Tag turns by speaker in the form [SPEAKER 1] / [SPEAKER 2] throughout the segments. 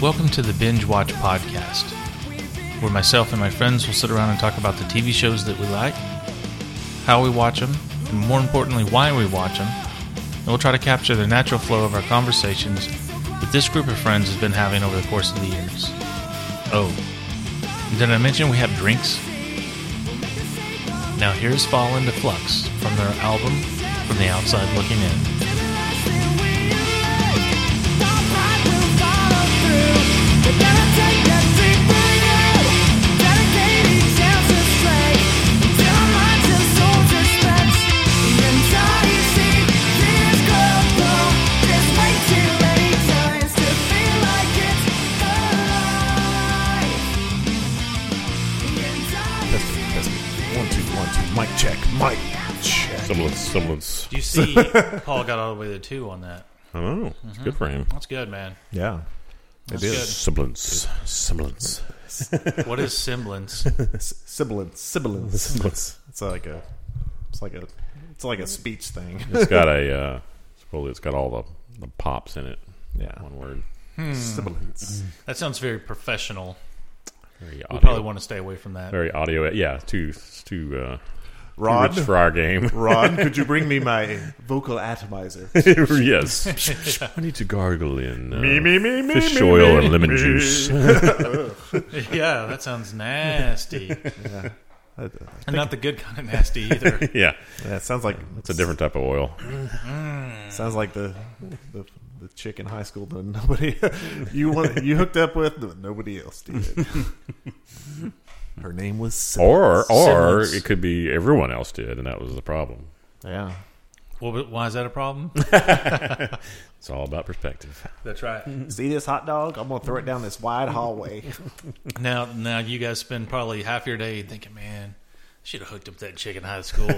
[SPEAKER 1] Welcome to the Binge Watch Podcast, where myself and my friends will sit around and talk about the TV shows that we like, how we watch them, and more importantly, why we watch them. And we'll try to capture the natural flow of our conversations that this group of friends has been having over the course of the years. Oh, and did I mention we have drinks? Now here's Fall into Flux from their album From the Outside Looking In.
[SPEAKER 2] Testing, testing. One, two, one, two. Mic check, mic check.
[SPEAKER 3] Semblance, semblance.
[SPEAKER 1] Do you see Paul got all the way to two on that?
[SPEAKER 3] I don't know. It's good for him.
[SPEAKER 1] That's good, man.
[SPEAKER 2] Yeah.
[SPEAKER 1] That's
[SPEAKER 3] Semblance, semblance,
[SPEAKER 1] good. What is semblance?
[SPEAKER 2] S- Sibilance, sibilance.
[SPEAKER 3] semblance.
[SPEAKER 2] It's like a, it's like a, it's like a speech thing.
[SPEAKER 3] It's got a. Uh, it's probably it's got all the the pops in it.
[SPEAKER 2] Yeah.
[SPEAKER 3] One word.
[SPEAKER 2] Sibilance.
[SPEAKER 1] That sounds very professional.
[SPEAKER 3] Very
[SPEAKER 1] We
[SPEAKER 3] audio.
[SPEAKER 1] probably want to stay away from that.
[SPEAKER 3] very audio. Yeah. Too it's too. Uh, Rich
[SPEAKER 2] Rod,
[SPEAKER 3] for our game.
[SPEAKER 2] Rod, could you bring me my vocal atomizer?
[SPEAKER 3] yes. I need to gargle in uh,
[SPEAKER 2] me, me.
[SPEAKER 3] fish oil and lemon juice.
[SPEAKER 1] yeah, that sounds nasty.
[SPEAKER 2] That,
[SPEAKER 1] and not the good kind of nasty either.
[SPEAKER 3] yeah.
[SPEAKER 2] that sounds like
[SPEAKER 3] It's a different type of oil.
[SPEAKER 2] Sounds like the the, the chick in high school that nobody you want, you hooked up with that nobody else did. Her name was Sibilance.
[SPEAKER 3] Or or
[SPEAKER 1] Semblance.
[SPEAKER 3] it could be everyone else did, and that was the problem.
[SPEAKER 2] yeah.
[SPEAKER 1] well, but why is that a problem?
[SPEAKER 3] It's all about perspective.
[SPEAKER 1] That's right.
[SPEAKER 2] See this hot dog? I'm gonna throw it down this wide hallway.
[SPEAKER 1] Now, now you guys spend probably half your day thinking, man, should have hooked up that chick in high school.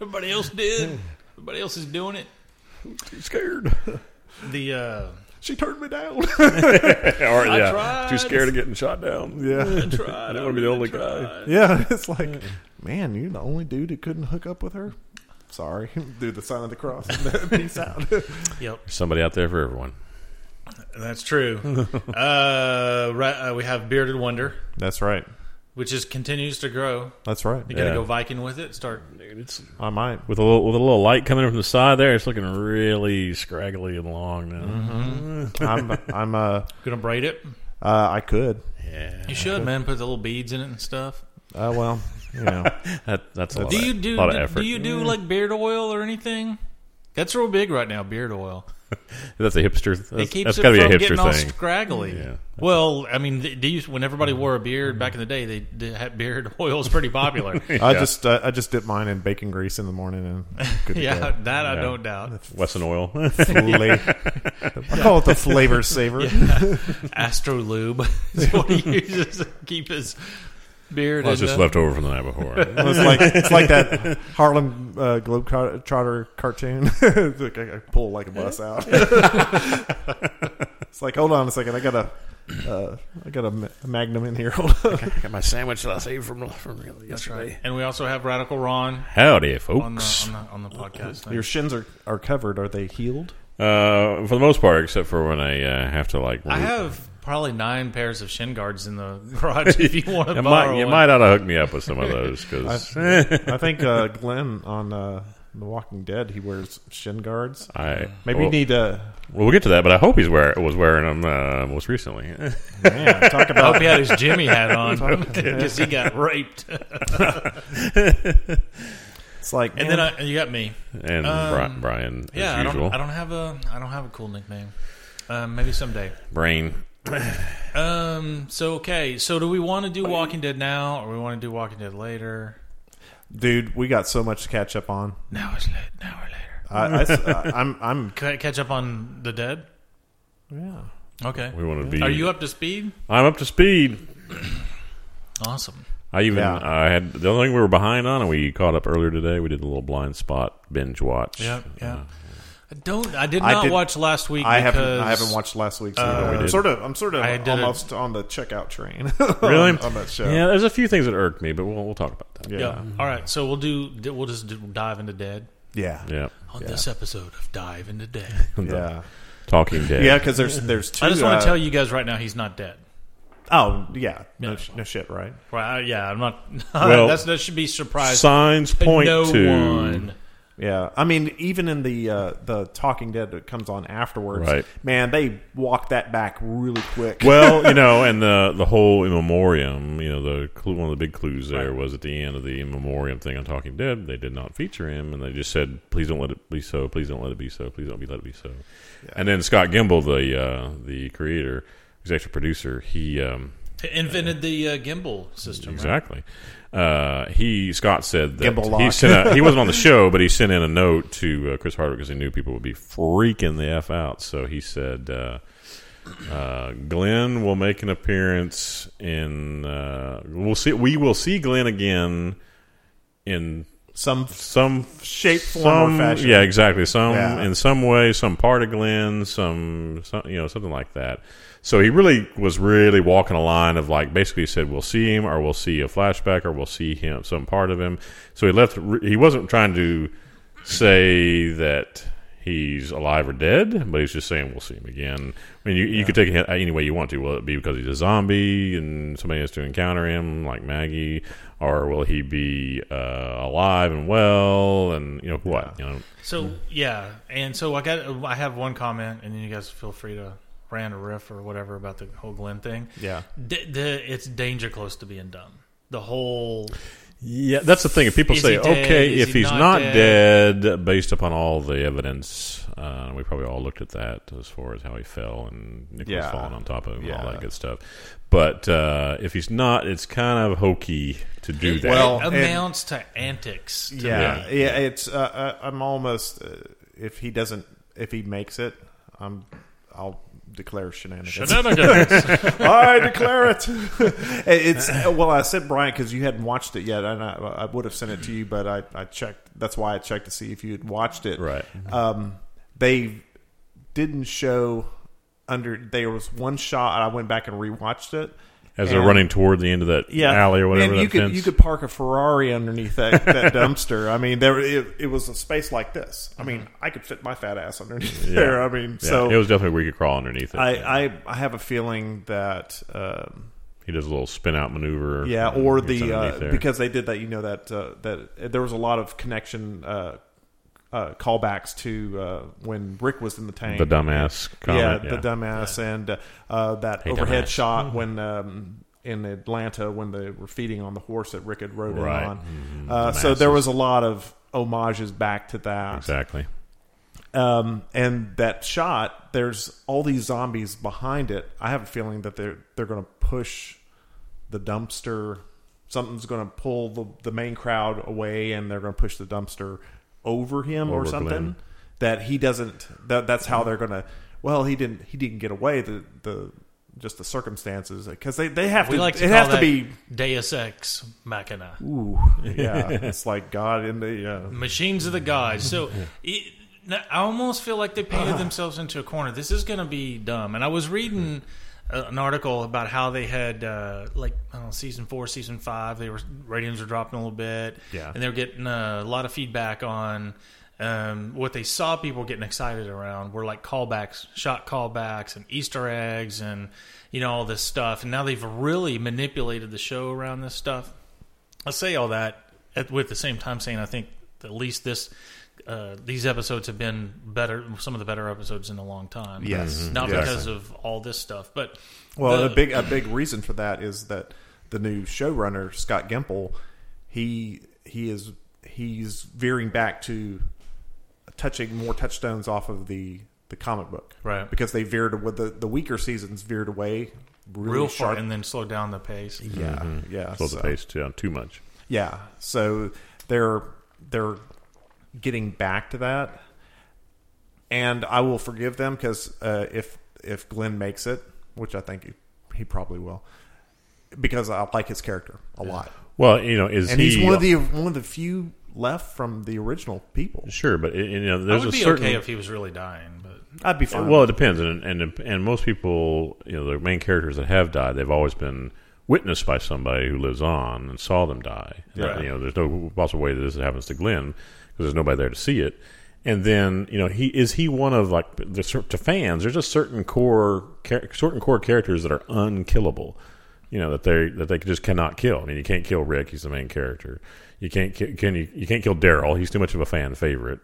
[SPEAKER 1] Everybody else did. Everybody else is doing it.
[SPEAKER 3] Too scared.
[SPEAKER 1] The uh,
[SPEAKER 2] she turned me down.
[SPEAKER 3] or,
[SPEAKER 1] I
[SPEAKER 3] yeah,
[SPEAKER 1] tried.
[SPEAKER 3] Too scared of getting shot down.
[SPEAKER 2] yeah,
[SPEAKER 1] tried.
[SPEAKER 3] That would be the only guy.
[SPEAKER 2] yeah. It's like, man, you're the only dude who couldn't hook up with her. Sorry, do the sign of the cross. Peace out.
[SPEAKER 1] Yep.
[SPEAKER 3] There's somebody out there for everyone.
[SPEAKER 1] That's true. uh, right, uh, we have Bearded Wonder,
[SPEAKER 2] That's right.
[SPEAKER 1] which is continues to grow.
[SPEAKER 2] That's right.
[SPEAKER 1] You gotta
[SPEAKER 3] Yeah.
[SPEAKER 1] go Viking with it. Start.
[SPEAKER 2] I might.
[SPEAKER 3] with a little with a little light coming in from the side there, it's looking really scraggly and long now.
[SPEAKER 2] I'm. I'm. Uh.
[SPEAKER 1] Gonna braid it.
[SPEAKER 2] uh I could.
[SPEAKER 1] You
[SPEAKER 3] Yeah,
[SPEAKER 1] should, man. Put the little beads in it and stuff.
[SPEAKER 2] Uh. Well. You know.
[SPEAKER 3] that, that's a lot,
[SPEAKER 1] Do
[SPEAKER 3] of,
[SPEAKER 1] you do?
[SPEAKER 3] lot of
[SPEAKER 1] do,
[SPEAKER 3] effort.
[SPEAKER 1] do you do like beard oil or anything? Mm. That's real big right now. Beard oil.
[SPEAKER 3] that's a hipster. That's,
[SPEAKER 1] it keeps
[SPEAKER 3] that's
[SPEAKER 1] it
[SPEAKER 3] got to
[SPEAKER 1] from
[SPEAKER 3] be a
[SPEAKER 1] getting
[SPEAKER 3] hipster
[SPEAKER 1] all
[SPEAKER 3] thing.
[SPEAKER 1] scraggly.
[SPEAKER 3] Yeah. Mm.
[SPEAKER 1] Well, I mean, th- do you, when everybody wore a beard back in the day, they, they had beard oil was pretty popular.
[SPEAKER 2] I
[SPEAKER 3] Yeah.
[SPEAKER 2] just. Uh, I just dip mine in bacon grease in the morning and. Good to
[SPEAKER 1] yeah,
[SPEAKER 2] go.
[SPEAKER 1] that I
[SPEAKER 3] Yeah.
[SPEAKER 1] don't doubt.
[SPEAKER 3] Wesson oil.
[SPEAKER 2] Fla- I call it the flavor saver.
[SPEAKER 1] Astrolube is what he uses to keep his beard.
[SPEAKER 3] Well, it's
[SPEAKER 1] in
[SPEAKER 3] just
[SPEAKER 1] the-
[SPEAKER 3] left over from the night before.
[SPEAKER 2] It's like it's like that Harlem uh, Globetrotter cartoon. It's like I, I pull like a bus out. it's like hold on a second, I got a uh, I got a ma- Magnum in here. Hold on.
[SPEAKER 4] I got my sandwich that I saved from from yesterday.
[SPEAKER 1] and we also have Radical Ron
[SPEAKER 3] Howdy,
[SPEAKER 1] on the
[SPEAKER 3] folks.
[SPEAKER 1] on the, on the podcast.
[SPEAKER 2] Your shins are, are covered. Are they healed?
[SPEAKER 3] Uh, for the most part, except for when I uh, have to like.
[SPEAKER 1] I have probably nine pairs of shin guards in the garage. If you want to
[SPEAKER 3] You
[SPEAKER 1] borrow
[SPEAKER 3] might, you
[SPEAKER 1] one.
[SPEAKER 3] might ought to hook me up with some of those because I,
[SPEAKER 2] I think uh, Glenn on uh, The Walking Dead he wears shin guards. Maybe
[SPEAKER 3] well,
[SPEAKER 2] you need uh,
[SPEAKER 3] Well, we'll get to that, but I hope he's wear was wearing them uh, most recently.
[SPEAKER 2] man talk
[SPEAKER 1] I
[SPEAKER 2] about
[SPEAKER 1] hope he had his Jimmy hat on because he got raped.
[SPEAKER 2] it's like
[SPEAKER 1] And
[SPEAKER 2] man,
[SPEAKER 1] then I, and you got me.
[SPEAKER 3] and
[SPEAKER 1] Um,
[SPEAKER 3] Bri- Brian,
[SPEAKER 1] Yeah, I
[SPEAKER 3] as usual,
[SPEAKER 1] don't. I don't have a. I don't have a cool nickname. Um, maybe someday.
[SPEAKER 3] brain.
[SPEAKER 1] Um. So okay. So do we want to do Walking Dead now, or we want to do Walking Dead later?
[SPEAKER 2] dude, we got so much to catch up on.
[SPEAKER 1] Now it's late. Now or later.
[SPEAKER 2] I, am I'm
[SPEAKER 1] Ca- Catch up on the dead.
[SPEAKER 2] yeah.
[SPEAKER 1] Okay.
[SPEAKER 3] We want to be.
[SPEAKER 1] Are you up to speed?
[SPEAKER 3] I'm up to speed.
[SPEAKER 1] Awesome.
[SPEAKER 3] I even
[SPEAKER 2] Yeah.
[SPEAKER 3] I had the only thing we were behind on, and we caught up earlier today. We did a little blind spot binge watch.
[SPEAKER 1] Yep. Yeah.
[SPEAKER 3] Uh,
[SPEAKER 1] I don't. I did
[SPEAKER 2] I
[SPEAKER 1] not
[SPEAKER 2] did-
[SPEAKER 1] watch last week.
[SPEAKER 2] I haven't.
[SPEAKER 1] because
[SPEAKER 2] I haven't watched last week's.
[SPEAKER 1] Uh,
[SPEAKER 2] either.
[SPEAKER 3] we
[SPEAKER 2] I'm
[SPEAKER 3] did.
[SPEAKER 2] sort of. I'm sort of
[SPEAKER 1] I did a-
[SPEAKER 2] almost on the checkout train.
[SPEAKER 3] Really?
[SPEAKER 2] on, on that show.
[SPEAKER 3] yeah, there's a few things that irked me, but we'll we'll talk about that.
[SPEAKER 2] Yeah.
[SPEAKER 1] Yeah. All right. So we'll do. We'll just do, dive into dead
[SPEAKER 2] Yeah.
[SPEAKER 3] Yeah.
[SPEAKER 1] on
[SPEAKER 2] Yeah.
[SPEAKER 1] this episode of Dive into Dead.
[SPEAKER 2] Yeah.
[SPEAKER 3] Talking Dead.
[SPEAKER 2] Yeah, because there's there's two.
[SPEAKER 1] I just want
[SPEAKER 2] uh,
[SPEAKER 1] to tell you guys right now, he's not dead.
[SPEAKER 2] Oh yeah, no,
[SPEAKER 1] Yeah.
[SPEAKER 2] sh- no shit, right?
[SPEAKER 1] Right? I- Yeah, I'm not.
[SPEAKER 3] Well,
[SPEAKER 1] that's, that should be surprised.
[SPEAKER 3] Signs
[SPEAKER 1] to
[SPEAKER 3] point
[SPEAKER 1] no
[SPEAKER 3] to
[SPEAKER 1] one.
[SPEAKER 2] Yeah, I mean, even in the uh, the Talking Dead that comes on afterwards,
[SPEAKER 3] Right.
[SPEAKER 2] man, they walk that back really quick.
[SPEAKER 3] well, you know, and the the whole in memoriam, you know, the clue, one of the big clues there was at the end of the in memoriam thing on Talking Dead, they did not feature him, and they just said, "Please don't let it be so. Please don't let it be so. Please don't be let it be so." And then Scott Gimble, the uh, the creator, executive producer, he um,
[SPEAKER 1] Invented the uh, gimbal system. right?
[SPEAKER 3] Exactly. Uh, he Scott said that
[SPEAKER 2] Gimbal
[SPEAKER 3] he
[SPEAKER 2] lock.
[SPEAKER 3] sent a, he wasn't on the show, but he sent in a note to uh, Chris Hardwick because he knew people would be freaking the f out. So he said, uh, uh, "Glenn will make an appearance in uh, we'll see we will see Glenn again in
[SPEAKER 2] Some
[SPEAKER 3] some
[SPEAKER 2] shape, form,
[SPEAKER 3] some
[SPEAKER 2] or fashion.
[SPEAKER 3] yeah exactly some
[SPEAKER 2] Yeah.
[SPEAKER 3] in some way some part of Glenn some, some you know something like that. So he really was really walking a line of like basically said we'll see him or we'll see a flashback or we'll see him some part of him. So he left. He wasn't trying to say that he's alive or dead, but he's just saying we'll see him again. I mean, you, you could take it any way you want to. Will it be because he's a zombie and somebody has to encounter him, like Maggie, or will he be uh, alive and well and you know what? You know,
[SPEAKER 1] So yeah, and so I got I have one comment, and then you guys feel free to rant or riff or whatever about the whole Glenn thing.
[SPEAKER 2] yeah.
[SPEAKER 1] D- the, it's danger close to being done. The whole
[SPEAKER 3] yeah, that's the thing. If people
[SPEAKER 1] Is
[SPEAKER 3] say,
[SPEAKER 1] he dead?
[SPEAKER 3] okay,
[SPEAKER 1] Is
[SPEAKER 3] if
[SPEAKER 1] he
[SPEAKER 3] he's
[SPEAKER 1] not
[SPEAKER 3] not
[SPEAKER 1] dead?
[SPEAKER 3] dead? based upon all the evidence, uh, we probably all looked at that as far as how he fell and Nicholas
[SPEAKER 2] Yeah.
[SPEAKER 3] falling on top of him and all
[SPEAKER 2] Yeah.
[SPEAKER 3] that good stuff. But uh, if he's not, it's kind of hokey to do that.
[SPEAKER 2] Well,
[SPEAKER 1] it
[SPEAKER 2] and-
[SPEAKER 1] amounts to antics. To
[SPEAKER 2] yeah,
[SPEAKER 1] me.
[SPEAKER 2] yeah, It's uh, uh, I'm almost uh, if he doesn't if he makes it, I'm I'll declare shenanigans.
[SPEAKER 1] Shenanigans.
[SPEAKER 2] I declare it. it's well, I sent Brian because you hadn't watched it yet, and I, I would have sent it to you, but I, I checked. That's why I checked to see if you had watched it.
[SPEAKER 3] Right.
[SPEAKER 2] Um, they didn't show under. There was one shot. I went back and rewatched it.
[SPEAKER 3] as they're
[SPEAKER 2] and-
[SPEAKER 3] running toward the end of that
[SPEAKER 2] yeah,
[SPEAKER 3] alley or whatever.
[SPEAKER 2] And you
[SPEAKER 3] that
[SPEAKER 2] could
[SPEAKER 3] fence.
[SPEAKER 2] you could park a Ferrari underneath that, that dumpster. I mean, there it, it was a space like this. I mean, I could fit my fat ass underneath
[SPEAKER 3] Yeah.
[SPEAKER 2] there. I mean,
[SPEAKER 3] Yeah,
[SPEAKER 2] so
[SPEAKER 3] it was definitely where you could crawl underneath it.
[SPEAKER 2] I, I I have a feeling that. Um,
[SPEAKER 3] he does a little spin out maneuver.
[SPEAKER 2] Yeah, or
[SPEAKER 3] Gets
[SPEAKER 2] the
[SPEAKER 3] underneath
[SPEAKER 2] uh,
[SPEAKER 3] there.
[SPEAKER 2] because they did that, you know that uh, that uh, there was a lot of connection uh, uh, callbacks to uh, when Rick was in the tank.
[SPEAKER 3] the dumbass comment.
[SPEAKER 2] yeah, the dumbass, and uh, uh, that
[SPEAKER 3] Hey,
[SPEAKER 2] overhead
[SPEAKER 3] dumbass. Mm-hmm.
[SPEAKER 2] shot when um, in Atlanta when they were feeding on the horse that Rick had rode in
[SPEAKER 3] Right.
[SPEAKER 2] on.
[SPEAKER 3] Mm,
[SPEAKER 2] Uh, so there
[SPEAKER 3] dumbasses.
[SPEAKER 2] was a lot of homages back to that.
[SPEAKER 3] exactly.
[SPEAKER 2] Um, and that shot, there's all these zombies behind it. I have a feeling that they're they're going to push the dumpster. Something's going to pull the, the main crowd away, and they're going to push the dumpster over him or
[SPEAKER 3] Over
[SPEAKER 2] something.
[SPEAKER 3] Glenn.
[SPEAKER 2] That he doesn't. That that's how they're going to. Well, he didn't. He didn't get away. The the just the circumstances because they they have
[SPEAKER 1] we
[SPEAKER 2] to.
[SPEAKER 1] like to
[SPEAKER 2] it
[SPEAKER 1] call
[SPEAKER 2] has
[SPEAKER 1] that
[SPEAKER 2] to be.
[SPEAKER 1] Deus Ex Machina.
[SPEAKER 2] Ooh, yeah. it's like God in the. Uh,
[SPEAKER 1] Machines of the gods. So it, I almost feel like they
[SPEAKER 2] Uh-huh.
[SPEAKER 1] painted themselves into a corner. This is going to be dumb. And I was reading uh an article about how they had uh, like I don't know, season four, season five. They were ratings were dropping a little bit.
[SPEAKER 2] Yeah.
[SPEAKER 1] and they were getting uh, a lot of feedback on. Um, what they saw people getting excited around were like callbacks, shot callbacks, and Easter eggs, and you know all this stuff. And now they've really manipulated the show around this stuff. I say all that at, with the same time saying I think at least this uh, these episodes have been better, some of the better episodes in a long time.
[SPEAKER 2] Yes. Mhm.
[SPEAKER 1] not
[SPEAKER 2] Yes.
[SPEAKER 1] because of all this stuff, but
[SPEAKER 2] Well,
[SPEAKER 1] the-
[SPEAKER 2] a big a big reason for that is that the new showrunner Scott Gimple, he he is he's veering back to touching more touchstones off of the the comic book,
[SPEAKER 1] Right.
[SPEAKER 2] Because they veered with the the weaker seasons veered away really
[SPEAKER 1] real
[SPEAKER 2] sharp.
[SPEAKER 1] far and then slow down the pace.
[SPEAKER 2] yeah, yeah,
[SPEAKER 3] Mm-hmm. Slow
[SPEAKER 2] so-
[SPEAKER 3] the pace down too much.
[SPEAKER 2] yeah. So they're they're getting back to that, and I will forgive them because uh, if if Glenn makes it, which I think he, he probably will, because I like his character a lot,
[SPEAKER 3] Well, you know, is
[SPEAKER 2] and he's
[SPEAKER 3] he
[SPEAKER 2] one of the one of the few left from the original people.
[SPEAKER 3] sure? But it, you know,
[SPEAKER 1] I
[SPEAKER 3] there's
[SPEAKER 1] would
[SPEAKER 3] a
[SPEAKER 1] be
[SPEAKER 3] certain
[SPEAKER 1] okay if he was really dying, but
[SPEAKER 2] I'd be fine.
[SPEAKER 3] Well, it depends, and and and most people, you know, the main characters that have died, they've always been witnessed by somebody who lives on and saw them die.
[SPEAKER 2] Yeah.
[SPEAKER 3] You know, there's no possible way that this happens to Glenn because there's nobody there to see it. And then you know he is he one of like the, to fans. There's just certain core char- certain core characters that are unkillable. You know that they that they just cannot kill. I mean, you can't kill Rick. He's the main character. You can't ki- can you, you can't kill Daryl. He's too much of a fan favorite.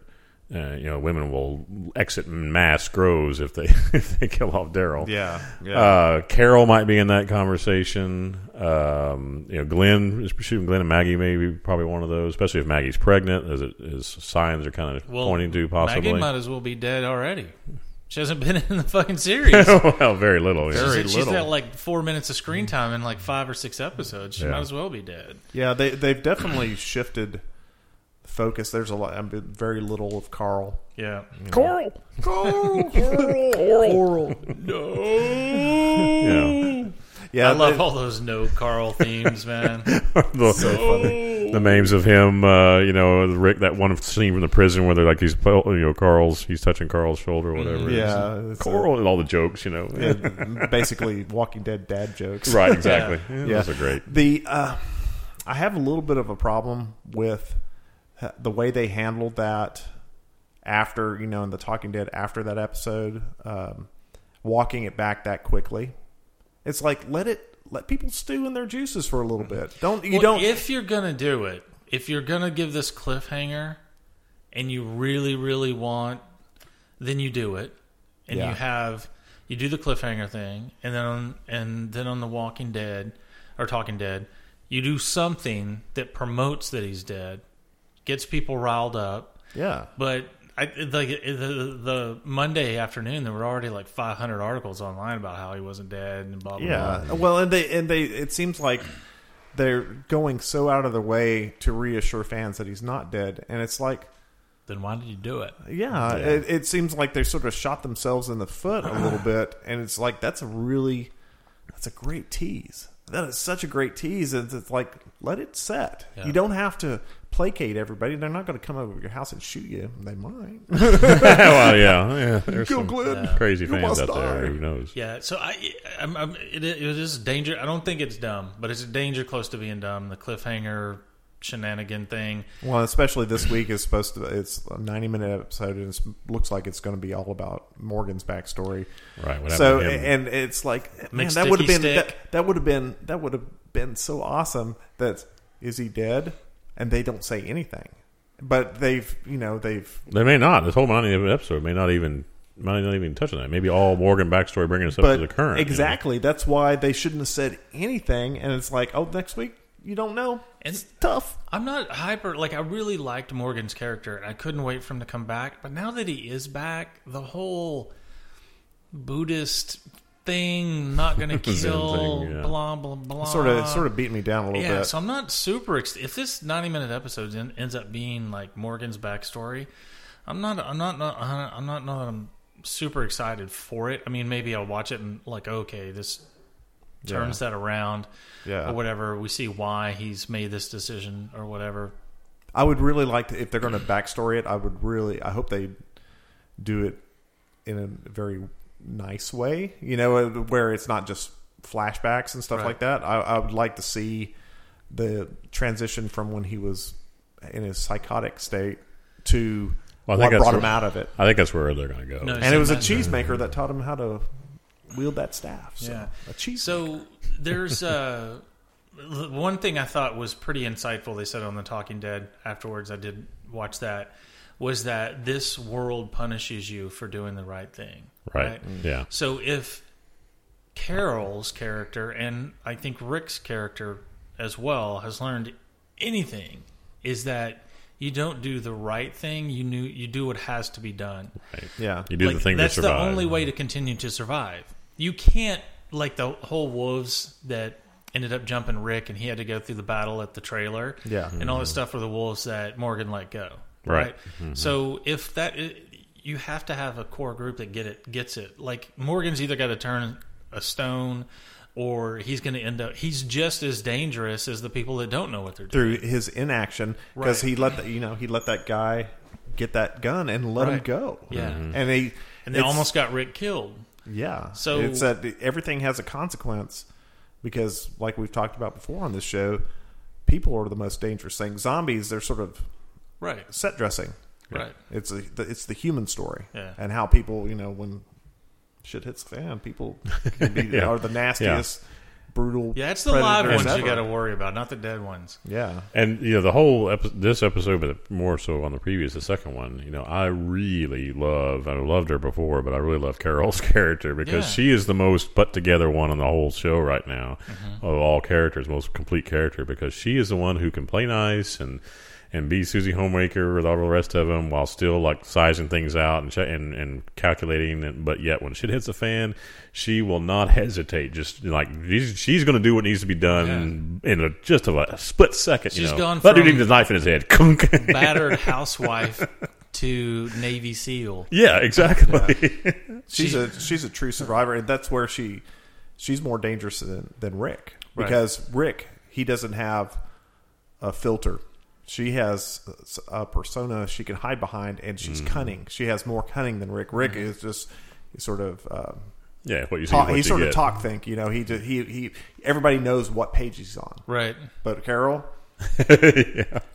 [SPEAKER 3] Uh, you know, women will exit in mass grows if they if they kill off Daryl.
[SPEAKER 2] Yeah, yeah.
[SPEAKER 3] Uh, Carol might be in that conversation. Um, you know, Glenn is pursuing Glenn and Maggie. Maybe probably one of those, especially if Maggie's pregnant, as it as signs are kind of pointing to possibly.
[SPEAKER 1] Maggie might as well be dead already. She hasn't been in the fucking series.
[SPEAKER 3] well, very little. yeah.
[SPEAKER 1] she's,
[SPEAKER 2] Very
[SPEAKER 1] she's
[SPEAKER 2] little.
[SPEAKER 1] had like four minutes of screen time in like five or six episodes. She
[SPEAKER 3] Yeah.
[SPEAKER 1] might as well be dead.
[SPEAKER 2] Yeah, they they've definitely shifted focus. There's a lot, I mean, very little of Carl.
[SPEAKER 1] Yeah.
[SPEAKER 3] Coral. Coral. Coral. Coral. No.
[SPEAKER 2] Yeah,
[SPEAKER 1] I love
[SPEAKER 2] they-
[SPEAKER 1] all those no Carl themes, man.
[SPEAKER 3] Yeah. the, the names of him, uh, you know, Rick, that one scene from the prison where they're like, he's, you know, Carl's, he's touching Carl's shoulder or whatever.
[SPEAKER 2] Mm, yeah, it's a-
[SPEAKER 3] Coral and all the jokes, you know.
[SPEAKER 2] it- basically Walking Dead dad jokes.
[SPEAKER 3] Right, exactly. Yeah.
[SPEAKER 2] Yeah.
[SPEAKER 3] Those are great.
[SPEAKER 2] The uh, I have a little bit of a problem with ha- the way they handled that after you know in the Talking Dead after that episode, um, walking it back that quickly. It's like let it let people stew in their juices for a little bit. Don't you
[SPEAKER 1] Well,
[SPEAKER 2] don't
[SPEAKER 1] If you're gonna do it, if you're gonna give this cliffhanger, and you really, really want, then you do it, and
[SPEAKER 2] Yeah.
[SPEAKER 1] you have you do the cliffhanger thing, and then on, and then on the Walking Dead or Talking Dead, you do something that promotes that he's dead, gets people riled up,
[SPEAKER 2] yeah.
[SPEAKER 1] but. I, the, the the Monday afternoon, there were already like 500 articles online about how he wasn't dead and
[SPEAKER 2] Oh,
[SPEAKER 1] blah blah. blah.
[SPEAKER 2] Yeah. Well, and they and they it seems like they're going so out of their way to reassure fans that he's not dead, and it's like,
[SPEAKER 1] Then why did you do it?
[SPEAKER 2] yeah, It, it seems like they sort of shot themselves in the foot a little bit, and it's like that's a really that's a great tease. That is such a great tease. It's, it's like let it set. You don't have to placate everybody. They're not going to come over to your house and shoot you. They might.
[SPEAKER 3] well, yeah, yeah. There's
[SPEAKER 2] Go,
[SPEAKER 3] some
[SPEAKER 2] Glenn.
[SPEAKER 3] crazy
[SPEAKER 2] You
[SPEAKER 3] fans
[SPEAKER 2] must
[SPEAKER 3] out there.
[SPEAKER 2] die.
[SPEAKER 3] Who knows?
[SPEAKER 1] Yeah, so I, I'm, I'm, it, it is danger. I don't think it's dumb, but it's a danger close to being dumb. The cliffhanger shenanigan thing.
[SPEAKER 2] Well, especially this week is supposed to. It's a ninety-minute episode, and it looks like it's going to be all about Morgan's backstory.
[SPEAKER 3] Right, what happened
[SPEAKER 2] So,
[SPEAKER 3] to him?
[SPEAKER 2] and it's like, man,
[SPEAKER 1] Mixed
[SPEAKER 2] that would have been
[SPEAKER 1] sticky
[SPEAKER 2] that,
[SPEAKER 1] stick.
[SPEAKER 2] that would have been that would have been so awesome. That is he dead? And they don't say anything, but they've you know they've
[SPEAKER 3] They may not. This whole ninety episode may not even might not even touch on that. Maybe all Morgan backstory bringing us up
[SPEAKER 2] but
[SPEAKER 3] to the current. you know?
[SPEAKER 2] exactly that's why they shouldn't have said anything. And it's like, oh, next week you don't know.
[SPEAKER 1] And-
[SPEAKER 2] It's tough.
[SPEAKER 1] I'm not hyper. Like I really liked Morgan's character, and I couldn't wait for him to come back. But now that he is back, the whole Buddhist thing, not going to
[SPEAKER 3] Zen
[SPEAKER 1] kill,
[SPEAKER 3] thing, yeah.
[SPEAKER 1] blah blah blah,
[SPEAKER 2] Sort
[SPEAKER 3] Uh,
[SPEAKER 2] of sort of beat me down a little
[SPEAKER 1] Yeah,
[SPEAKER 2] bit.
[SPEAKER 1] so I'm not super. Ex- if this 90 minute episode en- ends up being like Morgan's backstory, I'm not. I'm not. not I'm not. Not. I'm super excited for it. I mean, maybe I'll watch it and like, okay, this turns that around,
[SPEAKER 2] Yeah.
[SPEAKER 1] or whatever. We see why he's made this decision or whatever.
[SPEAKER 2] I would really like to if they're going to backstory it. I would really. I hope they do it in a very nice way. You know, uh, where it's not just flashbacks and stuff
[SPEAKER 1] Right.
[SPEAKER 2] like that. I, I would like to see the transition from when he was in his psychotic state to
[SPEAKER 3] Well,
[SPEAKER 2] what
[SPEAKER 3] I think that's
[SPEAKER 2] brought
[SPEAKER 3] where-
[SPEAKER 2] him out of it.
[SPEAKER 3] I think that's where they're going to go.
[SPEAKER 1] No,
[SPEAKER 2] And it was a
[SPEAKER 1] Imagine.
[SPEAKER 2] cheesemaker that taught him how to wield that staff. So
[SPEAKER 1] Yeah.
[SPEAKER 2] a cheese.
[SPEAKER 1] So there's uh, the one thing I thought was pretty insightful. They said on the Talking Dead afterwards. I did watch that. Was that this world punishes you for doing the right Mm. thing?
[SPEAKER 3] Right. Mm-hmm. Yeah.
[SPEAKER 1] So if Carol's character and I think Rick's character as well has learned anything is that you don't do the right thing. You knew you do what has to be done.
[SPEAKER 2] yeah,
[SPEAKER 3] You do
[SPEAKER 1] Like,
[SPEAKER 3] the thing
[SPEAKER 1] that's
[SPEAKER 3] to survive.
[SPEAKER 1] the only way to continue to survive. You can't like the whole wolves that ended up jumping Rick, and he had to go through the battle at the trailer,
[SPEAKER 2] Yeah.
[SPEAKER 1] and all that stuff for the wolves that Morgan let go,
[SPEAKER 3] Mm-hmm. Right. Mm-hmm.
[SPEAKER 1] So if that you have to have a core group that get it gets it. Like Morgan's either got to turn a stone. Or he's going to end up. He's just as dangerous as the people that don't know what they're doing.
[SPEAKER 2] through his inaction because
[SPEAKER 1] Right.
[SPEAKER 2] he let the, you know he let that guy get that gun and let him
[SPEAKER 1] Right.
[SPEAKER 2] go.
[SPEAKER 1] Yeah.
[SPEAKER 3] Mm-hmm.
[SPEAKER 1] Mhm.
[SPEAKER 2] and he
[SPEAKER 1] And they
[SPEAKER 2] it's-
[SPEAKER 1] almost got Rick killed.
[SPEAKER 2] yeah.
[SPEAKER 1] So-
[SPEAKER 2] it's that everything has a consequence because, like we've talked about before on this show, people are the most dangerous thing. Zombies they're sort of
[SPEAKER 1] Right.
[SPEAKER 2] set dressing.
[SPEAKER 1] Right.
[SPEAKER 2] It's a, the, it's the human story,
[SPEAKER 1] Yeah.
[SPEAKER 2] and how people, you know, when shit hits the fan, people can be,
[SPEAKER 3] Yeah.
[SPEAKER 2] are the nastiest, brutal.
[SPEAKER 1] Yeah, it's the live
[SPEAKER 2] predators
[SPEAKER 1] ones you
[SPEAKER 2] ever.
[SPEAKER 1] got to worry about, not the dead ones.
[SPEAKER 2] Yeah,
[SPEAKER 3] And you know the whole epi- this episode, but more so on the previous, the second one. You know, I really love. I loved her before, but I really love Carol's character because
[SPEAKER 1] Yeah.
[SPEAKER 3] she is the most put together one on the whole show right now of all characters, most complete character because she is the one who can play nice and and be Susie Homemaker with all the rest of them while still like sizing things out and che- and, and calculating. And, but yet when shit hits the fan, she will not hesitate. Just like she's, she's going to do what needs to be done in a, just of a split second.
[SPEAKER 1] She's
[SPEAKER 3] you know,
[SPEAKER 1] gone
[SPEAKER 3] that dude
[SPEAKER 1] from-
[SPEAKER 3] needs a knife in his head. Kunk.
[SPEAKER 1] Battered housewife to Navy SEAL.
[SPEAKER 3] yeah, exactly.
[SPEAKER 2] she's
[SPEAKER 1] She-
[SPEAKER 2] a she's a true survivor, and that's where she she's more dangerous than, than Rick
[SPEAKER 1] Right.
[SPEAKER 2] because Rick he doesn't have a filter. She has a persona she can hide behind, and she's cunning. She has more cunning than Rick. Rick is just sort of. Um,
[SPEAKER 3] Yeah, what you see, is
[SPEAKER 2] talk,
[SPEAKER 3] what
[SPEAKER 2] he
[SPEAKER 3] you
[SPEAKER 2] sort
[SPEAKER 3] get.
[SPEAKER 2] of talk think. You know, he ju- he he. Everybody knows what page he's on,
[SPEAKER 1] Right.
[SPEAKER 2] but Carol,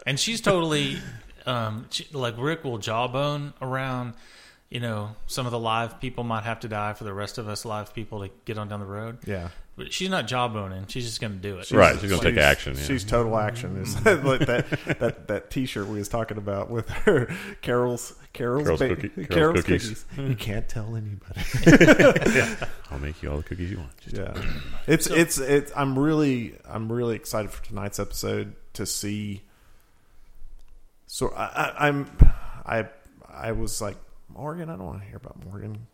[SPEAKER 1] And she's totally, um, she, like, Rick will jawbone around, you know, some of the live people might have to die for the rest of us live people to get on down the road.
[SPEAKER 2] yeah,
[SPEAKER 1] But she's not jawboning. She's just going to do it.
[SPEAKER 3] Right, she's gonna take action, yeah.
[SPEAKER 2] She's total action. It's like that that that T-shirt we was talking about with her Carol's Carol's
[SPEAKER 3] Carol's
[SPEAKER 2] ba-
[SPEAKER 3] cookie- Carol's
[SPEAKER 2] cookies.
[SPEAKER 3] cookies.
[SPEAKER 1] Hmm.
[SPEAKER 2] You can't tell anybody.
[SPEAKER 3] I'll make you all the cookies you want. Just
[SPEAKER 2] Yeah, it's it's it's. I'm really I'm really excited for tonight's episode to see. So I, I, I'm I I was like Morgan. I don't want to hear about Morgan,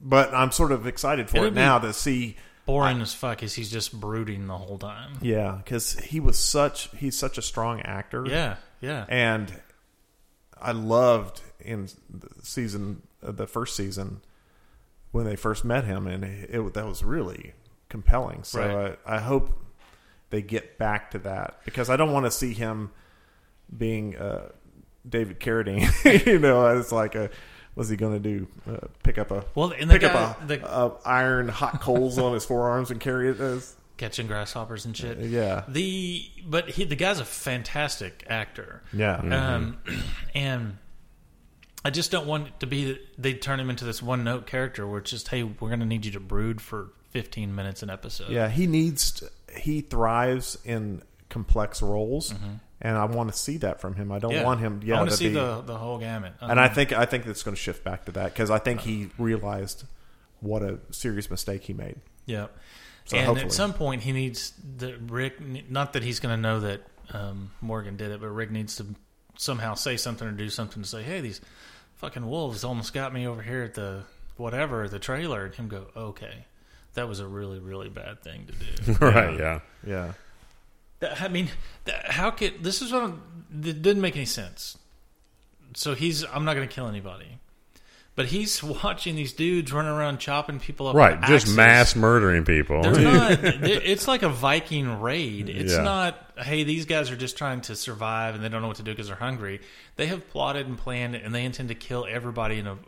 [SPEAKER 2] but I'm sort of excited for
[SPEAKER 1] It'll
[SPEAKER 2] it
[SPEAKER 1] be-
[SPEAKER 2] now to see.
[SPEAKER 1] Boring as fuck is he's just brooding the whole time.
[SPEAKER 2] Yeah, because he was such he's such a strong actor.
[SPEAKER 1] Yeah. Yeah.
[SPEAKER 2] and I loved in the season uh, the first season when they first met him, and it that was really compelling. So
[SPEAKER 1] Right.
[SPEAKER 2] I, I hope they get back to that because I don't want to see him being uh, David Carradine. you know, it's like a. Was he going to do? Uh, pick up a
[SPEAKER 1] Well, and the
[SPEAKER 2] pick
[SPEAKER 1] guy-
[SPEAKER 2] up a,
[SPEAKER 1] the-
[SPEAKER 2] a iron hot coals on his forearms and carry it as
[SPEAKER 1] catching grasshoppers and shit.
[SPEAKER 2] Uh, yeah.
[SPEAKER 1] The but he, the guy's a fantastic actor.
[SPEAKER 2] yeah
[SPEAKER 1] Um, and I just don't want it to be that they turn him into this one note character where it's just hey we're gonna need you to brood for fifteen minutes an episode.
[SPEAKER 2] Yeah, he needs to- he thrives in complex roles, and I want to see that from him. I don't
[SPEAKER 1] Mm-hmm. Yeah.
[SPEAKER 2] want him.
[SPEAKER 1] I
[SPEAKER 2] Yeah,
[SPEAKER 1] want to
[SPEAKER 2] to
[SPEAKER 1] see
[SPEAKER 2] be,
[SPEAKER 1] the the whole gamut. Um,
[SPEAKER 2] and I think I think that's going to shift back to that because I think he
[SPEAKER 1] Uh-huh.
[SPEAKER 2] realized what a serious mistake he made.
[SPEAKER 1] Yeah.
[SPEAKER 2] So
[SPEAKER 1] and
[SPEAKER 2] hopefully-
[SPEAKER 1] at some point, he needs the Rick. Not that he's going to know that um, Morgan did it, but Rick needs to somehow say something or do something to say, "Hey, these fucking wolves almost got me over here at the whatever the trailer," and him go, "Okay, that was a really really bad thing to do."
[SPEAKER 3] right. Yeah.
[SPEAKER 2] Yeah,
[SPEAKER 1] That- I mean, that, how could this is what I'm, it didn't make any sense. So he's I'm not going to kill anybody, but he's watching these dudes running around chopping people up. with
[SPEAKER 3] Right. Just
[SPEAKER 1] axes.
[SPEAKER 3] mass murdering people.
[SPEAKER 1] They're not. they- it's like a Viking raid. It's
[SPEAKER 3] Yeah.
[SPEAKER 1] not. Hey, these guys are just trying to survive and they don't know what to do because they're hungry. They have plotted and planned and they intend to kill everybody. In a,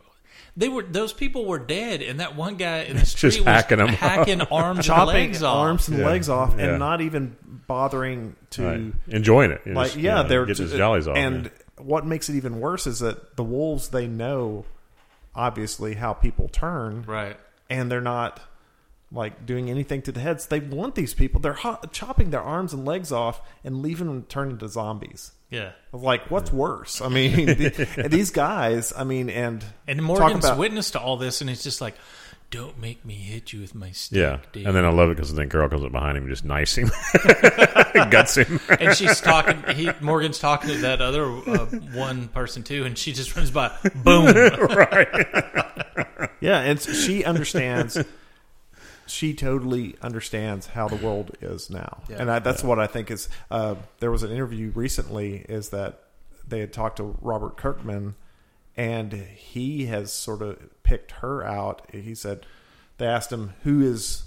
[SPEAKER 1] they were those people were dead, and that one guy in the street was
[SPEAKER 3] hacking 'em.
[SPEAKER 1] hacking arms,
[SPEAKER 2] chopping
[SPEAKER 1] and legs off.
[SPEAKER 2] arms and
[SPEAKER 3] Yeah.
[SPEAKER 2] legs off, and
[SPEAKER 3] Yeah.
[SPEAKER 2] not even bothering to
[SPEAKER 3] Right. Enjoying it. You
[SPEAKER 2] like
[SPEAKER 3] just,
[SPEAKER 2] yeah,
[SPEAKER 3] you know,
[SPEAKER 2] they're
[SPEAKER 3] get his
[SPEAKER 2] ju-
[SPEAKER 3] jollies off.
[SPEAKER 2] And
[SPEAKER 3] yeah.
[SPEAKER 2] what makes it even worse is that the wolves they know obviously how people turn,
[SPEAKER 1] Right.
[SPEAKER 2] and they're not like doing anything to the heads. They want these people. They're ho- chopping their arms and legs off and leaving them turned into zombies.
[SPEAKER 1] Yeah.
[SPEAKER 2] Like, what's worse? I mean, the, and these guys. I mean, and
[SPEAKER 1] And
[SPEAKER 2] talk
[SPEAKER 1] Morgan's
[SPEAKER 2] about
[SPEAKER 1] witness to all this, and it's just like, "Don't make me hit you with my stick."
[SPEAKER 3] Yeah,
[SPEAKER 1] dude."
[SPEAKER 3] and then I love it because then Carol comes up behind him and just knifes him, guts him.
[SPEAKER 1] and she's talking. He, Morgan's talking to that other uh, one person too, and she just runs by. Boom.
[SPEAKER 2] yeah, and s- she understands. she totally understands how the world is now,
[SPEAKER 1] Yeah.
[SPEAKER 2] and I, that's what I think is. Uh, there was an interview recently is that they had talked to Robert Kirkman, and he has sort of picked her out. He said they asked him who is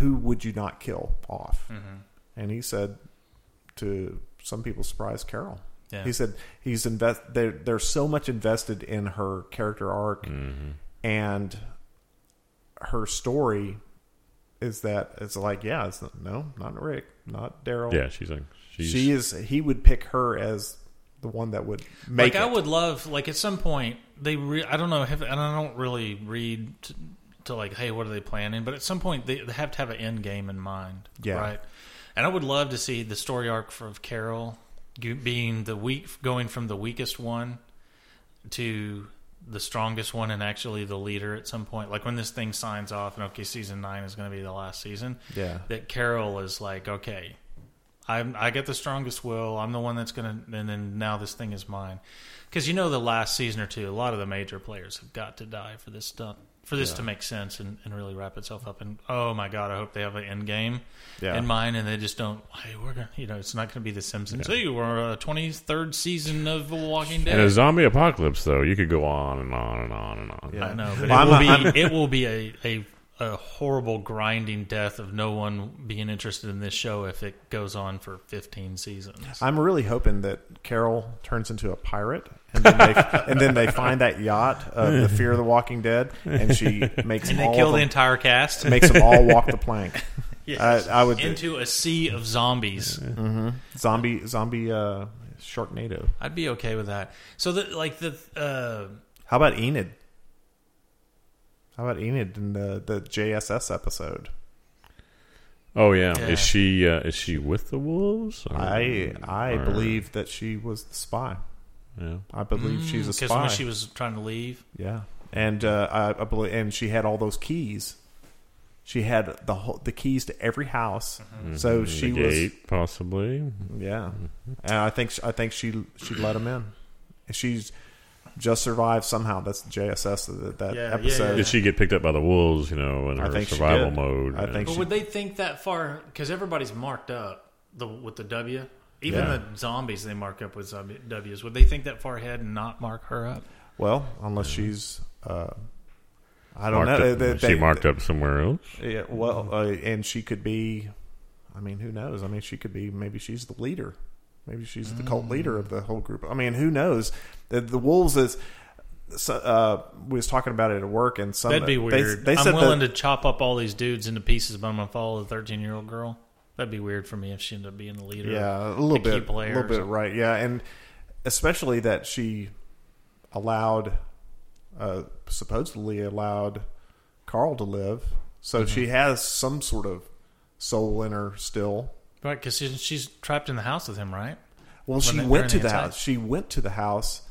[SPEAKER 2] who would you not kill off,
[SPEAKER 1] Mm-hmm.
[SPEAKER 2] and he said to some people's surprise, Carol.
[SPEAKER 1] Yeah.
[SPEAKER 2] He said he's invest. They're, they're so much invested in her character arc, and her story is that it's like yeah, it's no, not Rick, not Daryl.
[SPEAKER 3] Yeah, she's like she's
[SPEAKER 2] she is. He would pick her as the one that would make
[SPEAKER 1] like I
[SPEAKER 2] it.
[SPEAKER 1] would love like at some point they re- I don't know have, and I don't really read to, to like hey what are they planning but at some point they, they have to have an end game in mind
[SPEAKER 2] Yeah.
[SPEAKER 1] right and I would love to see the story arc for, of Carol g- being the weak going from the weakest one to the strongest one and actually the leader at some point like when this thing signs off and okay season 9 is going to be the last season
[SPEAKER 2] Yeah.
[SPEAKER 1] that Carol is like, okay, I'm I get the strongest will. I'm the one that's gonna, and then now this thing is mine. Because you know, the last season or two, a lot of the major players have got to die for this stuff, for this to make sense and, and really wrap itself up. And oh my god, I hope they have an end game
[SPEAKER 2] Yeah.
[SPEAKER 1] in mind, and they just don't. Hey, we're gonna, you know, it's not gonna be the Simpsons. Hey, we're a twenty third season of The Walking Dead.
[SPEAKER 3] In a zombie apocalypse, though, you could go on and on and on and on.
[SPEAKER 2] Yeah.
[SPEAKER 1] I know, but
[SPEAKER 2] Well, I'm
[SPEAKER 1] it will
[SPEAKER 2] not-
[SPEAKER 1] be
[SPEAKER 2] I'm-
[SPEAKER 1] it will be a, a a horrible grinding death of no one being interested in this show if it goes on for 15 seasons.
[SPEAKER 2] I'm really hoping that Carol turns into a pirate, and then they, and then they find that yacht of the Fear of the Walking Dead, and she makes
[SPEAKER 1] and
[SPEAKER 2] them
[SPEAKER 1] they
[SPEAKER 2] all
[SPEAKER 1] kill
[SPEAKER 2] of
[SPEAKER 1] the
[SPEAKER 2] them,
[SPEAKER 1] entire cast
[SPEAKER 2] makes them all walk the plank.
[SPEAKER 1] Yes.
[SPEAKER 2] I, I would
[SPEAKER 1] into a sea of zombies.
[SPEAKER 2] zombie zombie uh, Sharknado.
[SPEAKER 1] I'd be okay with that. So the like the uh
[SPEAKER 2] How about Enid? How about Enid in the, the JSS episode?
[SPEAKER 3] Oh yeah,
[SPEAKER 1] Yeah.
[SPEAKER 3] is she uh, is she with the wolves? Or-
[SPEAKER 2] I I
[SPEAKER 3] or-
[SPEAKER 2] believe that she was the spy.
[SPEAKER 3] Yeah.
[SPEAKER 2] I believe she's a
[SPEAKER 1] because
[SPEAKER 2] spy.
[SPEAKER 1] Mm, when she was trying to leave,
[SPEAKER 2] Yeah, and uh, I, I believe, and she had all those keys. She had the whole, the keys to every house, so she
[SPEAKER 3] Mm-hmm. the
[SPEAKER 2] was
[SPEAKER 3] gate, possibly.
[SPEAKER 2] yeah. And I think I think she she let him in. And She's just survived somehow. That's the JSS that, that
[SPEAKER 1] Yeah, yeah,
[SPEAKER 2] episode.
[SPEAKER 1] yeah.
[SPEAKER 3] Did she get picked up by the wolves? You know, in
[SPEAKER 2] I
[SPEAKER 3] her
[SPEAKER 2] think she
[SPEAKER 3] survival
[SPEAKER 2] did.
[SPEAKER 3] mode.
[SPEAKER 2] I think
[SPEAKER 1] but
[SPEAKER 2] she-
[SPEAKER 1] would they think that far cuz everybody's marked up the with the W? Even
[SPEAKER 2] Yeah.
[SPEAKER 1] the zombies they mark up with zombie W's. Would they think that far ahead and not mark her up?
[SPEAKER 2] Well, unless she's. Uh, I don't
[SPEAKER 3] marked
[SPEAKER 2] know.
[SPEAKER 3] Up,
[SPEAKER 2] They- they-
[SPEAKER 3] she
[SPEAKER 2] they-
[SPEAKER 3] marked up somewhere else.
[SPEAKER 2] Yeah, well, uh, and she could be. I mean, who knows? I mean, she could be. Maybe she's the leader. Maybe she's the cult leader of the whole group. I mean, who knows? The, the wolves is. So, uh, we was talking about it at work, and some
[SPEAKER 1] That'd be
[SPEAKER 2] they-
[SPEAKER 1] weird.
[SPEAKER 2] They,
[SPEAKER 1] I'm
[SPEAKER 2] said
[SPEAKER 1] willing
[SPEAKER 2] that,
[SPEAKER 1] to chop up all these dudes into pieces, but I'm gonna follow the 13 year old girl. That'd be weird for me if she ended up being the leader.
[SPEAKER 2] yeah, a little
[SPEAKER 1] the key
[SPEAKER 2] bit, a
[SPEAKER 1] player
[SPEAKER 2] little
[SPEAKER 1] or
[SPEAKER 2] bit, right? Yeah, and especially that she allowed, uh, supposedly allowed Carl to live, so
[SPEAKER 1] Mm-hmm.
[SPEAKER 2] she has some sort of soul in her still.
[SPEAKER 1] right? Because she's, she's trapped in the house with him, right?
[SPEAKER 2] Well,
[SPEAKER 1] they-
[SPEAKER 2] she
[SPEAKER 1] they're in
[SPEAKER 2] went to
[SPEAKER 1] the
[SPEAKER 2] the
[SPEAKER 1] inside.
[SPEAKER 2] house. She went to the house,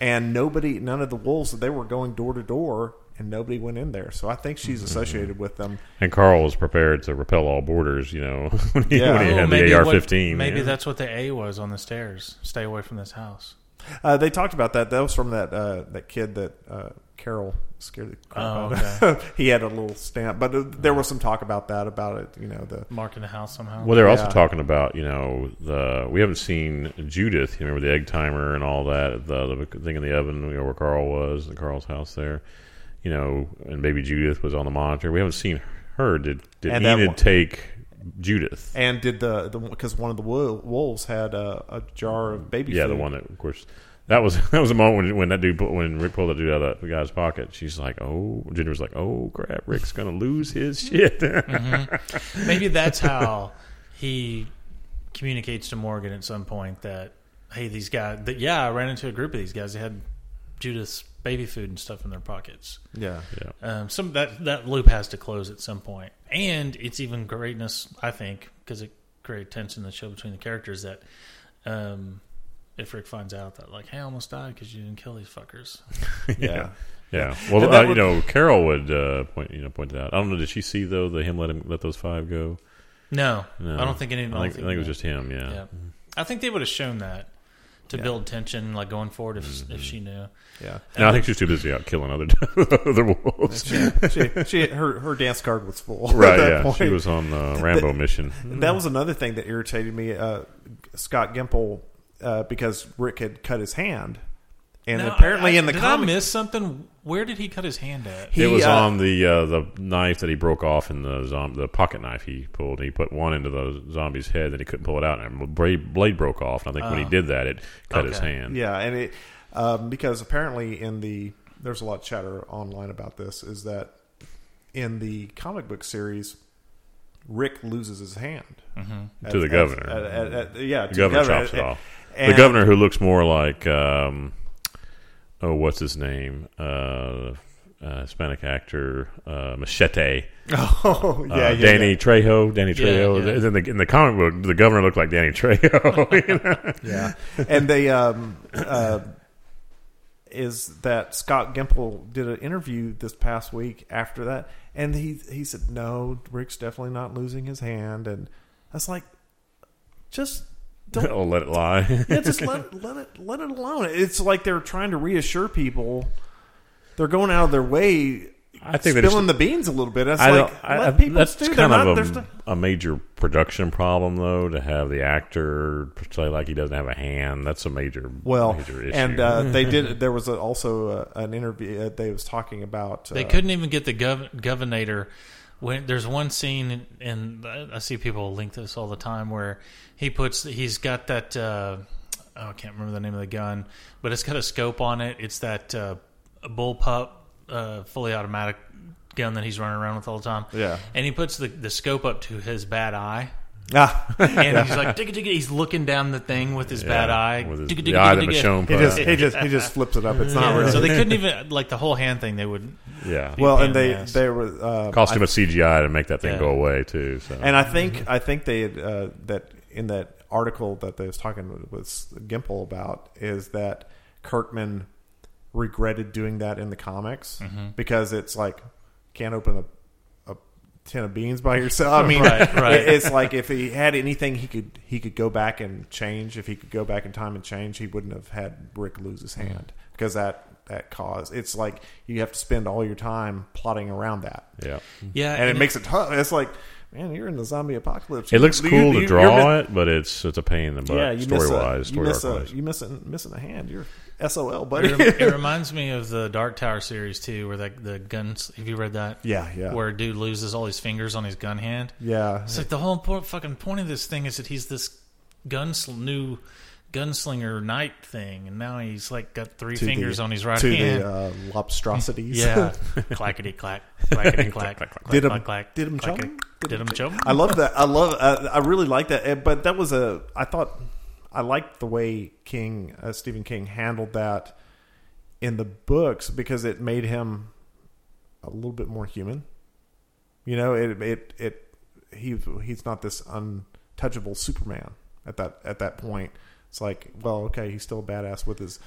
[SPEAKER 2] and nobody, none of the wolves. They were going door to door, and nobody went in there. So I think she's
[SPEAKER 1] Mm-hmm.
[SPEAKER 2] associated with them.
[SPEAKER 3] And Carl was prepared to repel all borders. You know, when he,
[SPEAKER 2] Yeah.
[SPEAKER 3] when he
[SPEAKER 2] Oh,
[SPEAKER 3] had
[SPEAKER 1] maybe
[SPEAKER 3] the
[SPEAKER 1] what-
[SPEAKER 3] AR-15.
[SPEAKER 1] Maybe
[SPEAKER 3] yeah.
[SPEAKER 1] that's what the A was on the stairs. Stay away from this house.
[SPEAKER 2] Uh, they talked about that. That was from that uh, that kid that uh, Carol scared the crap
[SPEAKER 1] Oh,
[SPEAKER 2] out of. he had a little stamp, but uh, there was some talk about that about it. You know the
[SPEAKER 1] Marking the house somehow.
[SPEAKER 3] Well, they're also
[SPEAKER 2] Yeah.
[SPEAKER 3] talking about you know the we haven't seen Judith. You remember the egg timer and all that, the, the thing in the oven you know, where Carl was, in Carl's house there. You know, and baby Judith was on the monitor. We haven't seen her. Did did
[SPEAKER 2] And that
[SPEAKER 3] Enid
[SPEAKER 2] one-
[SPEAKER 3] take Judith?
[SPEAKER 2] and did the the because one of the wo- wolves had a, a jar of baby.
[SPEAKER 3] Yeah,
[SPEAKER 2] food.
[SPEAKER 3] the one that of course that was that was a moment when, when that dude pulled- when Rick pulled that dude out of the guy's pocket. She's like, oh, Ginger was like, oh crap, Rick's gonna lose his shit.
[SPEAKER 1] maybe that's how he communicates to Morgan at some point that hey, these guys. That, yeah, I ran into a group of these guys. They had Judith's baby food and stuff in their pockets.
[SPEAKER 2] Yeah,
[SPEAKER 3] yeah.
[SPEAKER 1] Um, some that that loop has to close at some point, and it's even greatness, I think, because it created tension in the show between the characters. That um, if Rick finds out that like, hey, I almost died because you didn't kill these fuckers.
[SPEAKER 2] yeah.
[SPEAKER 3] Yeah. Well,
[SPEAKER 2] And that
[SPEAKER 3] uh, you
[SPEAKER 2] would-
[SPEAKER 3] know, Carol would uh, point you know point that out. I don't know. Did she see though the him let him let those five go?
[SPEAKER 1] No,
[SPEAKER 3] No.
[SPEAKER 1] I don't think anyone.
[SPEAKER 3] I think, I think it was just him. Mm-hmm. Yeah.
[SPEAKER 1] Yeah, I think they would have shown that to build tension, like going forward, if
[SPEAKER 3] Mm-hmm.
[SPEAKER 1] if she knew.
[SPEAKER 2] yeah.
[SPEAKER 3] No, I think she was too busy out killing other other wolves.
[SPEAKER 2] She, she, she her her dance card was full. at
[SPEAKER 3] Right.
[SPEAKER 2] that
[SPEAKER 3] Yeah.
[SPEAKER 2] point.
[SPEAKER 3] She was on the Rambo mission.
[SPEAKER 2] That was another thing that irritated me. Uh, Scott Gimple, uh, because Rick had cut his hand, and
[SPEAKER 1] Now,
[SPEAKER 2] apparently
[SPEAKER 1] I-
[SPEAKER 2] in the
[SPEAKER 1] did
[SPEAKER 2] comic,
[SPEAKER 1] I miss something? Where did he cut his hand at?
[SPEAKER 2] he,
[SPEAKER 3] it was
[SPEAKER 2] uh,
[SPEAKER 3] on the uh, the knife that he broke off in the zom- the pocket knife he pulled. He put one into the zombie's head that he couldn't pull it out, and the bra- blade broke off. And I think when he did that, it cut his
[SPEAKER 1] Okay.
[SPEAKER 3] hand.
[SPEAKER 2] Uh, Yeah, and it um, because apparently in the there's a lot of chatter online about this. Is that in the comic book series, Rick loses his hand At-
[SPEAKER 3] Mm-hmm. To the
[SPEAKER 2] at-
[SPEAKER 3] governor.
[SPEAKER 2] at- at- at- yeah, to
[SPEAKER 3] The governor chops it
[SPEAKER 2] And-
[SPEAKER 3] off. The
[SPEAKER 2] eh, and-
[SPEAKER 3] governor who looks more like, um, oh, what's his name? Uh, uh, Hispanic actor uh, Machete.
[SPEAKER 2] Oh yeah,
[SPEAKER 3] Uh,
[SPEAKER 2] yeah,
[SPEAKER 3] Danny Trejo. Danny
[SPEAKER 1] Yeah,
[SPEAKER 3] Trejo.
[SPEAKER 1] yeah.
[SPEAKER 3] Is In, the, in the comic book, the governor looked like Danny Trejo. you know?
[SPEAKER 2] yeah. and they um uh, is that Scott Gimple did an interview this past week after that, and he he said no, Rick's definitely not losing his hand, and I was like, just don't
[SPEAKER 3] oh, let it lie.
[SPEAKER 2] yeah, just let let it let it alone. It's like they're trying to reassure people. They're going out of their way.
[SPEAKER 3] I think they just-
[SPEAKER 2] spilling the beans a little bit. It's
[SPEAKER 3] I
[SPEAKER 2] like
[SPEAKER 3] don't- I-
[SPEAKER 2] let
[SPEAKER 3] I-
[SPEAKER 2] people
[SPEAKER 3] that's
[SPEAKER 2] do. They're
[SPEAKER 3] kind
[SPEAKER 2] not.
[SPEAKER 3] of
[SPEAKER 2] they're st-
[SPEAKER 3] a, a major production problem, though, to have the actor play like he doesn't have a hand. That's a major,
[SPEAKER 2] well,
[SPEAKER 3] major issue.
[SPEAKER 2] and uh, they did. There was a, also uh an interview. Uh, they was talking about. Uh,
[SPEAKER 1] They couldn't even get the gov- governor. When there's one scene, and I see people link this all the time, where he puts he's got that uh, oh, I can't remember the name of the gun, but it's got a scope on it. It's that uh, bullpup, uh, fully automatic gun that he's running around with all the time.
[SPEAKER 2] Yeah.
[SPEAKER 1] and he puts the, the scope up to his bad eye.
[SPEAKER 2] Ah,
[SPEAKER 1] And he's like, digga, digga. he's looking down the thing with his bad eye.
[SPEAKER 3] with his,
[SPEAKER 1] Digga,
[SPEAKER 3] the
[SPEAKER 1] digga,
[SPEAKER 3] eye
[SPEAKER 1] digga,
[SPEAKER 3] that
[SPEAKER 1] digga.
[SPEAKER 3] Michonne
[SPEAKER 2] he
[SPEAKER 3] put.
[SPEAKER 2] just he just he just flips it up. It's not
[SPEAKER 1] Yeah,
[SPEAKER 2] really.
[SPEAKER 1] So they couldn't even like the whole hand thing. They would
[SPEAKER 3] yeah,
[SPEAKER 2] well,
[SPEAKER 1] pain in
[SPEAKER 2] and they
[SPEAKER 1] the ass.
[SPEAKER 2] they were um,
[SPEAKER 3] cost him a CGI to make that thing
[SPEAKER 1] Yeah.
[SPEAKER 3] go away too. So
[SPEAKER 2] And I think I think they had, uh, that in that article that they was talking with, with Gimple about is that Kirkman regretted doing that in the comics
[SPEAKER 1] Mm-hmm.
[SPEAKER 2] because it's like can't open a, a tin of beans by yourself. I mean,
[SPEAKER 1] Right, right.
[SPEAKER 2] it- it's like if he had anything he could he could go back and change. If he could go back in time and change, he wouldn't have had Rick lose his hand because that that caused it's like you have to spend all your time plotting around that
[SPEAKER 3] yeah,
[SPEAKER 1] yeah,
[SPEAKER 2] and, it, makes it tough. It's like, man, you're in the zombie apocalypse.
[SPEAKER 3] it looks
[SPEAKER 2] You-
[SPEAKER 3] cool
[SPEAKER 2] you-
[SPEAKER 3] to
[SPEAKER 2] you're
[SPEAKER 3] draw
[SPEAKER 2] mi-
[SPEAKER 3] it, but it's it's a pain in the butt
[SPEAKER 2] yeah, you
[SPEAKER 3] story
[SPEAKER 2] miss a-
[SPEAKER 3] wise,
[SPEAKER 2] you
[SPEAKER 3] story
[SPEAKER 2] miss
[SPEAKER 3] arc
[SPEAKER 2] a,
[SPEAKER 3] wise.
[SPEAKER 2] you missing missing a hand. You're SOL, buddy.
[SPEAKER 1] it, rem- it reminds me of the Dark Tower series too, where that the guns. Have you read that?
[SPEAKER 2] yeah, yeah,
[SPEAKER 1] Where a dude loses all his fingers on his gun hand.
[SPEAKER 2] yeah.
[SPEAKER 1] It's like the whole po- fucking point of this thing is that he's this guns new gunslinger knight thing, and now he's like got three
[SPEAKER 2] To the-
[SPEAKER 1] fingers on his right
[SPEAKER 2] to
[SPEAKER 1] hand.
[SPEAKER 2] the uh, lobstrosities.
[SPEAKER 1] yeah, clackety clack, clackety clack, clack,
[SPEAKER 2] Did
[SPEAKER 1] clack,
[SPEAKER 2] 'em-
[SPEAKER 1] clack,
[SPEAKER 2] did 'em
[SPEAKER 1] clackety-
[SPEAKER 2] chum?
[SPEAKER 1] did 'em chum?
[SPEAKER 2] I love that. I love. Uh, I really like that. Uh, But that was a. I thought I liked the way King uh, Stephen King handled that in the books because it made him a little bit more human. You know, it it it he he's not this untouchable Superman at that at that point. It's like, well, okay, he's still a badass with his.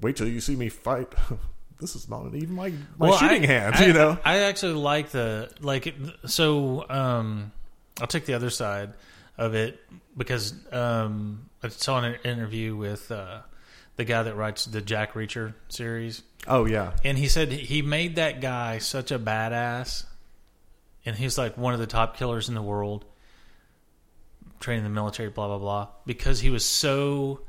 [SPEAKER 2] Wait till you see me fight. this is not even my my
[SPEAKER 1] Well,
[SPEAKER 2] shooting
[SPEAKER 1] I-
[SPEAKER 2] hand.
[SPEAKER 1] I-
[SPEAKER 2] you know.
[SPEAKER 1] I actually like the like it- so. Um, I'll take the other side of it because um, I saw an interview with uh, the guy that writes the Jack Reacher series,
[SPEAKER 2] Oh yeah.
[SPEAKER 1] and he said he made that guy such a badass, and he's like one of the top killers in the world, training in the military, blah blah blah, because he was so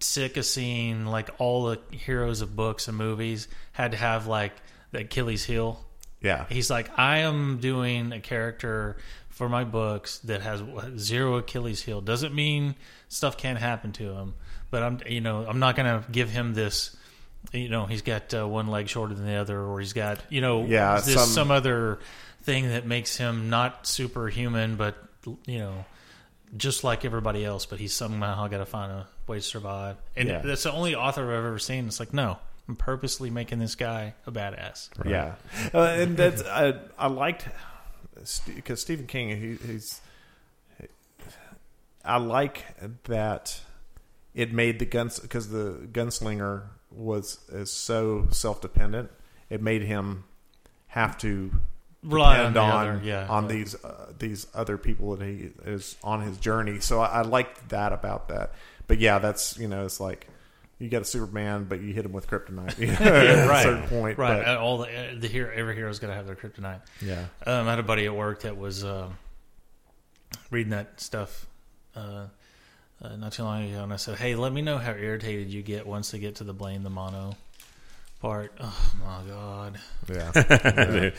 [SPEAKER 1] sick of seeing like all the heroes of books and movies had to have like the Achilles heel.
[SPEAKER 2] Yeah.
[SPEAKER 1] He's like, I am doing a character for my books that has zero Achilles heel. Doesn't mean stuff can't happen to him, but I'm, you know, I'm not gonna give him this. You know, he's got uh, one leg shorter than the other, or he's got, you know,
[SPEAKER 2] Yeah,
[SPEAKER 1] this
[SPEAKER 2] some-
[SPEAKER 1] some, other thing that makes him not superhuman, but you know, just like everybody else. But he's somehow got to find a way to survive. And
[SPEAKER 2] Yeah.
[SPEAKER 1] that's the only author I've ever seen. It's like, no, I'm purposely making this guy a badass.
[SPEAKER 2] Yeah, uh, and that's I, I liked because Stephen King he, he's I like that it made the guns because the gunslinger was is so self dependent. It made him have to
[SPEAKER 1] Rely
[SPEAKER 2] depend
[SPEAKER 1] on the
[SPEAKER 2] on
[SPEAKER 1] other, yeah,
[SPEAKER 2] on
[SPEAKER 1] yeah.
[SPEAKER 2] these uh, these other people that he is on his journey. So I, I liked that about that. But yeah, that's you know it's like. You got a Superman, but you hit him with kryptonite you know, at a
[SPEAKER 1] right,
[SPEAKER 2] certain point.
[SPEAKER 1] Right.
[SPEAKER 2] but-
[SPEAKER 1] uh, All the, uh, the hero, every hero's got to have their kryptonite.
[SPEAKER 2] yeah.
[SPEAKER 1] Um, I had a buddy at work that was um reading that stuff uh, uh, not too long ago, and I said, "Hey, let me know how irritated you get once they get to the blame the mono part." Oh my god,
[SPEAKER 2] Yeah.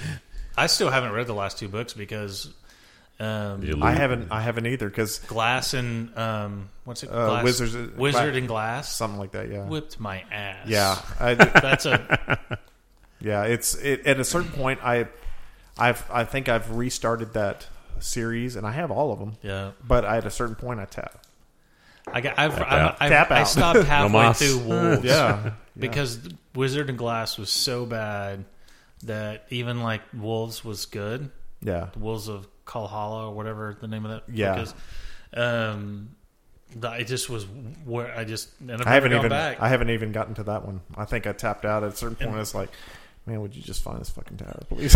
[SPEAKER 1] I still haven't read the last two books because um,
[SPEAKER 3] You
[SPEAKER 2] I
[SPEAKER 3] lose-
[SPEAKER 2] haven't. I haven't either because
[SPEAKER 1] Glass and um, what's it?
[SPEAKER 2] Uh,
[SPEAKER 1] Glass,
[SPEAKER 2] Wizards- Gla-
[SPEAKER 1] Wizard and Glass
[SPEAKER 2] something like that. Yeah.
[SPEAKER 1] whipped my ass.
[SPEAKER 2] yeah. I,
[SPEAKER 1] that's a
[SPEAKER 2] yeah. It's it, at a certain point. I, I've I think I've restarted that series, and I have all of them.
[SPEAKER 1] Yeah.
[SPEAKER 2] But at a certain point, I tap.
[SPEAKER 1] I got, I've,
[SPEAKER 3] Tap
[SPEAKER 1] I've,
[SPEAKER 3] out.
[SPEAKER 1] I've,
[SPEAKER 2] Tap
[SPEAKER 1] I
[SPEAKER 2] out.
[SPEAKER 1] stopped halfway
[SPEAKER 3] mas.
[SPEAKER 1] through Wolves.
[SPEAKER 2] Yeah,
[SPEAKER 1] because Wizard and Glass was so bad that even like Wolves was good.
[SPEAKER 2] yeah,
[SPEAKER 1] Wolves of Kalhala or whatever the name of that. book
[SPEAKER 2] Yeah.
[SPEAKER 1] is. Um, th- I just was where I just and I've
[SPEAKER 2] I haven't
[SPEAKER 1] never gone
[SPEAKER 2] even
[SPEAKER 1] back.
[SPEAKER 2] I haven't even gotten to that one. I think I tapped out at a certain point.
[SPEAKER 1] And-
[SPEAKER 2] it's like, man, would you just find this fucking tower, please?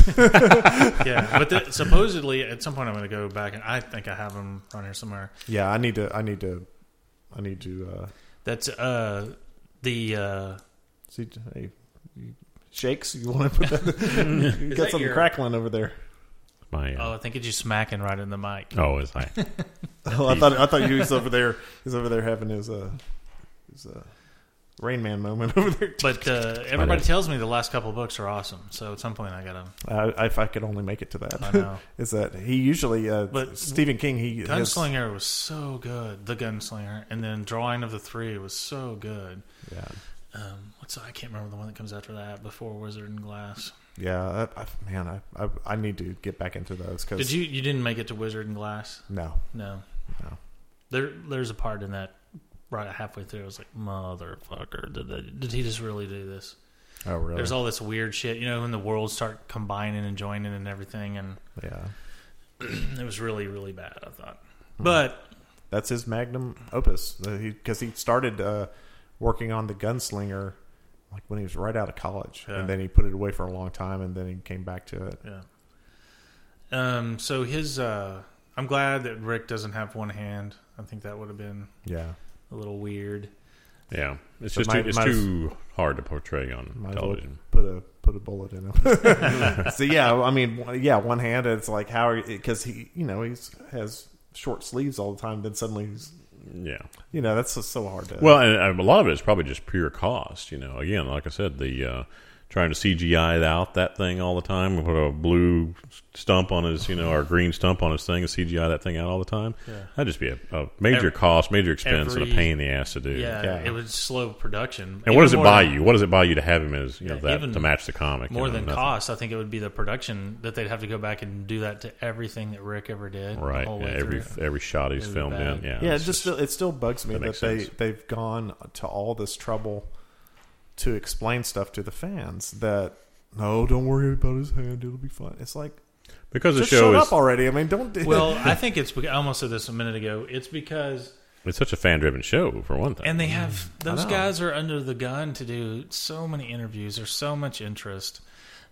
[SPEAKER 1] yeah, but the, supposedly at some point I'm going to go back and I think I have them on here somewhere.
[SPEAKER 2] yeah, I need to. I need to. I need to. Uh,
[SPEAKER 1] That's uh the uh,
[SPEAKER 2] see, hey, you- shakes. You want to put that? you got
[SPEAKER 1] that
[SPEAKER 2] something
[SPEAKER 1] your-
[SPEAKER 2] crackling over there.
[SPEAKER 3] My,
[SPEAKER 1] oh
[SPEAKER 3] uh,
[SPEAKER 1] I think it's you smacking right in the mic.
[SPEAKER 3] oh, is I
[SPEAKER 2] Oh, I thought I thought he was over there. He's over there having his uh his uh Rain Man moment over there.
[SPEAKER 1] But uh, everybody tells me the last couple of books are awesome, so at some point I got to.
[SPEAKER 2] Uh, if I could only make it to that,
[SPEAKER 1] I know.
[SPEAKER 2] is that he usually uh,
[SPEAKER 1] But
[SPEAKER 2] Stephen King he his-
[SPEAKER 1] Gunslinger was so good. The Gunslinger, and then Drawing of the Three was so good.
[SPEAKER 2] yeah
[SPEAKER 1] Um, what's I can't remember the one that comes after that before Wizard and Glass.
[SPEAKER 2] yeah I, I, man I, I I need to get back into those because
[SPEAKER 1] Did you you didn't make it to Wizard and Glass?
[SPEAKER 2] no
[SPEAKER 1] No.
[SPEAKER 2] No.
[SPEAKER 1] There there's a part in that right halfway through. I was like, motherfucker, did they, did he just really do this?
[SPEAKER 2] oh really
[SPEAKER 1] There's all this weird shit, you know, when the worlds start combining and joining and everything, and
[SPEAKER 2] yeah
[SPEAKER 1] it was really really bad. I thought, but
[SPEAKER 2] that's his magnum opus because he, started uh, working on the Gunslinger like when he was right out of college
[SPEAKER 1] Yeah.
[SPEAKER 2] and then he put it away for a long time and then he came back to it
[SPEAKER 1] Yeah. Um. So his. Uh, I'm glad that Rick doesn't have one hand. I think that would have been
[SPEAKER 2] yeah
[SPEAKER 1] a little weird.
[SPEAKER 3] Yeah, it's
[SPEAKER 2] But
[SPEAKER 3] just
[SPEAKER 2] might-
[SPEAKER 3] too, it's
[SPEAKER 2] might as-
[SPEAKER 3] too hard to portray on
[SPEAKER 2] Might as well
[SPEAKER 3] television.
[SPEAKER 2] put a put a bullet in him. so yeah, I mean, one- yeah, one hand it's like how because he you know he's has short sleeves all the time. Then suddenly he's
[SPEAKER 3] Yeah.
[SPEAKER 2] you know that's just so hard to
[SPEAKER 3] Well, and um, a lot of it is probably just pure cost. You know, again, like I said, the uh, trying to CGI out that thing all the time, We put a blue stump on his, you know, or green stump on his thing, and CGI that thing out all the time.
[SPEAKER 1] Yeah.
[SPEAKER 3] That'd just be a, a major
[SPEAKER 1] Ev-
[SPEAKER 3] cost, major expense, and
[SPEAKER 1] every-
[SPEAKER 3] a pain in the ass to do.
[SPEAKER 1] Yeah,
[SPEAKER 2] Yeah.
[SPEAKER 1] It would slow production.
[SPEAKER 3] And what does it
[SPEAKER 1] Even
[SPEAKER 3] buy
[SPEAKER 1] more-
[SPEAKER 3] you? What does it buy you to have him as you know
[SPEAKER 1] Yeah, even
[SPEAKER 3] that to match the comic? you
[SPEAKER 1] More
[SPEAKER 3] know,
[SPEAKER 1] than
[SPEAKER 3] nothing.
[SPEAKER 1] cost, I think it would be the production that they'd have to go back and do that to everything that Rick ever did. the
[SPEAKER 3] right?
[SPEAKER 1] whole
[SPEAKER 3] Yeah,
[SPEAKER 1] way
[SPEAKER 3] every
[SPEAKER 1] through.
[SPEAKER 3] every shot he's
[SPEAKER 1] Really
[SPEAKER 3] filmed
[SPEAKER 1] bad.
[SPEAKER 3] in, yeah,
[SPEAKER 2] yeah, it
[SPEAKER 3] it's
[SPEAKER 2] just, uh, still, it still bugs me
[SPEAKER 3] that
[SPEAKER 2] that,
[SPEAKER 3] makes
[SPEAKER 2] they
[SPEAKER 3] sense.
[SPEAKER 2] they've gone to all this trouble to explain stuff to the fans that no, don't worry about his hand, it'll be fine. It's like
[SPEAKER 3] because the
[SPEAKER 2] just
[SPEAKER 3] show
[SPEAKER 2] shut
[SPEAKER 3] is
[SPEAKER 2] up already. I mean, don't
[SPEAKER 1] well, I think it's. beca- I almost said this a minute ago. It's because
[SPEAKER 3] it's such a fan driven show for one thing.
[SPEAKER 1] and they have those
[SPEAKER 2] Mm. know.
[SPEAKER 1] guys are under the gun to do so many interviews. There's so much interest.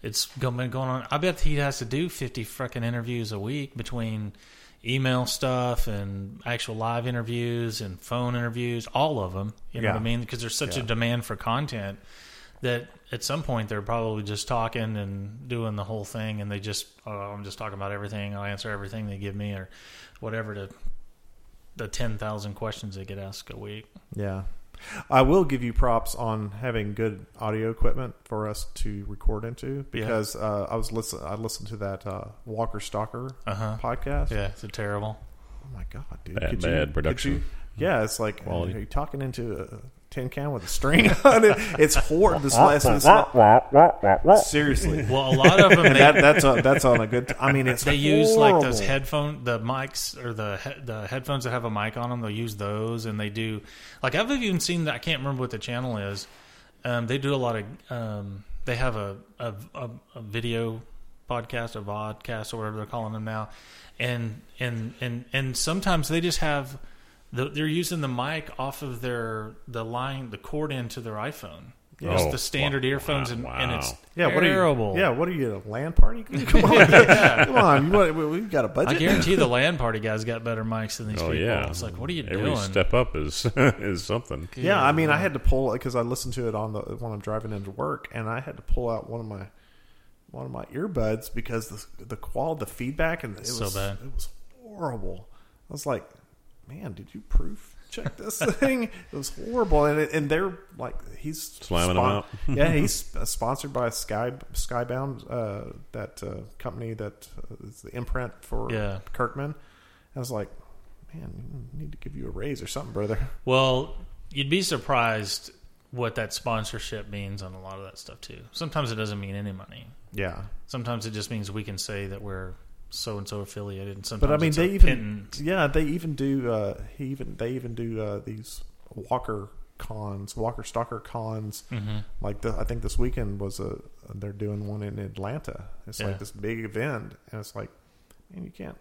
[SPEAKER 1] It's go- been going on. I bet he has to do 50 freaking interviews a week between email stuff and actual live interviews and phone interviews, all of them. You know what I
[SPEAKER 2] Yeah.
[SPEAKER 1] mean? Because there's such a
[SPEAKER 2] Yeah.
[SPEAKER 1] demand for content that at some point they're probably just talking and doing the whole thing and they just oh, I'm just talking about everything. I'll answer everything they give me or whatever to the 10,000 questions they get asked a week.
[SPEAKER 2] Yeah. I will give you props on having good audio equipment for us to record into because uh, I was listen I listened to that uh, Walker Stalker
[SPEAKER 1] Uh-huh.
[SPEAKER 2] podcast.
[SPEAKER 1] Yeah, it's a terrible.
[SPEAKER 2] Oh my god, dude!
[SPEAKER 3] Bad-
[SPEAKER 2] Could
[SPEAKER 3] bad
[SPEAKER 2] could
[SPEAKER 3] production.
[SPEAKER 2] yeah, it's like
[SPEAKER 3] Quality.
[SPEAKER 2] are you talking into a tin can with a string on it? It's horrible. This last one's not- seriously.
[SPEAKER 1] Well, a lot of them
[SPEAKER 2] And that,
[SPEAKER 1] they,
[SPEAKER 2] that's on that's on a good. T- I mean, it's
[SPEAKER 1] they use like those
[SPEAKER 2] horrible.
[SPEAKER 1] headphone, the mics or the he- the headphones that have a mic on them. They'll use those, and they do like I've even seen that. I can't remember what the channel is. Um, they do a lot of. Um, they have a a, a a video podcast, a vodcast, or whatever they're calling them now, and and and and sometimes they just have. The, they're using the mic off of their the line the cord end to their iPhone.
[SPEAKER 3] Yeah.
[SPEAKER 1] Just
[SPEAKER 3] Oh,
[SPEAKER 1] the standard
[SPEAKER 3] wow,
[SPEAKER 1] earphones, and, and
[SPEAKER 3] wow.
[SPEAKER 1] it's
[SPEAKER 2] Yeah, what
[SPEAKER 1] terrible.
[SPEAKER 2] Are you, yeah, what are you at a land party? Come on, come on. You want, we- we've got a
[SPEAKER 1] I
[SPEAKER 2] budget.
[SPEAKER 1] guarantee the land party guys got better mics than these
[SPEAKER 3] Oh
[SPEAKER 1] people.
[SPEAKER 3] yeah,
[SPEAKER 1] It's like, what are you
[SPEAKER 3] Every
[SPEAKER 1] doing?
[SPEAKER 3] step up is is something.
[SPEAKER 2] Yeah, I mean, I had to pull because I listened to it on the when I'm driving into work, and I had to pull out one of my one of my earbuds because the the qual the feedback and it
[SPEAKER 1] So
[SPEAKER 2] was
[SPEAKER 1] bad.
[SPEAKER 2] it was horrible. I was like, man, did you proof check this thing? It was horrible, and it, and they're like he's
[SPEAKER 3] Slamming 'em out.
[SPEAKER 2] yeah, he's sp- sponsored by Sky Skybound, uh, that uh, company that uh, is the imprint for
[SPEAKER 1] Yeah.
[SPEAKER 2] Kirkman. I was like, man, we need to give you a raise or something, brother.
[SPEAKER 1] Well, you'd be surprised what that sponsorship means on a lot of that stuff too. Sometimes it doesn't mean any money.
[SPEAKER 2] Yeah.
[SPEAKER 1] Sometimes it just means we can say that we're so and so affiliated. And sometimes
[SPEAKER 2] But I mean,
[SPEAKER 1] it's
[SPEAKER 2] they
[SPEAKER 1] a
[SPEAKER 2] even
[SPEAKER 1] pin-
[SPEAKER 2] yeah, they even do uh, he even they even do uh, these Walker cons, Walker Stalker cons.
[SPEAKER 1] Mhm.
[SPEAKER 2] Like the, I think this weekend was a they're doing one in Atlanta. It's
[SPEAKER 1] Yeah.
[SPEAKER 2] like this big event, and it's like, man, you can't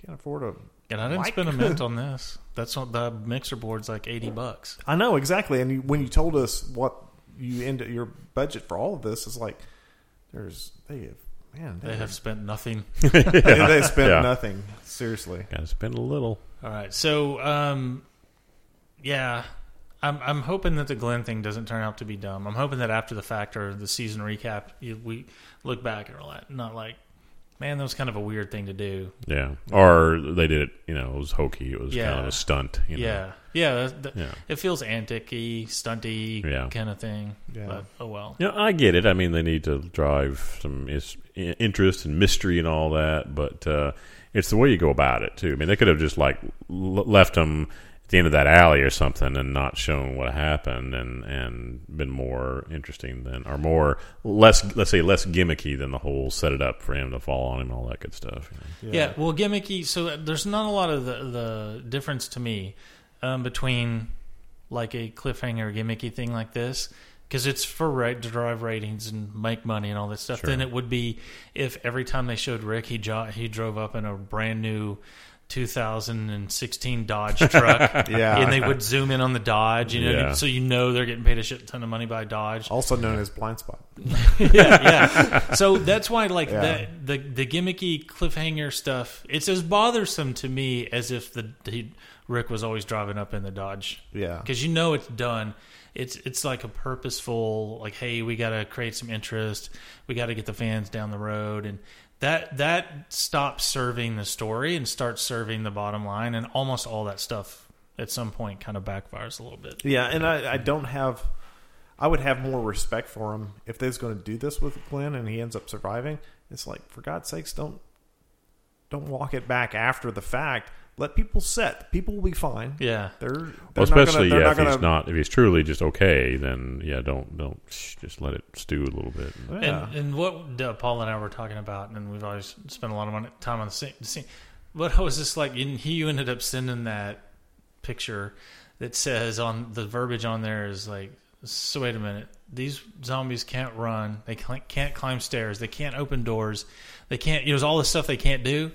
[SPEAKER 2] you can't afford a.
[SPEAKER 1] And I didn't
[SPEAKER 2] Like-
[SPEAKER 1] spend a mint on this. That's what the mixer board's like eighty bucks.
[SPEAKER 2] I know exactly, and you, when you told us what you end your budget for all of this is like, there's they have man
[SPEAKER 1] They have spent nothing.
[SPEAKER 2] they, they spent
[SPEAKER 3] Yeah.
[SPEAKER 2] nothing seriously.
[SPEAKER 3] Gotta spend a little.
[SPEAKER 1] All right, so um, yeah, I'm I'm hoping that the Glenn thing doesn't turn out to be dumb. I'm hoping that after the fact or the season recap, you, we look back and are like, not like, man, that was kind of a weird thing to do.
[SPEAKER 3] Yeah. Or they did it, you know, it was hokey. It was kind of
[SPEAKER 1] Yeah.
[SPEAKER 3] a stunt. You know?
[SPEAKER 1] yeah, yeah, that- that-
[SPEAKER 3] Yeah.
[SPEAKER 1] It feels antic-y, stunty
[SPEAKER 3] Yeah.
[SPEAKER 1] kind of thing.
[SPEAKER 2] Yeah.
[SPEAKER 1] But oh well.
[SPEAKER 3] You know, I get it. I mean, they need to drive some is- interest and mystery and all that, but uh, it's the way you go about it too. I mean, they could have just like l- left them at the end of that alley or something and not shown what happened and and been more interesting than or more less let's say less gimmicky than the whole set it up for him to fall on him and all that good stuff. you know.
[SPEAKER 1] Yeah. well, gimmicky. So there's not a lot of the, the difference to me um, between like a cliffhanger gimmicky thing like this because it's for right to drive ratings and make money and all this stuff.
[SPEAKER 3] Sure.
[SPEAKER 1] Then it would be if every time they showed Rick, he jo- he drove up in a brand new 2016 Dodge truck.
[SPEAKER 2] Yeah.
[SPEAKER 1] and they would zoom in on the Dodge, you know,
[SPEAKER 3] Yeah.
[SPEAKER 1] so you know they're getting paid a shit ton of money by Dodge.
[SPEAKER 2] Also known as blind spot.
[SPEAKER 1] yeah, yeah. So that's why, like
[SPEAKER 2] Yeah.
[SPEAKER 1] that, the the gimmicky cliffhanger stuff, it's as bothersome to me as if the, the Rick was always driving up in the Dodge
[SPEAKER 2] Yeah.
[SPEAKER 1] because you know it's done. It's it's like a purposeful, like, hey, we got to create some interest. We got to get the fans down the road, and that that stops serving the story and starts serving the bottom line, and almost all that stuff at some point kind of backfires a little bit.
[SPEAKER 2] Yeah, and I, I don't have. I would have more respect for him if they was going to do this with Glenn and he ends up surviving. It's like, for God's sakes, don't don't walk it back after the fact. Let people set. People will be fine.
[SPEAKER 1] Yeah.
[SPEAKER 2] They're, they're
[SPEAKER 3] Well, especially
[SPEAKER 2] not gonna, they're
[SPEAKER 3] yeah,
[SPEAKER 2] not
[SPEAKER 3] if he's
[SPEAKER 2] gonna,
[SPEAKER 3] not if he's truly just okay, then yeah, don't don't shh, just let it stew a little bit.
[SPEAKER 2] Yeah.
[SPEAKER 1] And, and what uh, Paul and I were talking about, and we've always spent a lot of money, time on the scene. The scene but I was just like, and he you ended up sending that picture that says on the verbiage on there is like, so wait a minute, these zombies can't run, they cl- can't climb stairs, they can't open doors, they can't. You know, it's all this stuff they can't do.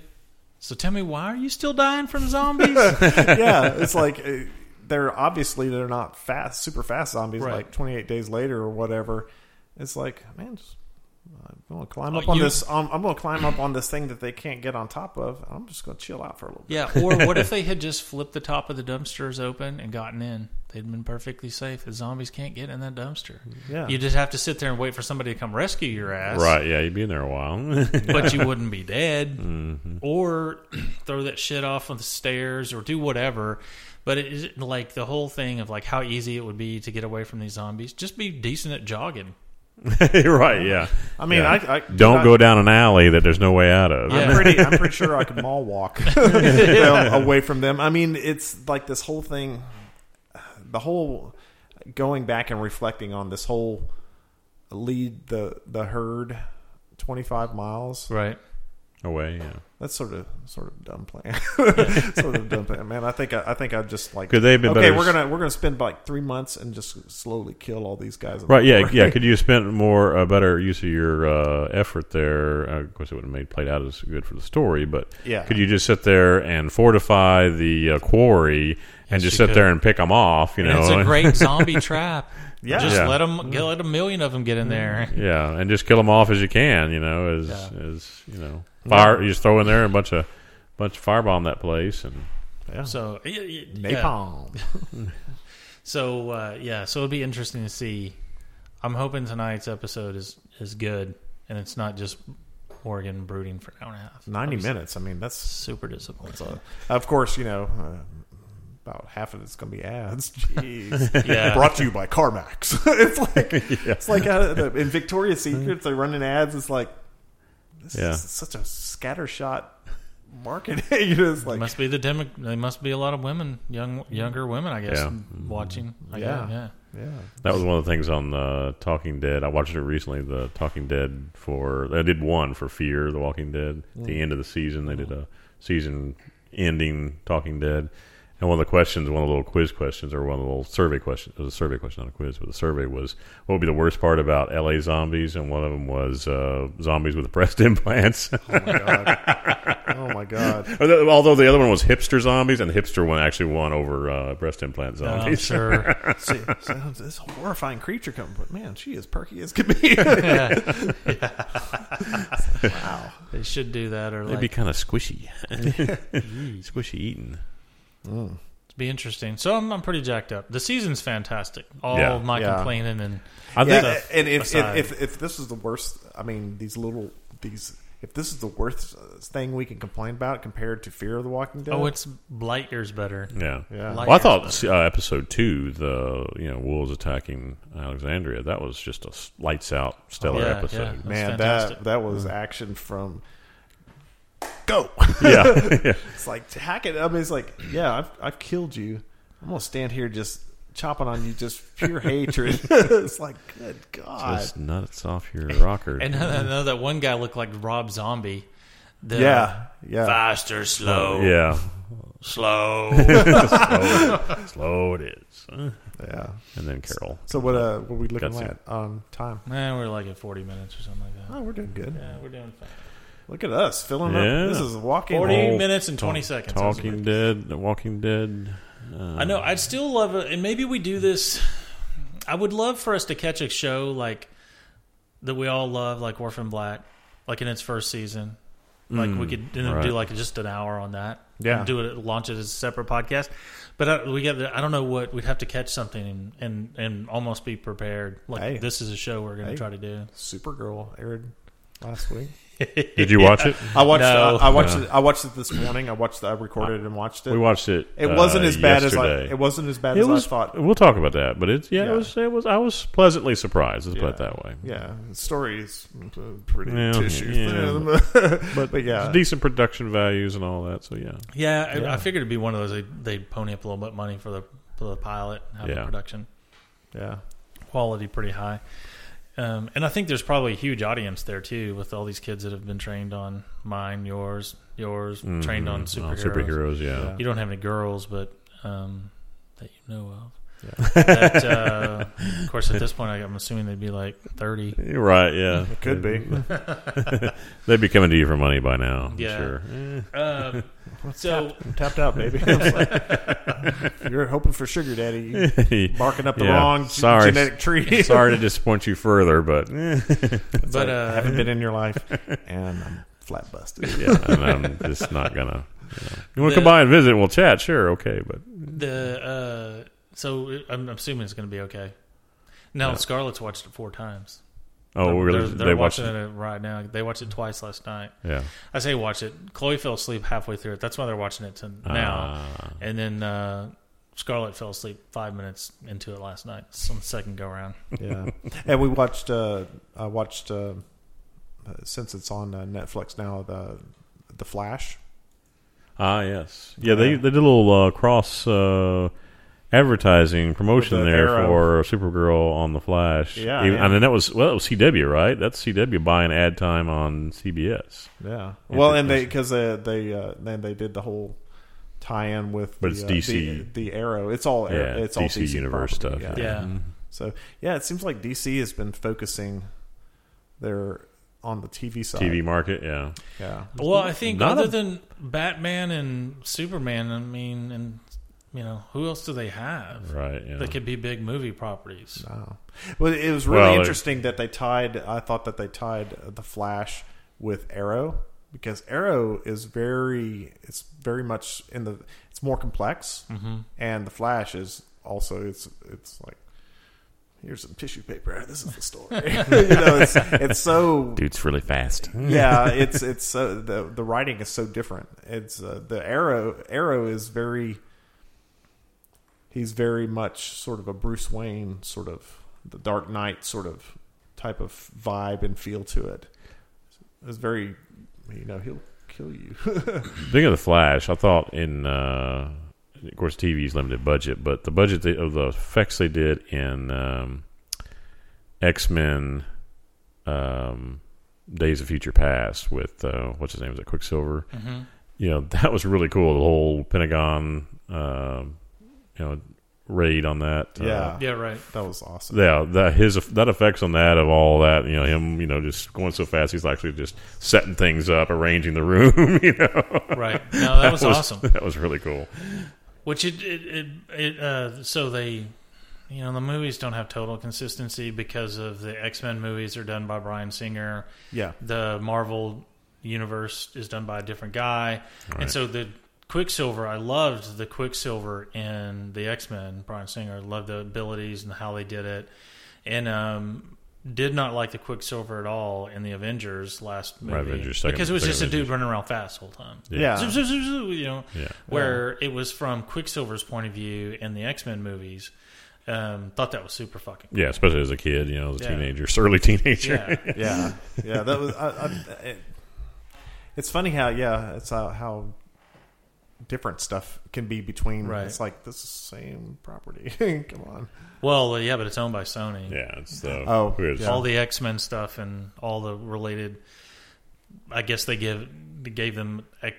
[SPEAKER 1] So tell me, why are you still dying from zombies?
[SPEAKER 2] yeah, it's like uh, they're obviously they're not fast, super fast zombies.
[SPEAKER 1] Right.
[SPEAKER 2] Like twenty eight days later or whatever. It's like man, just, I'm going to
[SPEAKER 3] Uh,
[SPEAKER 2] climb
[SPEAKER 1] Oh,
[SPEAKER 2] up on
[SPEAKER 1] you-
[SPEAKER 2] this. Um, I'm going to climb up on this thing that they can't get on top of. I'm just going to chill out for a little bit.
[SPEAKER 1] yeah. Or what if they had just flipped the top of the dumpsters open and gotten in? They'd been perfectly safe. The zombies can't get in that dumpster.
[SPEAKER 2] Yeah,
[SPEAKER 1] You just have to sit there and wait for somebody to come rescue your ass.
[SPEAKER 3] Right? Yeah, you'd be in there a while.
[SPEAKER 1] But you wouldn't be dead. Or throw that shit off on the stairs or do whatever. But it is like the whole thing of like how easy it would be to get away from these zombies. Just be decent at jogging.
[SPEAKER 3] right? Yeah.
[SPEAKER 2] I mean,
[SPEAKER 3] Yeah.
[SPEAKER 2] I, I
[SPEAKER 3] don't
[SPEAKER 2] I-
[SPEAKER 3] go down an alley that there's no way out of.
[SPEAKER 1] Yeah.
[SPEAKER 2] I'm pretty. I'm pretty sure I could mall walk them away from them. I mean, it's like this whole thing, the whole going back and reflecting on this whole lead the the herd twenty five miles.
[SPEAKER 1] Right.
[SPEAKER 3] Away. Yeah.
[SPEAKER 2] That's sort of sort of dumb plan. sort of dumb plan, man. I think I, I think I just like
[SPEAKER 3] Could they have been
[SPEAKER 2] okay.
[SPEAKER 3] better
[SPEAKER 2] We're
[SPEAKER 3] s-
[SPEAKER 2] gonna we're gonna spend like three months and just slowly kill all these guys.
[SPEAKER 3] Right. Yeah. Yeah. Could you have spent more, uh, better use of your uh, effort there? Uh, of course, it wouldn't have made played out as good for the story, but
[SPEAKER 2] Yeah.
[SPEAKER 3] could you just sit there and fortify the uh, quarry and
[SPEAKER 1] Yes,
[SPEAKER 3] just
[SPEAKER 1] you
[SPEAKER 3] sit there
[SPEAKER 1] could.
[SPEAKER 3] and pick them off? You know.
[SPEAKER 1] And it's a great zombie trap.
[SPEAKER 2] Yeah.
[SPEAKER 1] Just
[SPEAKER 3] Yeah. Mm-hmm.
[SPEAKER 1] let 'em let them let a million of them get in there.
[SPEAKER 3] yeah, and just kill them off as you can. You know, as
[SPEAKER 1] Yeah.
[SPEAKER 3] as you know, fire. You just throw in there a bunch of bunch of firebomb that place and.
[SPEAKER 2] Yeah.
[SPEAKER 1] So y- y- yeah.
[SPEAKER 2] napalm.
[SPEAKER 1] So uh, yeah, so it'll be interesting to see. I'm hoping tonight's episode is is good, and it's not just Morgan brooding for an hour and a half.
[SPEAKER 2] Ninety
[SPEAKER 1] I'm s-
[SPEAKER 2] minutes. I mean, that's
[SPEAKER 1] Super disappointed.
[SPEAKER 2] So, of course, you know, uh, about half of it's going to be ads. Jeez.
[SPEAKER 1] Yeah.
[SPEAKER 2] Brought to you by CarMax. it's like it's like out of the, in Victoria's Secret, they're running ads. It's like this
[SPEAKER 3] Yeah.
[SPEAKER 2] is such a scattershot market. you know, it's like
[SPEAKER 1] must be the demo. There must be a lot of women, young younger women, I guess, Mm-hmm.
[SPEAKER 3] Yeah.
[SPEAKER 1] watching. I
[SPEAKER 2] Yeah.
[SPEAKER 1] guess, yeah.
[SPEAKER 2] yeah,
[SPEAKER 3] That was one of the things on the Talking Dead. I watched it recently. The Talking Dead for I did one for Fear the Walking Dead. At the end of the season, they did a season ending Talking Dead, and one of the questions, one of the little quiz questions, or one of the little survey questions, it was a survey question, not a quiz, but the survey was what would be the worst part about L.A. zombies, and one of them was uh, zombies with breast implants.
[SPEAKER 2] Oh my god. oh my god.
[SPEAKER 3] Although the other one was hipster zombies, and the hipster one actually won over uh, breast implant
[SPEAKER 1] Oh,
[SPEAKER 3] zombies.
[SPEAKER 1] sure.
[SPEAKER 2] See, sounds this horrifying creature coming, but man, she is perky as could be.
[SPEAKER 1] yeah. wow. They should do that or
[SPEAKER 3] They'd
[SPEAKER 1] like
[SPEAKER 3] be kind of squishy, squishy eating.
[SPEAKER 1] it'd be interesting. So I'm, I'm pretty jacked up. The season's fantastic. All
[SPEAKER 3] Yeah.
[SPEAKER 1] of my
[SPEAKER 2] Yeah.
[SPEAKER 1] complaining and
[SPEAKER 3] I think
[SPEAKER 2] yeah, and if,
[SPEAKER 1] aside.
[SPEAKER 2] if if if this is the worst, I mean, these little these if this is the worst uh, thing we can complain about compared to Fear of the Walking Dead.
[SPEAKER 1] oh, it's light years better.
[SPEAKER 3] Yeah.
[SPEAKER 2] Yeah.
[SPEAKER 1] Light
[SPEAKER 3] Well, I
[SPEAKER 1] years better.
[SPEAKER 3] thought uh, episode two, the you know wolves attacking Alexandria, that was just a s- lights out stellar
[SPEAKER 1] Yeah,
[SPEAKER 3] episode.
[SPEAKER 1] yeah.
[SPEAKER 2] man,
[SPEAKER 1] fantastic.
[SPEAKER 2] that that was action from go.
[SPEAKER 3] Yeah. yeah,
[SPEAKER 2] It's like to hack it. I mean, it's like yeah, I've I've killed you. I'm gonna stand here just chopping on you, just pure hatred. it's like good god.
[SPEAKER 3] Just nuts off your rocker.
[SPEAKER 1] And I know that one guy looked like Rob Zombie. The,
[SPEAKER 2] yeah, yeah.
[SPEAKER 1] Faster, slow,
[SPEAKER 3] yeah,
[SPEAKER 1] slow.
[SPEAKER 3] slow it is. And
[SPEAKER 2] Yeah.
[SPEAKER 3] then Carol.
[SPEAKER 2] So what uh what are we looking
[SPEAKER 3] Gutsy.
[SPEAKER 2] at on time?
[SPEAKER 1] Man, we're like at 40 minutes or something like that.
[SPEAKER 2] Oh, we're doing good.
[SPEAKER 1] Yeah, we're doing fine.
[SPEAKER 2] Look at us filling
[SPEAKER 3] Yeah.
[SPEAKER 2] up. This is walking.
[SPEAKER 1] 40
[SPEAKER 3] Whole
[SPEAKER 1] minutes and 20
[SPEAKER 3] talk-
[SPEAKER 1] seconds. That was
[SPEAKER 3] Talking Dead, The Walking Dead. Uh,
[SPEAKER 1] I know. I'd still love it, and maybe we do this. I would love for us to catch a show like that we all love, like Orphan Black, like in its first season. Like we could you know, do
[SPEAKER 3] right.
[SPEAKER 1] like just an hour on that.
[SPEAKER 2] Yeah.
[SPEAKER 1] and do it. Launch it as a separate podcast. But I, we got. I don't know what we'd have to catch something and and, and almost be prepared. Like
[SPEAKER 2] Hey.
[SPEAKER 1] this is a show we're going to
[SPEAKER 2] Hey.
[SPEAKER 1] try to do.
[SPEAKER 2] Supergirl aired last week.
[SPEAKER 3] Did you watch it?
[SPEAKER 2] I watched.
[SPEAKER 1] No.
[SPEAKER 2] I, I watched.
[SPEAKER 3] No.
[SPEAKER 2] It, I watched it this morning. I watched. I recorded it and watched it.
[SPEAKER 3] We watched it.
[SPEAKER 2] it wasn't
[SPEAKER 3] uh,
[SPEAKER 2] as bad as
[SPEAKER 3] yesterday.
[SPEAKER 2] I. It wasn't as bad
[SPEAKER 3] It
[SPEAKER 2] as
[SPEAKER 3] was.
[SPEAKER 2] I thought.
[SPEAKER 3] We'll talk about that, but it's yeah,
[SPEAKER 2] Yeah.
[SPEAKER 3] It was. It was. I was pleasantly surprised. Let's put it
[SPEAKER 2] Yeah.
[SPEAKER 3] that way.
[SPEAKER 2] Yeah, the story is uh, pretty
[SPEAKER 3] Yeah,
[SPEAKER 2] tissue.
[SPEAKER 3] yeah.
[SPEAKER 2] but, yeah,
[SPEAKER 3] decent production values and all that. So yeah,
[SPEAKER 1] Yeah, I- I,
[SPEAKER 2] Yeah.
[SPEAKER 1] figured it'd be one of those. They'd, they'd pony up a little bit of money for the for the pilot and have the
[SPEAKER 3] Yeah.
[SPEAKER 1] production.
[SPEAKER 2] yeah,
[SPEAKER 1] quality pretty high. Um, and I think there's probably a huge audience there too, with all these kids that have been trained on mine, yours, yours, trained on
[SPEAKER 3] Mhm.
[SPEAKER 1] superheroes.
[SPEAKER 3] superheroes, yeah.
[SPEAKER 1] You don't have any girls, but um, that you know of. That, uh, of course, at this point, I- I'm assuming they'd be like 30.
[SPEAKER 3] You're right, yeah.
[SPEAKER 2] it could be.
[SPEAKER 3] They'd be coming to you for money by now. I'm
[SPEAKER 1] Yeah.
[SPEAKER 3] sure.
[SPEAKER 1] Um, so
[SPEAKER 2] I'm tapped out, baby. It's like, you're hoping for sugar, daddy. You barking up the
[SPEAKER 3] Yeah.
[SPEAKER 2] wrong g-
[SPEAKER 3] Sorry.
[SPEAKER 2] genetic tree.
[SPEAKER 3] Sorry to disappoint you further, but eh,
[SPEAKER 2] It's
[SPEAKER 1] But,
[SPEAKER 2] like,
[SPEAKER 1] uh,
[SPEAKER 2] I haven't been in your life, and I'm flat busted.
[SPEAKER 3] yeah, and I'm just not gonna. You, know. you want
[SPEAKER 1] The-
[SPEAKER 3] to come by and visit? We'll chat. Sure, okay, but
[SPEAKER 1] the uh, so it- I'm assuming it's going to be okay. Now
[SPEAKER 3] Yeah.
[SPEAKER 1] Scarlett's watched it four times.
[SPEAKER 3] oh,
[SPEAKER 1] They're-
[SPEAKER 3] really?
[SPEAKER 1] They're, they're
[SPEAKER 3] they watched
[SPEAKER 1] watching
[SPEAKER 3] it.
[SPEAKER 1] it right now. They watched it twice last night.
[SPEAKER 3] Yeah.
[SPEAKER 1] I say watch it. Chloe fell asleep halfway through it. That's why they're watching it to now.
[SPEAKER 3] Ah.
[SPEAKER 1] and then uh, Scarlett fell asleep five minutes into it last night. It's on the second go round.
[SPEAKER 2] yeah, and we watched. Uh, I watched uh, uh, since it's on uh, Netflix now. The The Flash.
[SPEAKER 3] Ah, yes. Yeah, they they did a little uh, cross uh, advertising promotion
[SPEAKER 2] With the
[SPEAKER 3] there
[SPEAKER 2] arrow.
[SPEAKER 3] for Supergirl on the Flash.
[SPEAKER 2] Yeah,
[SPEAKER 3] Even-
[SPEAKER 2] yeah.
[SPEAKER 3] I mean that was well, that was CW, right? That's CW buying ad time on CBS.
[SPEAKER 2] Yeah. Well, and they
[SPEAKER 3] Interesting.
[SPEAKER 2] because they they uh, then they did the whole tie-in with
[SPEAKER 3] But
[SPEAKER 2] the,
[SPEAKER 3] it's
[SPEAKER 2] uh,
[SPEAKER 3] DC.
[SPEAKER 2] the, the Arrow. It's all
[SPEAKER 3] Yeah,
[SPEAKER 2] it's all
[SPEAKER 3] DC
[SPEAKER 2] DC,
[SPEAKER 3] universe
[SPEAKER 2] property,
[SPEAKER 3] stuff,
[SPEAKER 1] Yeah.
[SPEAKER 2] So yeah, it seems like DC has been focusing their on the TV side.
[SPEAKER 3] TV market, yeah.
[SPEAKER 2] Yeah.
[SPEAKER 1] Well, I think
[SPEAKER 3] Not
[SPEAKER 1] other
[SPEAKER 3] a-
[SPEAKER 1] than Batman and Superman, I mean, and you know, who else do they have
[SPEAKER 3] Right. Ah. Yeah.
[SPEAKER 1] that could be big movie properties?
[SPEAKER 2] Wow. Well, it was really
[SPEAKER 3] Well, it-
[SPEAKER 2] interesting that they tied. I thought that they tied uh, the Flash with Arrow because Arrow is very, it's very much in the, it's more complex,
[SPEAKER 3] Mm-hmm.
[SPEAKER 2] and the Flash is also it's it's like. Here's some tissue paper. This is the story. you know, it's, it's so
[SPEAKER 3] Dude's really fast.
[SPEAKER 2] yeah. It's it's so the the writing is so different. It's uh, the arrow arrow is very. He's very much sort of a Bruce Wayne sort of the Dark Knight sort of type of vibe and feel to it. It's very, you know, he'll kill you.
[SPEAKER 3] Speaking of the Flash, I thought in uh, of course TV's limited budget, but the budget they- of the effects they did in um, X Men um, Days of Future Past with uh, what's his name is it Quicksilver?
[SPEAKER 1] Mm-hmm.
[SPEAKER 3] You know that was really cool. The whole Pentagon, um you know, raid on that. uh,
[SPEAKER 2] yeah,
[SPEAKER 1] Yeah, right.
[SPEAKER 2] that was awesome.
[SPEAKER 3] Yeah, that his that effects on that of all that you know him you know just going so fast he's actually just setting things up arranging the room you know
[SPEAKER 1] Right. No, that was awesome.
[SPEAKER 3] that was really cool
[SPEAKER 1] Which it it, it, it uh, so they, you know, the movies don't have total consistency because of the X Men movies are done by Brian Singer.
[SPEAKER 2] yeah,
[SPEAKER 1] The Marvel universe is done by a different guy, and so the Quicksilver. I loved the Quicksilver in the X Men. Brian Singer I loved the abilities and how they did it, and um. Did not like the Quicksilver at all in the Avengers last movie
[SPEAKER 3] Right, Avengers, second-
[SPEAKER 1] because it was
[SPEAKER 3] second
[SPEAKER 1] just a dude running around fast the whole time.
[SPEAKER 2] yeah.
[SPEAKER 1] Zoom, zoom, zoom, zoom, you know,
[SPEAKER 3] Yeah.
[SPEAKER 1] where it was from Quicksilver's point of view in the X Men movies. Um, thought that was super fucking.
[SPEAKER 3] Yeah, especially as a kid, you know, as a
[SPEAKER 1] Yeah.
[SPEAKER 3] teenager, early teenager.
[SPEAKER 1] Yeah,
[SPEAKER 2] yeah, yeah. That was. I, I, it, it's funny how yeah, it's how, how different stuff can be between.
[SPEAKER 1] Right.
[SPEAKER 2] It's like this is the same property. Come on.
[SPEAKER 1] well, uh, yeah, but it's owned by Sony.
[SPEAKER 3] Yeah, it's the
[SPEAKER 2] Oh,
[SPEAKER 3] who is-
[SPEAKER 2] yeah.
[SPEAKER 1] All the X Men stuff and all the related. I guess they give they gave them X,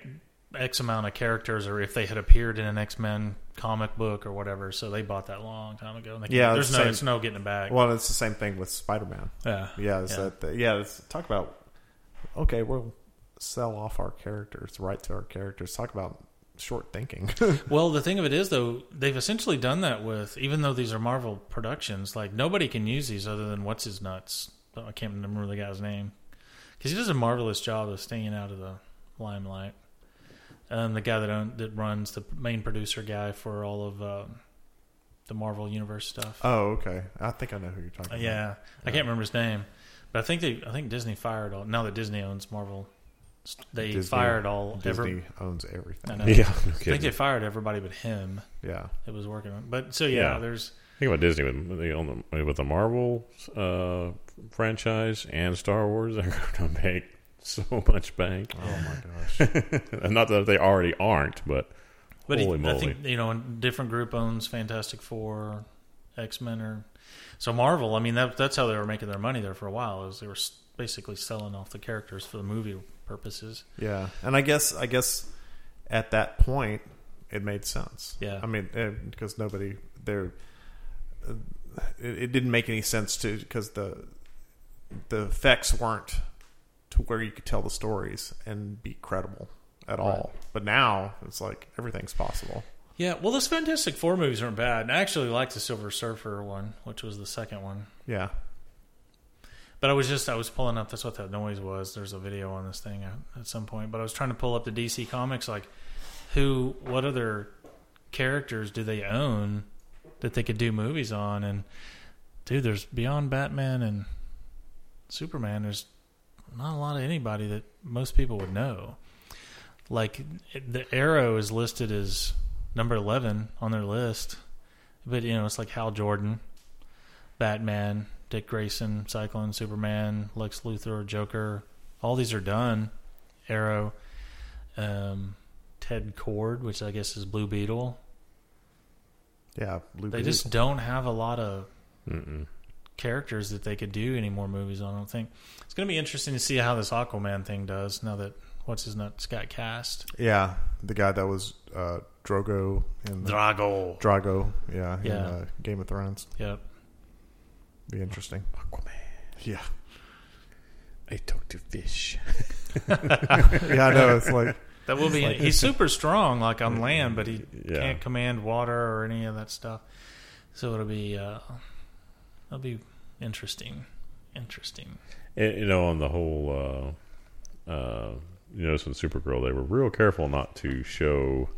[SPEAKER 1] X amount of characters, or if they had appeared in an X Men comic book or whatever. So they bought that long time ago. And they
[SPEAKER 2] Yeah,
[SPEAKER 1] there's
[SPEAKER 2] it's
[SPEAKER 1] no
[SPEAKER 2] same-
[SPEAKER 1] it's no getting it back.
[SPEAKER 2] Well, it's the same thing with Spider Man.
[SPEAKER 1] yeah,
[SPEAKER 2] Yeah, it's
[SPEAKER 1] Yeah.
[SPEAKER 2] that. Th- yeah, it's talk about. Okay, we'll sell off our characters, right to our characters. Talk about short thinking.
[SPEAKER 1] Well, the thing of it is, though, they've essentially done that with, even though these are Marvel productions, like nobody can use these other than what's his nuts. Oh, I can't remember the guy's name because he does a marvelous job of staying out of the limelight. Um, the guy that own, that runs the main producer guy for all of uh, the Marvel universe stuff.
[SPEAKER 2] oh, okay. I think I know who you're talking
[SPEAKER 1] Uh,
[SPEAKER 2] about.
[SPEAKER 1] yeah, I can't remember his name, but I think they, I think Disney fired all. Now that Disney owns Marvel, they
[SPEAKER 2] Disney-
[SPEAKER 1] fired all.
[SPEAKER 2] Disney
[SPEAKER 1] Every,
[SPEAKER 2] owns
[SPEAKER 1] I
[SPEAKER 2] everything.
[SPEAKER 1] know.
[SPEAKER 3] Yeah, no
[SPEAKER 1] I think
[SPEAKER 3] kidding.
[SPEAKER 1] they fired everybody but him
[SPEAKER 2] Yeah.
[SPEAKER 1] it was working on. But so yeah,
[SPEAKER 3] Yeah.
[SPEAKER 1] there's
[SPEAKER 3] Think about Disney with the, on the with the Marvel uh, franchise and Star Wars. They're going to make so much bank.
[SPEAKER 2] Oh my gosh.
[SPEAKER 3] Not that they already aren't, but
[SPEAKER 1] but
[SPEAKER 3] Holy
[SPEAKER 1] I
[SPEAKER 3] moly.
[SPEAKER 1] think you know, a different group owns Fantastic Four, X Men, or so Marvel. I mean, that that's how they were making their money there for a while. Is they were s- basically selling off the characters for the movie purposes.
[SPEAKER 2] yeah, and I guess I guess at that point it made sense.
[SPEAKER 1] Yeah.
[SPEAKER 2] I mean because nobody there, uh, it, it didn't make any sense to because the the effects weren't to where you could tell the stories and be credible at all. But now it's like everything's possible.
[SPEAKER 1] Yeah, well, those Fantastic Four movies aren't bad. And I actually liked the Silver Surfer one, which was the second one.
[SPEAKER 2] Yeah.
[SPEAKER 1] But I was just I was pulling up. That's what that noise was. There's a video on this thing at, at some point. But I was trying to pull up the DC comics, like who, what other characters do they own that they could do movies on? And dude, there's beyond Batman and Superman. There's not a lot of anybody that most people would know. Like the Arrow is listed as number eleven on their list, but you know it's like Hal Jordan. Batman, Dick Grayson, Cyclone, Superman, Lex Luthor, Joker. All these are done. Arrow, um, Ted Cord, which I guess is Blue Beetle.
[SPEAKER 2] Yeah. Blue
[SPEAKER 1] They just don't have a lot of
[SPEAKER 3] mm-mm.
[SPEAKER 1] characters that they could do any more movies on. I don't think it's going to be interesting to see how this Aquaman thing does now that what's his nuts got cast.
[SPEAKER 2] Yeah, the guy that was uh, Drogo and
[SPEAKER 1] Drago.
[SPEAKER 2] Drago. Yeah, in,
[SPEAKER 1] Yeah.
[SPEAKER 2] uh, Game of Thrones.
[SPEAKER 1] Yep.
[SPEAKER 2] Be interesting.
[SPEAKER 3] Aquaman.
[SPEAKER 2] Yeah,
[SPEAKER 3] I talk to fish.
[SPEAKER 2] yeah, I know. It's like
[SPEAKER 1] That will be. he's super strong, like on land, but he
[SPEAKER 3] Yeah.
[SPEAKER 1] can't command water or any of that stuff. So it'll be, uh, it'll be interesting. Interesting.
[SPEAKER 3] And, you know, on the whole, uh, uh, you notice in Supergirl, they were real careful not to show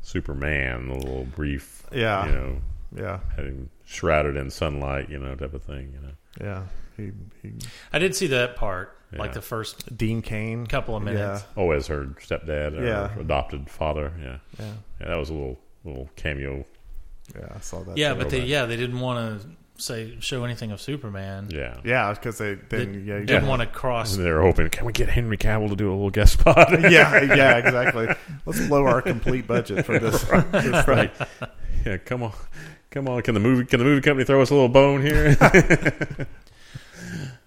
[SPEAKER 3] Superman the little brief,
[SPEAKER 2] Yeah.
[SPEAKER 3] you know,
[SPEAKER 2] yeah,
[SPEAKER 3] had him shrouded in sunlight, you know, type of thing. You know,
[SPEAKER 2] yeah. He, he
[SPEAKER 1] I did see that part, like
[SPEAKER 3] Yeah.
[SPEAKER 1] the first
[SPEAKER 2] Dean Kane.
[SPEAKER 1] couple of minutes.
[SPEAKER 3] oh, as her stepdad or
[SPEAKER 2] Yeah.
[SPEAKER 3] adopted father. Yeah.
[SPEAKER 2] Yeah, yeah,
[SPEAKER 3] yeah, that was a little little cameo.
[SPEAKER 2] yeah. I saw that.
[SPEAKER 1] Yeah,
[SPEAKER 2] too.
[SPEAKER 1] but they, yeah, they didn't want to say show anything of Superman.
[SPEAKER 3] Yeah.
[SPEAKER 2] Yeah, because they then
[SPEAKER 1] Did,
[SPEAKER 2] yeah you
[SPEAKER 1] didn't
[SPEAKER 3] Yeah.
[SPEAKER 1] want to cross.
[SPEAKER 3] And they're hoping, can we get Henry Cavill to do a little guest spot?
[SPEAKER 2] yeah, yeah, exactly. Let's blow our complete budget for this. this thing.
[SPEAKER 3] right. Yeah, come on, come on. Can the movie can the movie company throw us a little bone here?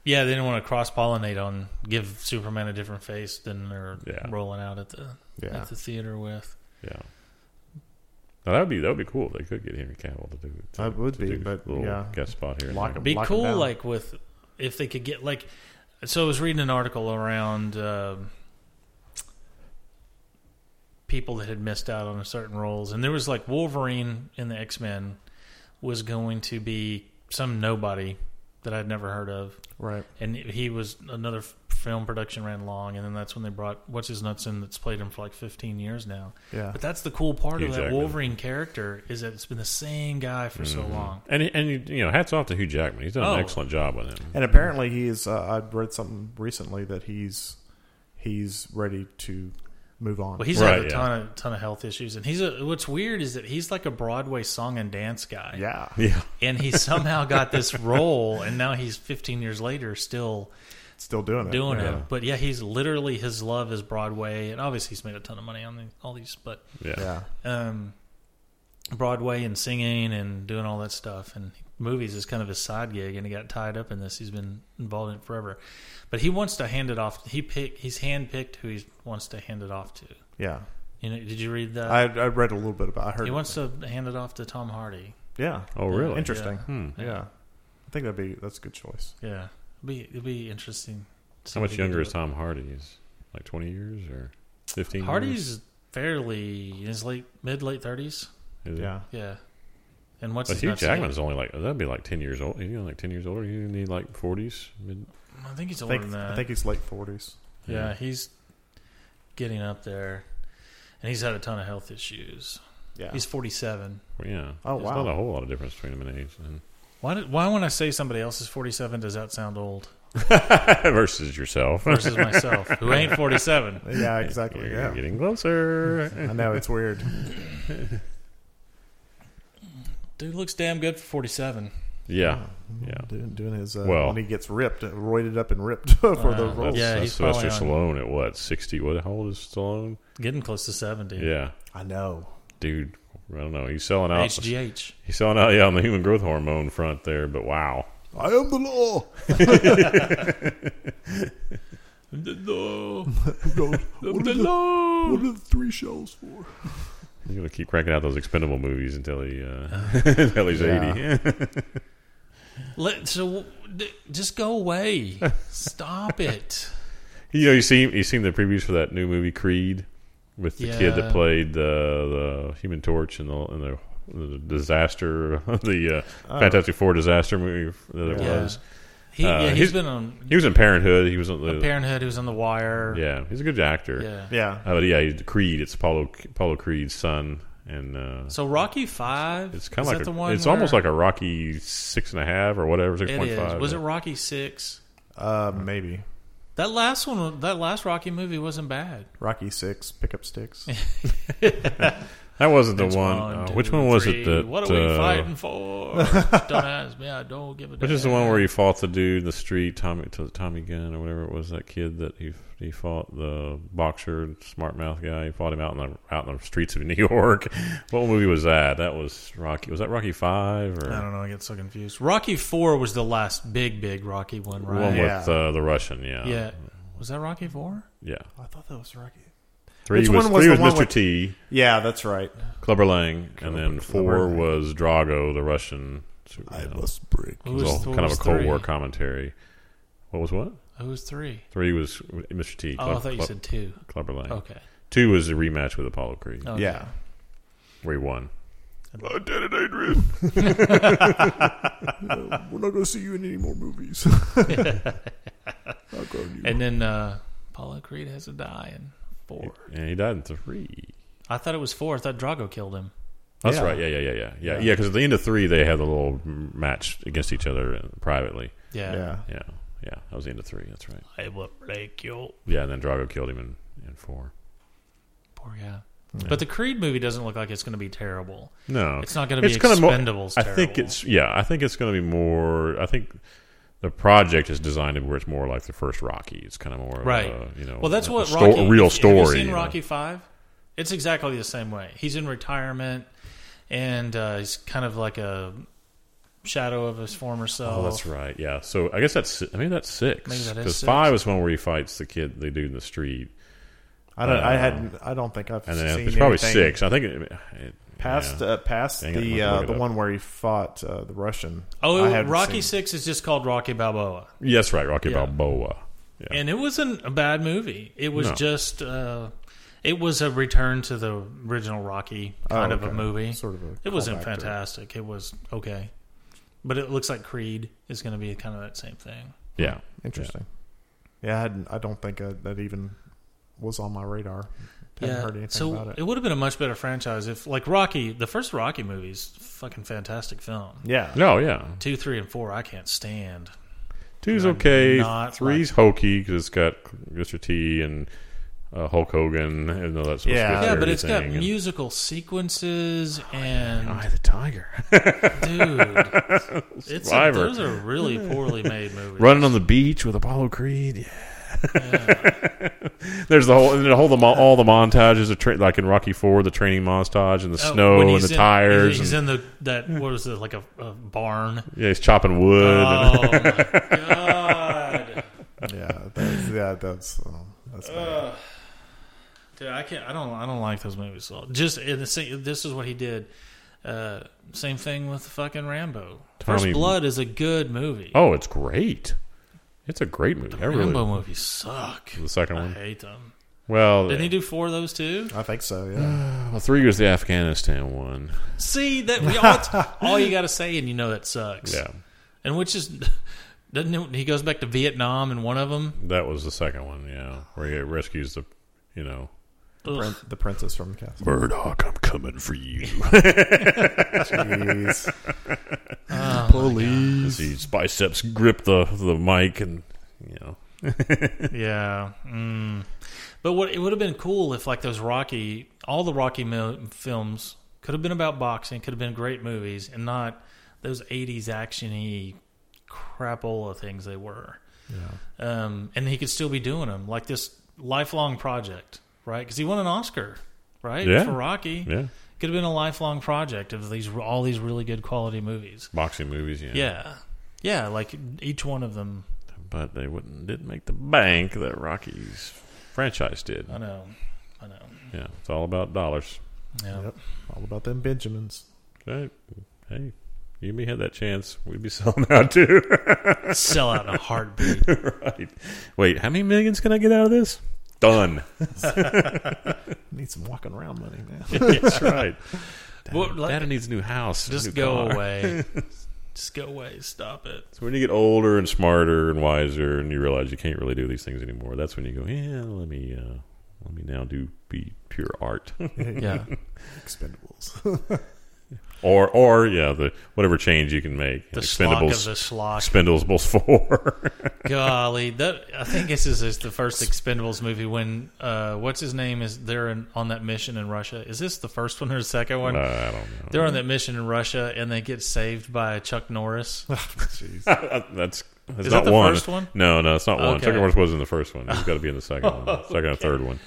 [SPEAKER 1] Yeah, they didn't want to cross pollinate on give Superman a different face than they're
[SPEAKER 3] Yeah.
[SPEAKER 1] rolling out at the
[SPEAKER 2] Yeah,
[SPEAKER 1] at the theater with.
[SPEAKER 3] yeah. Now, that would be that would be cool. if They could get Henry Cavill to do it. to-
[SPEAKER 2] That would
[SPEAKER 3] to
[SPEAKER 2] be,
[SPEAKER 3] do a
[SPEAKER 2] but,
[SPEAKER 3] little
[SPEAKER 2] yeah.
[SPEAKER 3] guest spot here. and
[SPEAKER 2] Lock
[SPEAKER 3] there.
[SPEAKER 2] him.
[SPEAKER 1] be
[SPEAKER 2] Lock 'em
[SPEAKER 1] cool
[SPEAKER 2] down.
[SPEAKER 1] like with if they could get like so i was reading an article around um people that had missed out on certain roles and there was like wolverine in the x-men was going to be some nobody that i'd never heard of
[SPEAKER 2] right.
[SPEAKER 1] and he was another f- film production ran long and then that's when they brought what's his nuts in that's played him for like 15 years now
[SPEAKER 2] Yeah,
[SPEAKER 1] but that's the cool part
[SPEAKER 3] Hugh
[SPEAKER 1] of that
[SPEAKER 3] Jackman.
[SPEAKER 1] wolverine character is that it's been the same guy for so
[SPEAKER 2] Mm-hmm.
[SPEAKER 1] long
[SPEAKER 3] And he- and you, you know, hats off to Hugh Jackman. He's done
[SPEAKER 1] Oh.
[SPEAKER 3] an excellent job with him.
[SPEAKER 2] and apparently he's. Uh, I read something recently that he's he's ready to move on.
[SPEAKER 1] Well, he's
[SPEAKER 3] Right,
[SPEAKER 1] had a
[SPEAKER 3] yeah.
[SPEAKER 1] ton of ton of health issues, and he's a. What's weird is that he's like a Broadway song and dance guy.
[SPEAKER 2] yeah,
[SPEAKER 3] Yeah,
[SPEAKER 1] and he somehow got this role, and now he's 15 years later still
[SPEAKER 2] still doing it.
[SPEAKER 1] doing
[SPEAKER 2] yeah.
[SPEAKER 1] it. But yeah, he's literally his love is Broadway, and obviously he's made a ton of money on the, all these, but
[SPEAKER 3] yeah.
[SPEAKER 2] Yeah,
[SPEAKER 1] um, Broadway and singing and doing all that stuff, and movies is kind of his side gig, and he got tied up in this. He's been involved in it forever, but he wants to hand it off. He pick he's handpicked who he wants to hand it off to.
[SPEAKER 2] yeah.
[SPEAKER 1] You know, did you read that?
[SPEAKER 2] I, I read a little bit about. I heard.
[SPEAKER 1] He wants to hand it off to Tom Hardy.
[SPEAKER 2] yeah.
[SPEAKER 3] Oh, really?
[SPEAKER 2] Interesting.
[SPEAKER 1] Yeah.
[SPEAKER 3] Hmm.
[SPEAKER 2] Yeah. I think that'd be that's a good choice.
[SPEAKER 1] Yeah, it'll be it'll be interesting. to see
[SPEAKER 3] How
[SPEAKER 1] what
[SPEAKER 3] much
[SPEAKER 1] he can
[SPEAKER 3] younger
[SPEAKER 1] do
[SPEAKER 3] is
[SPEAKER 1] with-
[SPEAKER 3] Tom Hardy? He's like twenty years or fifteen. years?
[SPEAKER 1] Hardy's fairly in his late mid late thirties.
[SPEAKER 3] Is it?
[SPEAKER 2] Yeah,
[SPEAKER 1] Yeah, and what's
[SPEAKER 3] But
[SPEAKER 1] his
[SPEAKER 3] Hugh
[SPEAKER 1] nuts-
[SPEAKER 3] Jackman's only like that'd be like ten years old. You know, like ten years older. You need like forties.
[SPEAKER 1] I think he's
[SPEAKER 2] I
[SPEAKER 1] older than
[SPEAKER 2] think
[SPEAKER 1] that.
[SPEAKER 2] I think he's late forties.
[SPEAKER 1] yeah, he's getting up there, and he's had a ton of health issues.
[SPEAKER 2] Yeah,
[SPEAKER 1] He's forty seven.
[SPEAKER 3] Yeah.
[SPEAKER 2] Oh,
[SPEAKER 3] There's
[SPEAKER 2] wow.
[SPEAKER 3] Not a whole lot of difference between them in age. Then.
[SPEAKER 1] Why? Did, why when I say somebody else is forty seven, does that sound old
[SPEAKER 3] versus yourself.
[SPEAKER 1] versus myself, who ain't forty seven?
[SPEAKER 2] yeah, exactly.
[SPEAKER 3] You're
[SPEAKER 2] Yeah,
[SPEAKER 3] getting closer.
[SPEAKER 2] I know it's weird.
[SPEAKER 1] Dude looks damn good for forty seven.
[SPEAKER 3] Yeah, yeah.
[SPEAKER 2] Doing, doing his uh,
[SPEAKER 3] Well-
[SPEAKER 2] when he gets ripped, roided up and ripped for the
[SPEAKER 1] Uh,
[SPEAKER 2] roles.
[SPEAKER 1] Yeah,
[SPEAKER 3] that's
[SPEAKER 1] he's
[SPEAKER 3] Sylvester
[SPEAKER 1] probably
[SPEAKER 3] Stallone at what sixty? What how old is Stallone?
[SPEAKER 1] Getting close to seventy.
[SPEAKER 3] Yeah,
[SPEAKER 2] I know.
[SPEAKER 3] dude. I don't know. He's selling out.
[SPEAKER 1] HGH.
[SPEAKER 3] He's selling out. Yeah, on the human growth hormone front there. But wow.
[SPEAKER 2] I am the law.
[SPEAKER 1] No.
[SPEAKER 2] what, are the, three shells for?
[SPEAKER 3] He's gonna keep cranking out those expendable movies until he uh, until he's
[SPEAKER 2] Yeah.
[SPEAKER 3] eighty.
[SPEAKER 1] Let so d- just go away. Stop it.
[SPEAKER 3] you know, you see, you seen the previews for that new movie Creed with the kid
[SPEAKER 1] Yeah.
[SPEAKER 3] that played uh, the the Human Torch and the and the, the disaster, the uh, Fantastic Four disaster movie that it
[SPEAKER 1] Yeah.
[SPEAKER 3] was.
[SPEAKER 1] He,
[SPEAKER 3] Uh,
[SPEAKER 1] yeah,
[SPEAKER 3] he's-
[SPEAKER 1] he's been on
[SPEAKER 3] He was in Parenthood. He was on the
[SPEAKER 1] Parenthood. He was on The Wire.
[SPEAKER 3] yeah. He's a good actor.
[SPEAKER 1] Yeah.
[SPEAKER 2] Yeah,
[SPEAKER 3] Uh, but yeah, he's Creed. It's Apollo Apollo Creed's son, and uh,
[SPEAKER 1] So Rocky Five.
[SPEAKER 3] it's kind
[SPEAKER 1] is
[SPEAKER 3] of like
[SPEAKER 1] that
[SPEAKER 3] a,
[SPEAKER 1] the one.
[SPEAKER 3] it's almost like a Rocky six and a half or whatever six
[SPEAKER 1] it
[SPEAKER 3] point
[SPEAKER 1] is.
[SPEAKER 3] five.
[SPEAKER 1] Was it Rocky Six?
[SPEAKER 2] uh, maybe
[SPEAKER 1] That last one. That last Rocky movie wasn't bad.
[SPEAKER 2] Rocky Six, pick up sticks.
[SPEAKER 3] that wasn't the
[SPEAKER 1] It's
[SPEAKER 3] one. uh,
[SPEAKER 1] two,
[SPEAKER 3] which one was
[SPEAKER 1] three.
[SPEAKER 3] it? That
[SPEAKER 1] What are we
[SPEAKER 3] uh,
[SPEAKER 1] fighting for? don't ask me. I don't give a.
[SPEAKER 3] Which is the one where he fought the dude in the street, Tommy to Tommy Gunn or whatever it was, that kid that he he fought the boxer, smart mouth guy. He fought him out in the out in the streets of New York. what movie was that? That was Rocky. Was that Rocky Five or
[SPEAKER 1] I
[SPEAKER 2] Uh,
[SPEAKER 1] don't know. I get so confused. Rocky Four was the last big, big Rocky one,
[SPEAKER 3] one
[SPEAKER 1] right?
[SPEAKER 2] Yeah.
[SPEAKER 3] with uh, the Russian? Yeah,
[SPEAKER 1] yeah. Was that Rocky Four?
[SPEAKER 3] yeah.
[SPEAKER 2] I thought that was Rocky.
[SPEAKER 3] Three
[SPEAKER 2] Which
[SPEAKER 3] was,
[SPEAKER 2] one was
[SPEAKER 3] three
[SPEAKER 2] the
[SPEAKER 3] was
[SPEAKER 2] one
[SPEAKER 3] Mr.
[SPEAKER 2] with-
[SPEAKER 3] T,
[SPEAKER 2] Yeah, that's right.
[SPEAKER 3] Clubber Lang, and
[SPEAKER 2] Clubber-
[SPEAKER 3] then
[SPEAKER 2] Clubber
[SPEAKER 3] four
[SPEAKER 2] Lang.
[SPEAKER 3] was Drago, the Russian. so, you know,
[SPEAKER 2] must break.
[SPEAKER 1] Who
[SPEAKER 3] it was all
[SPEAKER 1] who
[SPEAKER 3] kind of a Cold
[SPEAKER 1] three?
[SPEAKER 3] War commentary. What was what?
[SPEAKER 1] Who was three?
[SPEAKER 3] Three was Mr. T.
[SPEAKER 1] Oh, I
[SPEAKER 3] Club-
[SPEAKER 1] thought you
[SPEAKER 3] Club-
[SPEAKER 1] said two.
[SPEAKER 3] Clubber Lang.
[SPEAKER 1] Okay. Oh.
[SPEAKER 3] Two was the rematch with Apollo Creed,
[SPEAKER 1] okay.
[SPEAKER 2] Yeah,
[SPEAKER 3] where he won.
[SPEAKER 2] I did it, Adrian. we're not going to see you in any more movies.
[SPEAKER 1] And then uh, Apollo Creed has to die in four.
[SPEAKER 3] And he died in three.
[SPEAKER 1] I thought it was four. I thought Drago killed him.
[SPEAKER 3] That's
[SPEAKER 2] Yeah.
[SPEAKER 3] right. Yeah, yeah, yeah, yeah, yeah,
[SPEAKER 2] Yeah.
[SPEAKER 3] yeah. Because at the end of three, they had the little match against each other privately.
[SPEAKER 1] Yeah.
[SPEAKER 2] yeah,
[SPEAKER 3] Yeah, yeah. That was the end of three. That's right.
[SPEAKER 1] I will break you.
[SPEAKER 3] Yeah, and then Drago killed him in, in four.
[SPEAKER 1] Poor guy. But the Creed movie doesn't look like it's going to be terrible.
[SPEAKER 3] No,
[SPEAKER 1] It's not gonna be
[SPEAKER 3] gonna mo-
[SPEAKER 1] Expendables
[SPEAKER 3] I think
[SPEAKER 1] terrible.
[SPEAKER 3] it's yeah. I think it's going to be more. I think the project is designed to where it's more like the first Rocky. It's kind of more of
[SPEAKER 1] Right.
[SPEAKER 3] a, Uh, you know.
[SPEAKER 1] well, that's
[SPEAKER 3] a
[SPEAKER 1] what
[SPEAKER 3] sto-
[SPEAKER 1] Rocky.
[SPEAKER 3] a real
[SPEAKER 1] have
[SPEAKER 3] story.
[SPEAKER 1] You seen
[SPEAKER 3] know.
[SPEAKER 1] Rocky Five? It's exactly the same way. He's in retirement, and uh, he's kind of like a shadow of his former self.
[SPEAKER 3] Oh, that's right. Yeah. So I guess that's si- I mean that's six.
[SPEAKER 1] Maybe that is
[SPEAKER 3] Because
[SPEAKER 1] six.
[SPEAKER 3] five is one where he fights the kid, the dude in the street,
[SPEAKER 2] I don't. I
[SPEAKER 3] Uh,
[SPEAKER 2] hadn't. I don't think I've
[SPEAKER 3] and
[SPEAKER 2] seen
[SPEAKER 3] then it's probably
[SPEAKER 2] anything
[SPEAKER 3] six. I think it, it-
[SPEAKER 2] past
[SPEAKER 3] yeah.
[SPEAKER 2] uh, past
[SPEAKER 3] Dang it, I'm
[SPEAKER 2] the
[SPEAKER 3] gonna
[SPEAKER 2] uh,
[SPEAKER 3] look it
[SPEAKER 2] the
[SPEAKER 3] up.
[SPEAKER 2] one where he fought uh, the Russian.
[SPEAKER 1] Oh,
[SPEAKER 2] I
[SPEAKER 1] it-
[SPEAKER 2] haven't
[SPEAKER 1] Rocky
[SPEAKER 2] seen-
[SPEAKER 1] Six is just called Rocky Balboa,
[SPEAKER 3] Yes, right. Rocky
[SPEAKER 1] Yeah.
[SPEAKER 3] Balboa. Yeah.
[SPEAKER 1] and it wasn't a bad movie. It was
[SPEAKER 3] No.
[SPEAKER 1] just uh, it was a return to the original Rocky
[SPEAKER 2] Oh,
[SPEAKER 1] kind of a
[SPEAKER 2] okay.
[SPEAKER 1] movie.
[SPEAKER 2] Sort of a
[SPEAKER 1] It wasn't
[SPEAKER 2] callback to
[SPEAKER 1] fantastic. It was okay, but it looks like Creed is going to be kind of that same thing.
[SPEAKER 3] yeah.
[SPEAKER 2] Interesting. Yeah, I hadn't. I don't think uh, that even was on my radar. Hadn't heard anything
[SPEAKER 1] so
[SPEAKER 2] about it.
[SPEAKER 1] would have been a much better franchise if, like Rocky, the first Rocky movie's fucking fantastic film.
[SPEAKER 2] yeah.
[SPEAKER 3] No, yeah.
[SPEAKER 1] Two, three, and four, I can't stand.
[SPEAKER 3] Two's
[SPEAKER 1] I
[SPEAKER 3] okay.
[SPEAKER 1] not
[SPEAKER 3] Three's hokey because it's got Mr. T and uh, Hulk Hogan, even though that's supposed
[SPEAKER 2] Yeah.
[SPEAKER 3] to be a
[SPEAKER 1] Yeah, but
[SPEAKER 3] parody
[SPEAKER 1] it's got
[SPEAKER 3] thing, and-
[SPEAKER 1] musical sequences
[SPEAKER 2] Oh,
[SPEAKER 1] and
[SPEAKER 3] Eye of the Tiger
[SPEAKER 1] dude, it's a,
[SPEAKER 3] Survivor.
[SPEAKER 1] those are really poorly made movies.
[SPEAKER 3] running on the beach with Apollo Creed. Yeah. There's the whole and the whole the mo- all the montages of tra- like in Rocky Four, the training montage and the
[SPEAKER 1] Oh,
[SPEAKER 3] snow
[SPEAKER 1] when
[SPEAKER 3] and
[SPEAKER 1] he's
[SPEAKER 3] the
[SPEAKER 1] in-
[SPEAKER 3] tires.
[SPEAKER 1] He's
[SPEAKER 3] and,
[SPEAKER 1] in the that what was it like a, a barn?
[SPEAKER 3] yeah, he's chopping wood. and,
[SPEAKER 1] Oh my god,
[SPEAKER 2] Yeah, that's, yeah, that's um, that's bad.
[SPEAKER 1] dude! I can't. I don't. I don't like those movies. at all. Just in the same, this is what he did. Uh, same thing with fucking Rambo. First
[SPEAKER 3] Tommy-
[SPEAKER 1] Blood is a good movie.
[SPEAKER 3] oh, it's great. It's a great movie. I really-
[SPEAKER 1] Rambo movies suck.
[SPEAKER 3] the second
[SPEAKER 1] I
[SPEAKER 3] one.
[SPEAKER 1] hate them.
[SPEAKER 3] Well,
[SPEAKER 1] Didn't he do four of those too?
[SPEAKER 2] I think so. Yeah,
[SPEAKER 3] well, three was the Afghanistan one.
[SPEAKER 1] See that we all, all you got to say, and you know that sucks.
[SPEAKER 3] Yeah,
[SPEAKER 1] and which is doesn't it- he goes back to Vietnam in one of them?
[SPEAKER 3] that was the second one. Yeah, where he rescues the, you know,
[SPEAKER 2] Prin- the princess from the castle.
[SPEAKER 3] Murdoch, I'm coming for you.
[SPEAKER 2] Jeez.
[SPEAKER 3] As his biceps grip the the mic, and you know,
[SPEAKER 1] yeah. Mm. But what it would have been cool if like those Rocky, all the Rocky mil- films could have been about boxing, could have been great movies, and not those '80s actiony crapola things they were. Um, and he could still be doing them like this lifelong project, right? Because he won an Oscar, right?
[SPEAKER 3] Yeah.
[SPEAKER 1] For Rocky,
[SPEAKER 3] yeah,
[SPEAKER 1] could have been a lifelong project of these all these really good quality movies.
[SPEAKER 3] boxing movies. Yeah,
[SPEAKER 1] Yeah. Yeah, like each one of them.
[SPEAKER 3] but they wouldn't didn't make the bank that Rockies franchise did.
[SPEAKER 1] I know. I know.
[SPEAKER 3] Yeah, it's all about dollars.
[SPEAKER 1] Yeah.
[SPEAKER 2] Yep. All about them Benjamins.
[SPEAKER 3] Right? Hey, you and me had that chance, we'd be selling out too.
[SPEAKER 1] Sell out in a heartbeat.
[SPEAKER 3] right? Wait, how many millions can I get out of this? Done.
[SPEAKER 2] Need some walking around money, man.
[SPEAKER 3] That's right.
[SPEAKER 1] Well,
[SPEAKER 3] Dad,
[SPEAKER 1] like-
[SPEAKER 3] Dad needs a new house. a new
[SPEAKER 1] Just go
[SPEAKER 3] car.
[SPEAKER 1] away. Just go away. Stop it.
[SPEAKER 3] So when you get older and smarter and wiser, and you realize you can't really do these things anymore, that's when you go, yeah, let me, uh, let me now do be pure art,
[SPEAKER 1] Yeah.
[SPEAKER 2] Expendables.
[SPEAKER 3] or or yeah, the whatever change you can make.
[SPEAKER 1] The schlock of the schlock.
[SPEAKER 3] Expendables, Expendables four.
[SPEAKER 1] Golly, that I think this is, is the first Expendables movie when uh, what's his name is they're in, on that mission in Russia. Is this the first one or the second one?
[SPEAKER 3] Uh, I don't know.
[SPEAKER 1] They're on that mission in Russia and they get saved by Chuck Norris.
[SPEAKER 2] Jeez.
[SPEAKER 3] that's that's
[SPEAKER 1] Uh, Is
[SPEAKER 3] not
[SPEAKER 1] that the
[SPEAKER 3] one.
[SPEAKER 1] first one?
[SPEAKER 3] No, no, it's not one.
[SPEAKER 1] Okay.
[SPEAKER 3] Second one wasn't the first one. It's got to be in the second one, second or third one.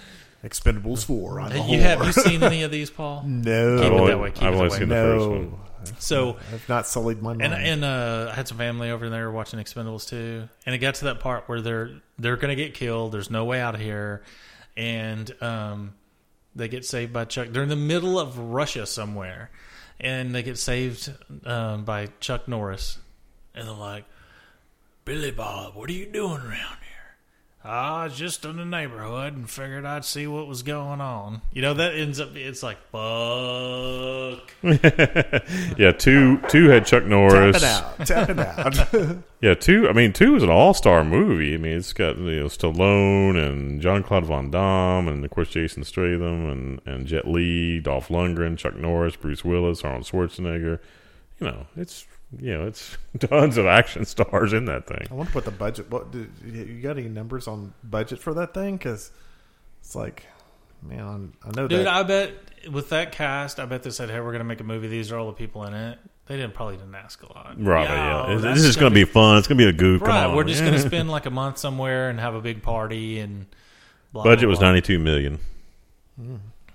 [SPEAKER 2] Expendables four. On the
[SPEAKER 1] you have you seen any of these, Paul?
[SPEAKER 2] no,
[SPEAKER 1] Keep it
[SPEAKER 3] I've only,
[SPEAKER 1] that way, keep
[SPEAKER 3] I've
[SPEAKER 1] it
[SPEAKER 3] only
[SPEAKER 1] that way.
[SPEAKER 3] seen the first one.
[SPEAKER 2] no.
[SPEAKER 1] So
[SPEAKER 2] I've not sullied my mind.
[SPEAKER 1] And and uh, I had some family over there watching Expendables too, and it got to that part where they're they're gonna get killed. There's no way out of here, and um, they get saved by Chuck. They're in the middle of Russia somewhere, and they get saved um, by Chuck Norris, and they're like, "Billy Bob, what are you doing around here?" Ah, I was just in the neighborhood and figured I'd see what was going on. You know that ends up it's like fuck.
[SPEAKER 3] Yeah, two two had Chuck Norris.
[SPEAKER 2] Tap it out. Tap it out.
[SPEAKER 3] Yeah, two. I mean, two is an all-star movie. I mean, it's got you know, Stallone and John Claude Van Damme, and of course Jason Statham and and Jet Li, Dolph Lundgren, Chuck Norris, Bruce Willis, Arnold Schwarzenegger. You know, it's you know, it's tons of action stars in that thing.
[SPEAKER 2] I wonder what the budget. What did, you got any numbers on budget for that thing? Because it's like man, I, I know
[SPEAKER 1] Dude,
[SPEAKER 2] that.
[SPEAKER 1] I bet with that cast, I bet they said, "Hey, we're gonna make a movie. These are all the people in it." They didn't probably didn't ask a lot.
[SPEAKER 3] Right,
[SPEAKER 1] Yo,
[SPEAKER 3] yeah. This-
[SPEAKER 1] that's
[SPEAKER 3] This is going to be fun. It's going to be a goop. Come
[SPEAKER 1] right.
[SPEAKER 3] on.
[SPEAKER 1] We're just
[SPEAKER 3] Yeah.
[SPEAKER 1] gonna spend like a month somewhere and have a big party and. Blah,
[SPEAKER 3] Budget
[SPEAKER 1] blah,
[SPEAKER 3] was
[SPEAKER 1] blah.
[SPEAKER 3] ninety two million,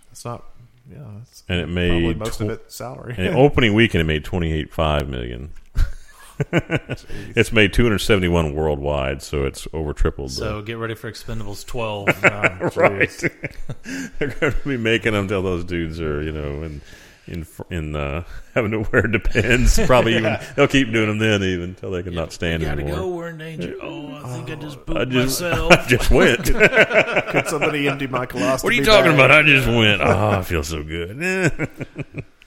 [SPEAKER 2] it's not. Yeah, it's
[SPEAKER 3] and it
[SPEAKER 2] probably
[SPEAKER 3] made
[SPEAKER 2] most
[SPEAKER 3] tw-
[SPEAKER 2] of it salary.
[SPEAKER 3] and opening weekend it made twenty eight five million. it's made two hundred seventy one worldwide, so it's over tripled. the-
[SPEAKER 1] So get ready for Expendables 12. Um,
[SPEAKER 3] right. They're going to be making them till those dudes are, you know, in in fr- in uh, having to wear depends. Probably even they'll keep doing them then, even until they can not stand
[SPEAKER 1] gotta go.
[SPEAKER 3] anymore.
[SPEAKER 1] We're in danger. Oh, I think I just pooped
[SPEAKER 3] I just
[SPEAKER 1] myself.
[SPEAKER 3] I just went. what
[SPEAKER 2] Could somebody empty my colostomy?
[SPEAKER 3] are you talking
[SPEAKER 2] bag?
[SPEAKER 3] about? I just went. Oh, I feel so good. Eh.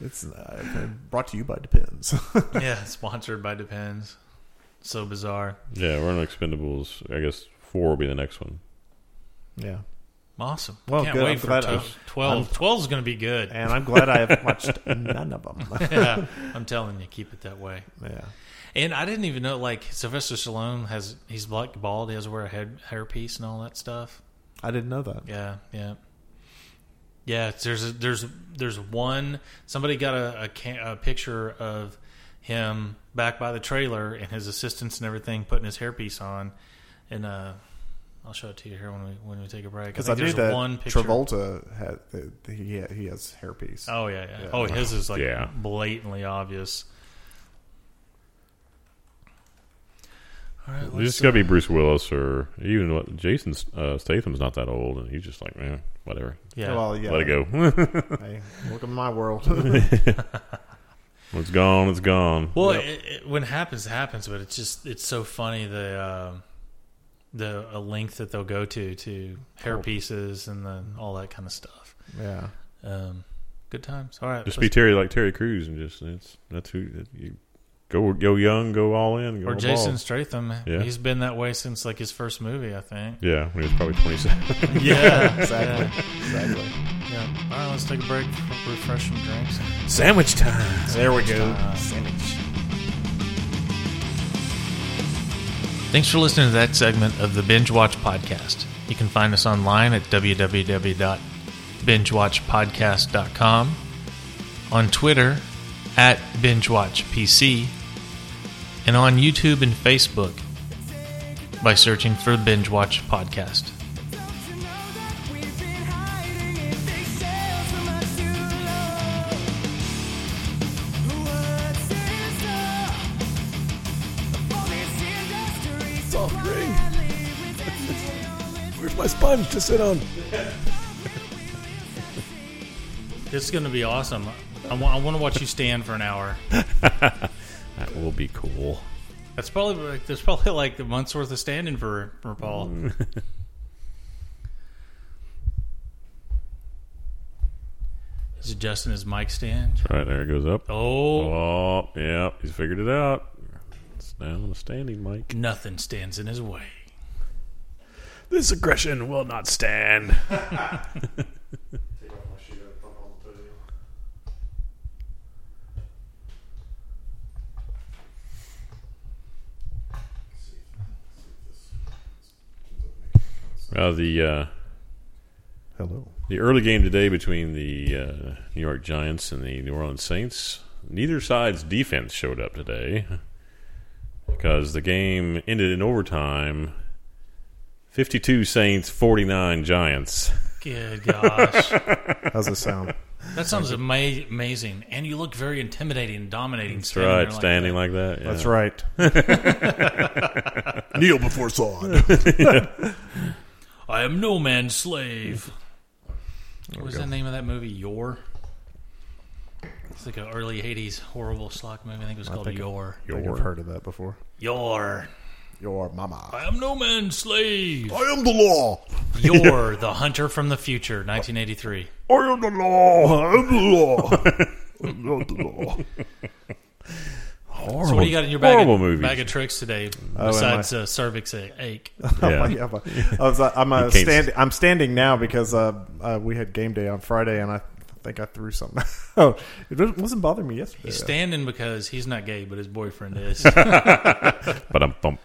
[SPEAKER 2] It's uh, brought to you by Depends.
[SPEAKER 1] yeah, sponsored by Depends. So bizarre.
[SPEAKER 3] yeah, we're on Expendables. I guess four will be the next one.
[SPEAKER 2] yeah,
[SPEAKER 1] Awesome.
[SPEAKER 2] Well,
[SPEAKER 1] Can't
[SPEAKER 2] good.
[SPEAKER 1] wait
[SPEAKER 2] I'm
[SPEAKER 1] for
[SPEAKER 2] glad
[SPEAKER 1] 12.
[SPEAKER 2] I'm-
[SPEAKER 1] 12. 12 is going to be good.
[SPEAKER 2] and I'm glad I have watched none of them.
[SPEAKER 1] yeah, I'm telling you, keep it that way.
[SPEAKER 2] yeah,
[SPEAKER 1] And I didn't even know, like, Sylvester Stallone has, he's black bald. He has to wear a head, hairpiece and all that stuff.
[SPEAKER 2] I didn't know that.
[SPEAKER 1] Yeah, yeah, yeah. it's- There's a, there's there's one. Somebody got a, a, ca- a picture of him back by the trailer and his assistants and everything putting his hairpiece on, and uh, I'll show it to you here when we when we take a break.
[SPEAKER 2] Because I,
[SPEAKER 1] think
[SPEAKER 2] knew
[SPEAKER 1] there's
[SPEAKER 2] that
[SPEAKER 1] one picture.
[SPEAKER 2] Travolta had that he had, he has hairpiece.
[SPEAKER 1] Oh yeah, yeah,
[SPEAKER 2] Yeah.
[SPEAKER 1] Oh, his is like
[SPEAKER 3] Yeah.
[SPEAKER 1] blatantly obvious. All right,
[SPEAKER 3] You
[SPEAKER 1] let's,
[SPEAKER 3] just got to be
[SPEAKER 5] uh,
[SPEAKER 3] Bruce Willis or even what Jason uh, Statham's not that old, and he's just like, man, whatever,
[SPEAKER 1] yeah.
[SPEAKER 2] Well, yeah.
[SPEAKER 3] let it go.
[SPEAKER 2] Hey, welcome to my world.
[SPEAKER 3] it's gone. It's gone.
[SPEAKER 1] Well, it, it, when it happens, it happens. But it's just it's so funny the um the uh, length that they'll go to to hair pieces and the, all that kind of stuff.
[SPEAKER 2] yeah.
[SPEAKER 1] Um, good times. All right,
[SPEAKER 3] Just be
[SPEAKER 1] let's-
[SPEAKER 3] Terry like Terry Crews and just that's that's who that you go go young, go all in, go
[SPEAKER 1] or
[SPEAKER 3] all
[SPEAKER 1] Jason
[SPEAKER 3] balls.
[SPEAKER 1] Stratham.
[SPEAKER 3] Yeah.
[SPEAKER 1] He's been that way since like his first movie, I think.
[SPEAKER 3] Yeah, when he was probably twenty seven.
[SPEAKER 1] Yeah,
[SPEAKER 2] Exactly.
[SPEAKER 1] Yeah,
[SPEAKER 2] Exactly.
[SPEAKER 1] yeah. All right, let's take a break, refresh some drinks.
[SPEAKER 5] Sandwich time.
[SPEAKER 2] There we go.
[SPEAKER 1] Time.
[SPEAKER 2] Sandwich.
[SPEAKER 1] Thanks for listening to that segment of the Binge Watch Podcast. You can find us online at www.bingewatchpodcast.com, on Twitter at BingeWatchPC, and on YouTube and Facebook by searching for Binge Watch Podcast.
[SPEAKER 5] Soft drink. Where's my sponge to sit on?
[SPEAKER 1] This is going to be awesome. I want to watch you stand for an hour.
[SPEAKER 3] that will be cool.
[SPEAKER 1] That's probably like, there's probably like a month's worth of standing for for Paul. Is adjusting his mic stand.
[SPEAKER 3] All right, there it goes up.
[SPEAKER 1] Oh,
[SPEAKER 3] Oh, yeah, he's figured it out. It's now on a standing mic.
[SPEAKER 1] nothing stands in his way.
[SPEAKER 5] This aggression will not stand.
[SPEAKER 3] Uh, the uh,
[SPEAKER 2] Hello.
[SPEAKER 3] the early game today between the uh, New York Giants and the New Orleans Saints. Neither side's defense showed up today because the game ended in overtime. Fifty-two Saints, forty-nine Giants.
[SPEAKER 1] Good gosh,
[SPEAKER 2] How's it sound?
[SPEAKER 1] that sounds ama- amazing. And you look very intimidating, and dominating.
[SPEAKER 3] That's
[SPEAKER 1] standing there
[SPEAKER 3] right,
[SPEAKER 1] like
[SPEAKER 3] standing
[SPEAKER 1] that.
[SPEAKER 3] like that. yeah.
[SPEAKER 2] That's right.
[SPEAKER 5] Kneel before Saud.
[SPEAKER 1] I am no man's slave. What was the name of that movie? Your. It's like an early '80s horrible schlock movie. I think it was called
[SPEAKER 2] think-
[SPEAKER 1] Your.
[SPEAKER 2] I think I've heard of that before.
[SPEAKER 1] Your.
[SPEAKER 2] Your mama.
[SPEAKER 1] I am no man's slave.
[SPEAKER 2] I am the law.
[SPEAKER 1] You're the hunter from the future, 1983.
[SPEAKER 2] I am the law. I am the law. I'm not the law.
[SPEAKER 1] So what do you got in your bag
[SPEAKER 3] horrible
[SPEAKER 1] of,
[SPEAKER 3] movies.
[SPEAKER 1] bag of tricks today
[SPEAKER 2] Oh,
[SPEAKER 1] besides uh, cervix a- ache?
[SPEAKER 3] Yeah.
[SPEAKER 2] Yeah, but I was, I'm, uh,
[SPEAKER 3] You can't-
[SPEAKER 2] stand, I'm standing now because uh, uh, we had game day on Friday, and I think I threw something. out. it doesn't- wasn't bothering me yesterday.
[SPEAKER 1] He's standing because he's not gay, but his boyfriend is.
[SPEAKER 3] But I'm bump.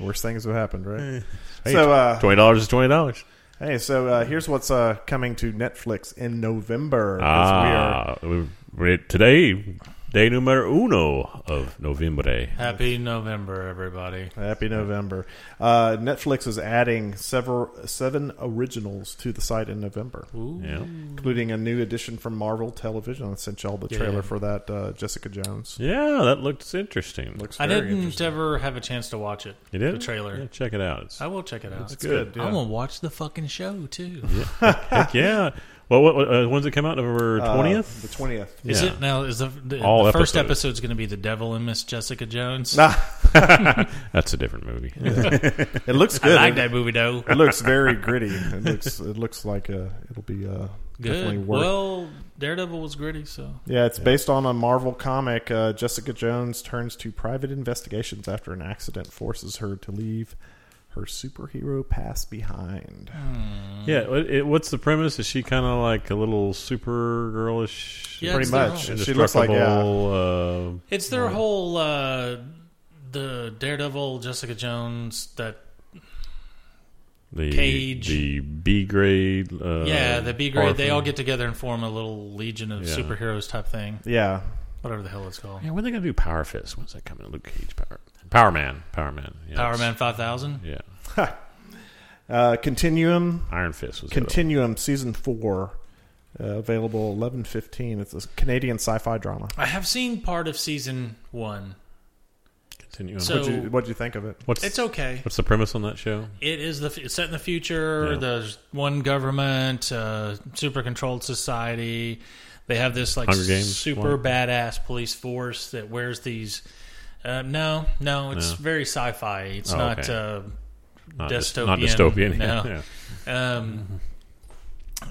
[SPEAKER 2] Worst things have happened, right?
[SPEAKER 3] Hey,
[SPEAKER 2] so, uh,
[SPEAKER 3] twenty dollars is twenty dollars.
[SPEAKER 2] Hey, so uh, here's what's uh, coming to Netflix in November. 'cause we are-
[SPEAKER 3] Ah, we we- today, day numero uno of November.
[SPEAKER 1] Happy November, everybody.
[SPEAKER 2] Happy November. Uh, Netflix is adding several seven originals to the site in November,
[SPEAKER 1] Ooh.
[SPEAKER 3] Yeah,
[SPEAKER 2] including a new edition from Marvel Television. I sent y'all the trailer
[SPEAKER 1] Yeah.
[SPEAKER 2] for that uh, Jessica Jones.
[SPEAKER 3] yeah, that looks interesting.
[SPEAKER 2] Looks
[SPEAKER 1] I
[SPEAKER 2] very
[SPEAKER 1] didn't
[SPEAKER 2] interesting.
[SPEAKER 1] ever have a chance to watch it.
[SPEAKER 3] you did
[SPEAKER 1] The trailer.
[SPEAKER 3] Yeah, check it out. It's,
[SPEAKER 1] I will check it out.
[SPEAKER 2] It's good. yeah.
[SPEAKER 1] I'm gonna watch the fucking show too.
[SPEAKER 3] heck yeah. Well, what, what, uh, when's it come out? November
[SPEAKER 2] Uh,
[SPEAKER 3] twentieth.
[SPEAKER 2] the twentieth.
[SPEAKER 1] Is
[SPEAKER 3] Yeah.
[SPEAKER 1] it now? Is the, the,
[SPEAKER 3] All
[SPEAKER 1] the first
[SPEAKER 3] episodes.
[SPEAKER 1] episode's going to be the devil and Miss Jessica Jones?
[SPEAKER 3] That's a different movie.
[SPEAKER 2] It looks
[SPEAKER 1] I
[SPEAKER 2] good.
[SPEAKER 1] like
[SPEAKER 2] it,
[SPEAKER 1] that movie though.
[SPEAKER 2] it looks very gritty. It looks it looks like uh, it'll be uh, definitely
[SPEAKER 1] Good.
[SPEAKER 2] worth.
[SPEAKER 1] Well, Daredevil was gritty, so
[SPEAKER 2] yeah, it's based on a Marvel comic. Uh, Jessica Jones turns to private investigations after an accident forces her to leave her superhero past behind.
[SPEAKER 3] Yeah, what- it, what's the premise? Is she kind of like a little supergirlish?
[SPEAKER 1] Yeah,
[SPEAKER 2] Pretty
[SPEAKER 1] it's their
[SPEAKER 2] much.
[SPEAKER 1] own.
[SPEAKER 2] She looks like yeah.
[SPEAKER 3] indestructible, uh,
[SPEAKER 1] it's their whole uh, the Daredevil, Jessica Jones. That
[SPEAKER 3] the
[SPEAKER 1] Cage.
[SPEAKER 3] the B grade. Uh,
[SPEAKER 1] yeah, the B grade. They
[SPEAKER 3] orphan.
[SPEAKER 1] all get together and form a little legion of
[SPEAKER 3] Yeah.
[SPEAKER 1] superheroes type thing,
[SPEAKER 2] Yeah.
[SPEAKER 1] whatever the hell it's called.
[SPEAKER 3] Yeah, when are they gonna do Power Fist? When's that coming? Luke Cage Power Power Man. Power Man. Yeah,
[SPEAKER 1] Power
[SPEAKER 3] it's-
[SPEAKER 1] Man Five Thousand.
[SPEAKER 3] Yeah,
[SPEAKER 2] Uh, Continuum.
[SPEAKER 3] Iron Fist was the other
[SPEAKER 2] Continuum season four, uh, available eleven fifteen. It's a Canadian sci-fi drama.
[SPEAKER 1] I have seen part of season one.
[SPEAKER 3] one. Continuum.
[SPEAKER 1] So-
[SPEAKER 2] What'd you, what'd you think of it?
[SPEAKER 3] what's
[SPEAKER 1] It's okay.
[SPEAKER 3] what's the premise on that show?
[SPEAKER 1] It is the it's set in the future.
[SPEAKER 3] Yeah.
[SPEAKER 1] There's one government, uh, super controlled society. They have this like
[SPEAKER 3] Hunger Games
[SPEAKER 1] super
[SPEAKER 3] one?
[SPEAKER 1] badass police force that wears these. Uh, no, no, it's
[SPEAKER 3] No. very
[SPEAKER 1] very sci-fi. It's
[SPEAKER 3] Oh,
[SPEAKER 1] not.
[SPEAKER 3] okay. Not dy- Not
[SPEAKER 1] Dystopian.
[SPEAKER 3] dystopian.
[SPEAKER 1] No.
[SPEAKER 3] yeah.
[SPEAKER 1] Uh, um,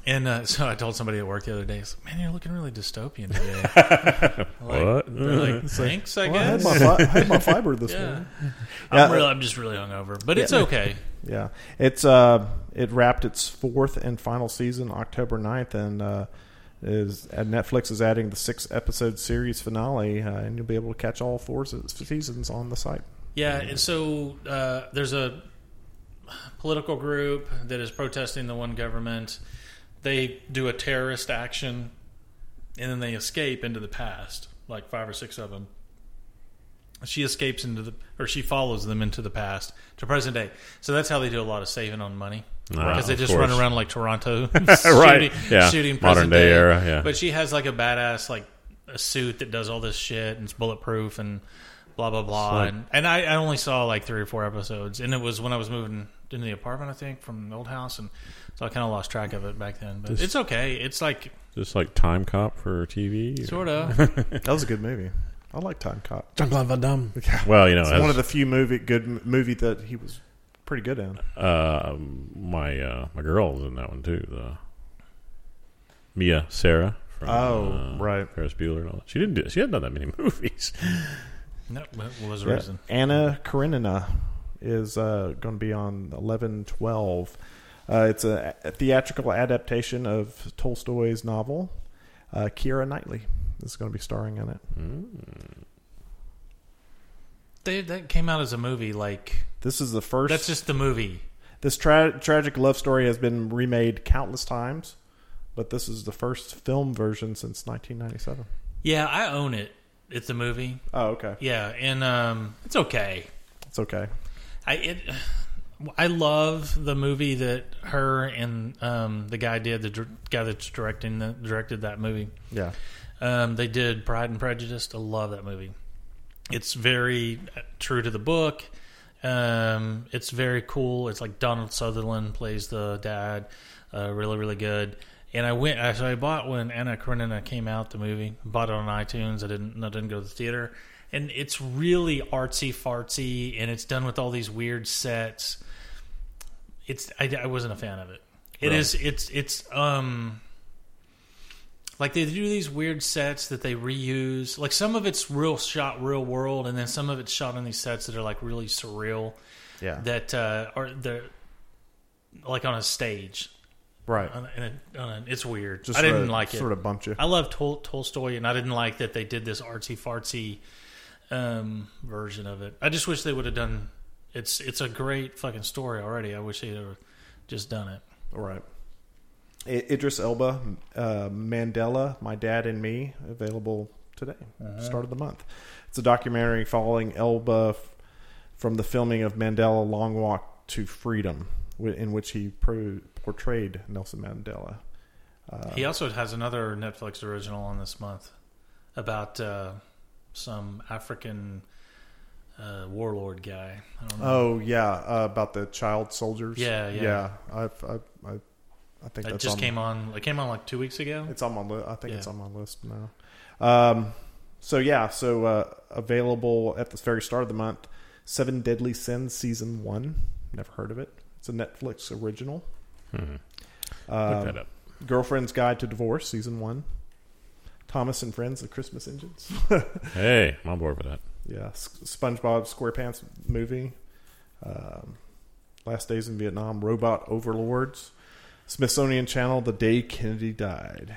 [SPEAKER 1] and uh, so I told somebody at work the other day, I was like, "Man, you're looking really dystopian today." like,
[SPEAKER 3] What?
[SPEAKER 1] They're like, thanks, I
[SPEAKER 2] Well, I had
[SPEAKER 1] guess.
[SPEAKER 2] my, fi- I had my fiber this
[SPEAKER 1] yeah.
[SPEAKER 2] morning.
[SPEAKER 1] I'm,
[SPEAKER 2] Yeah.
[SPEAKER 3] uh,
[SPEAKER 1] real, I'm just really hungover, but it's okay.
[SPEAKER 2] Yeah, it's uh, it wrapped its fourth and final season October 9th, and uh, is and Netflix is adding the six episode series finale, uh, and you'll be able to catch all four se- seasons on the site.
[SPEAKER 1] Yeah, and so uh, there's a political group that is protesting the one government. They do a terrorist action, and then they escape into the past, like five or six of them. She escapes into the, or she follows them into the past to present day. So that's how they do a lot of saving on money
[SPEAKER 3] Ah,
[SPEAKER 1] because they
[SPEAKER 3] of
[SPEAKER 1] just
[SPEAKER 3] course.
[SPEAKER 1] run around like Toronto,
[SPEAKER 3] Right,
[SPEAKER 1] Shooting,
[SPEAKER 3] yeah.
[SPEAKER 1] shooting
[SPEAKER 3] Modern
[SPEAKER 1] present
[SPEAKER 3] day era, yeah.
[SPEAKER 1] But she has like a badass like a suit that does all this shit and it's bulletproof and blah blah blah.
[SPEAKER 3] Slick.
[SPEAKER 1] And, and I, I only saw like three or four episodes, and it was when I was moving into the apartment, I think, from the old house, and so I kind of lost track of it back then. But
[SPEAKER 3] This-
[SPEAKER 1] it's okay. It's like
[SPEAKER 3] Just like Time Cop for TV. or-
[SPEAKER 1] sort of.
[SPEAKER 2] That was a good movie. I like Time Cop.
[SPEAKER 4] Jean-Claude Van Damme.
[SPEAKER 3] Well, you know,
[SPEAKER 2] It's
[SPEAKER 3] as-
[SPEAKER 2] one of the few movie good m- movie that he was pretty good in.
[SPEAKER 3] Uh, my uh, my girl's in that one too. The Mia Sarah. From,
[SPEAKER 2] Oh,
[SPEAKER 3] uh,
[SPEAKER 2] right.
[SPEAKER 3] Ferris Bueller and all that. She didn't do. She hadn't done that many movies.
[SPEAKER 1] no, well, was a
[SPEAKER 2] Yeah.
[SPEAKER 1] reason.
[SPEAKER 2] Anna Karenina is uh, going to be on eleven twelve. Uh, it's a, a theatrical adaptation of Tolstoy's novel. Uh, Kira Knightley is going to be starring in it.
[SPEAKER 1] They, that came out as a movie. Like
[SPEAKER 2] This is the first.
[SPEAKER 1] that's just the movie.
[SPEAKER 2] this tra- tragic love story has been remade countless times, but this is the first film version since 1997.
[SPEAKER 1] Yeah, I own it. It's a movie.
[SPEAKER 2] Oh, okay,
[SPEAKER 1] Yeah, and um, it's okay.
[SPEAKER 2] it's okay.
[SPEAKER 1] I it, I love the movie that her and um, the guy did the dir- guy that's directing the, directed that movie.
[SPEAKER 2] Yeah,
[SPEAKER 1] Um, they did Pride and Prejudice. I love that movie. It's very uh, true to the book. Um, it's very cool. It's like Donald Sutherland plays the dad. Uh, really, really good. And I went. I- So I bought when Anna Karenina came out the movie. Bought it on iTunes. I didn't. I didn't go to the theater. And it's really artsy fartsy, and it's done with all these weird sets. It's. I, I wasn't a fan of it. It is. It's. It's. Um. Like they do these weird sets that they reuse. Like some of it's real shot, real world, and then some of it's shot on these sets that are like really surreal.
[SPEAKER 2] yeah,
[SPEAKER 1] That uh, are they're like on a stage.
[SPEAKER 2] right.
[SPEAKER 1] On a, in a, on a, it's weird.
[SPEAKER 2] Just
[SPEAKER 1] I
[SPEAKER 2] sorta-
[SPEAKER 1] didn't like it.
[SPEAKER 2] Sort of bumped you.
[SPEAKER 1] I love Tol- Tolstoy, and I didn't like that they did this artsy fartsy um, version of it. I just wish they would have done. It's it's a great fucking story already. I wish they would have just done it.
[SPEAKER 2] All right. I- Idris Elba, uh, Mandela, My Dad and Me, available today,
[SPEAKER 1] Mm-hmm.
[SPEAKER 2] start of the month. It's a documentary following Elba f- from the filming of Mandela Long Walk to Freedom, wh- in which he pro- portrayed Nelson Mandela.
[SPEAKER 1] Mm-hmm. He
[SPEAKER 2] Um,
[SPEAKER 1] also has another Netflix original on this month about uh, some African uh, warlord guy. I don't know.
[SPEAKER 2] Oh yeah, uh, about the child soldiers.
[SPEAKER 1] Yeah, yeah.
[SPEAKER 2] yeah. I've, I, I, I think
[SPEAKER 1] it
[SPEAKER 2] that's
[SPEAKER 1] just
[SPEAKER 2] on-
[SPEAKER 1] came on. It came on like two weeks ago.
[SPEAKER 2] It's on my list. I think it's
[SPEAKER 1] Yeah.
[SPEAKER 2] on my list now. Um, so yeah, so uh, available at the very start of the month. Seven Deadly Sins season one. Never heard of it. It's a Netflix original.
[SPEAKER 3] Look
[SPEAKER 2] Um,
[SPEAKER 3] that up.
[SPEAKER 2] Girlfriend's Guide to Divorce season one. Thomas and Friends: The Christmas Engines.
[SPEAKER 3] Hey, I'm on board with that.
[SPEAKER 2] yeah, S- SpongeBob SquarePants movie. Um, Last Days in Vietnam. Robot Overlords. Smithsonian Channel. The Day Kennedy Died.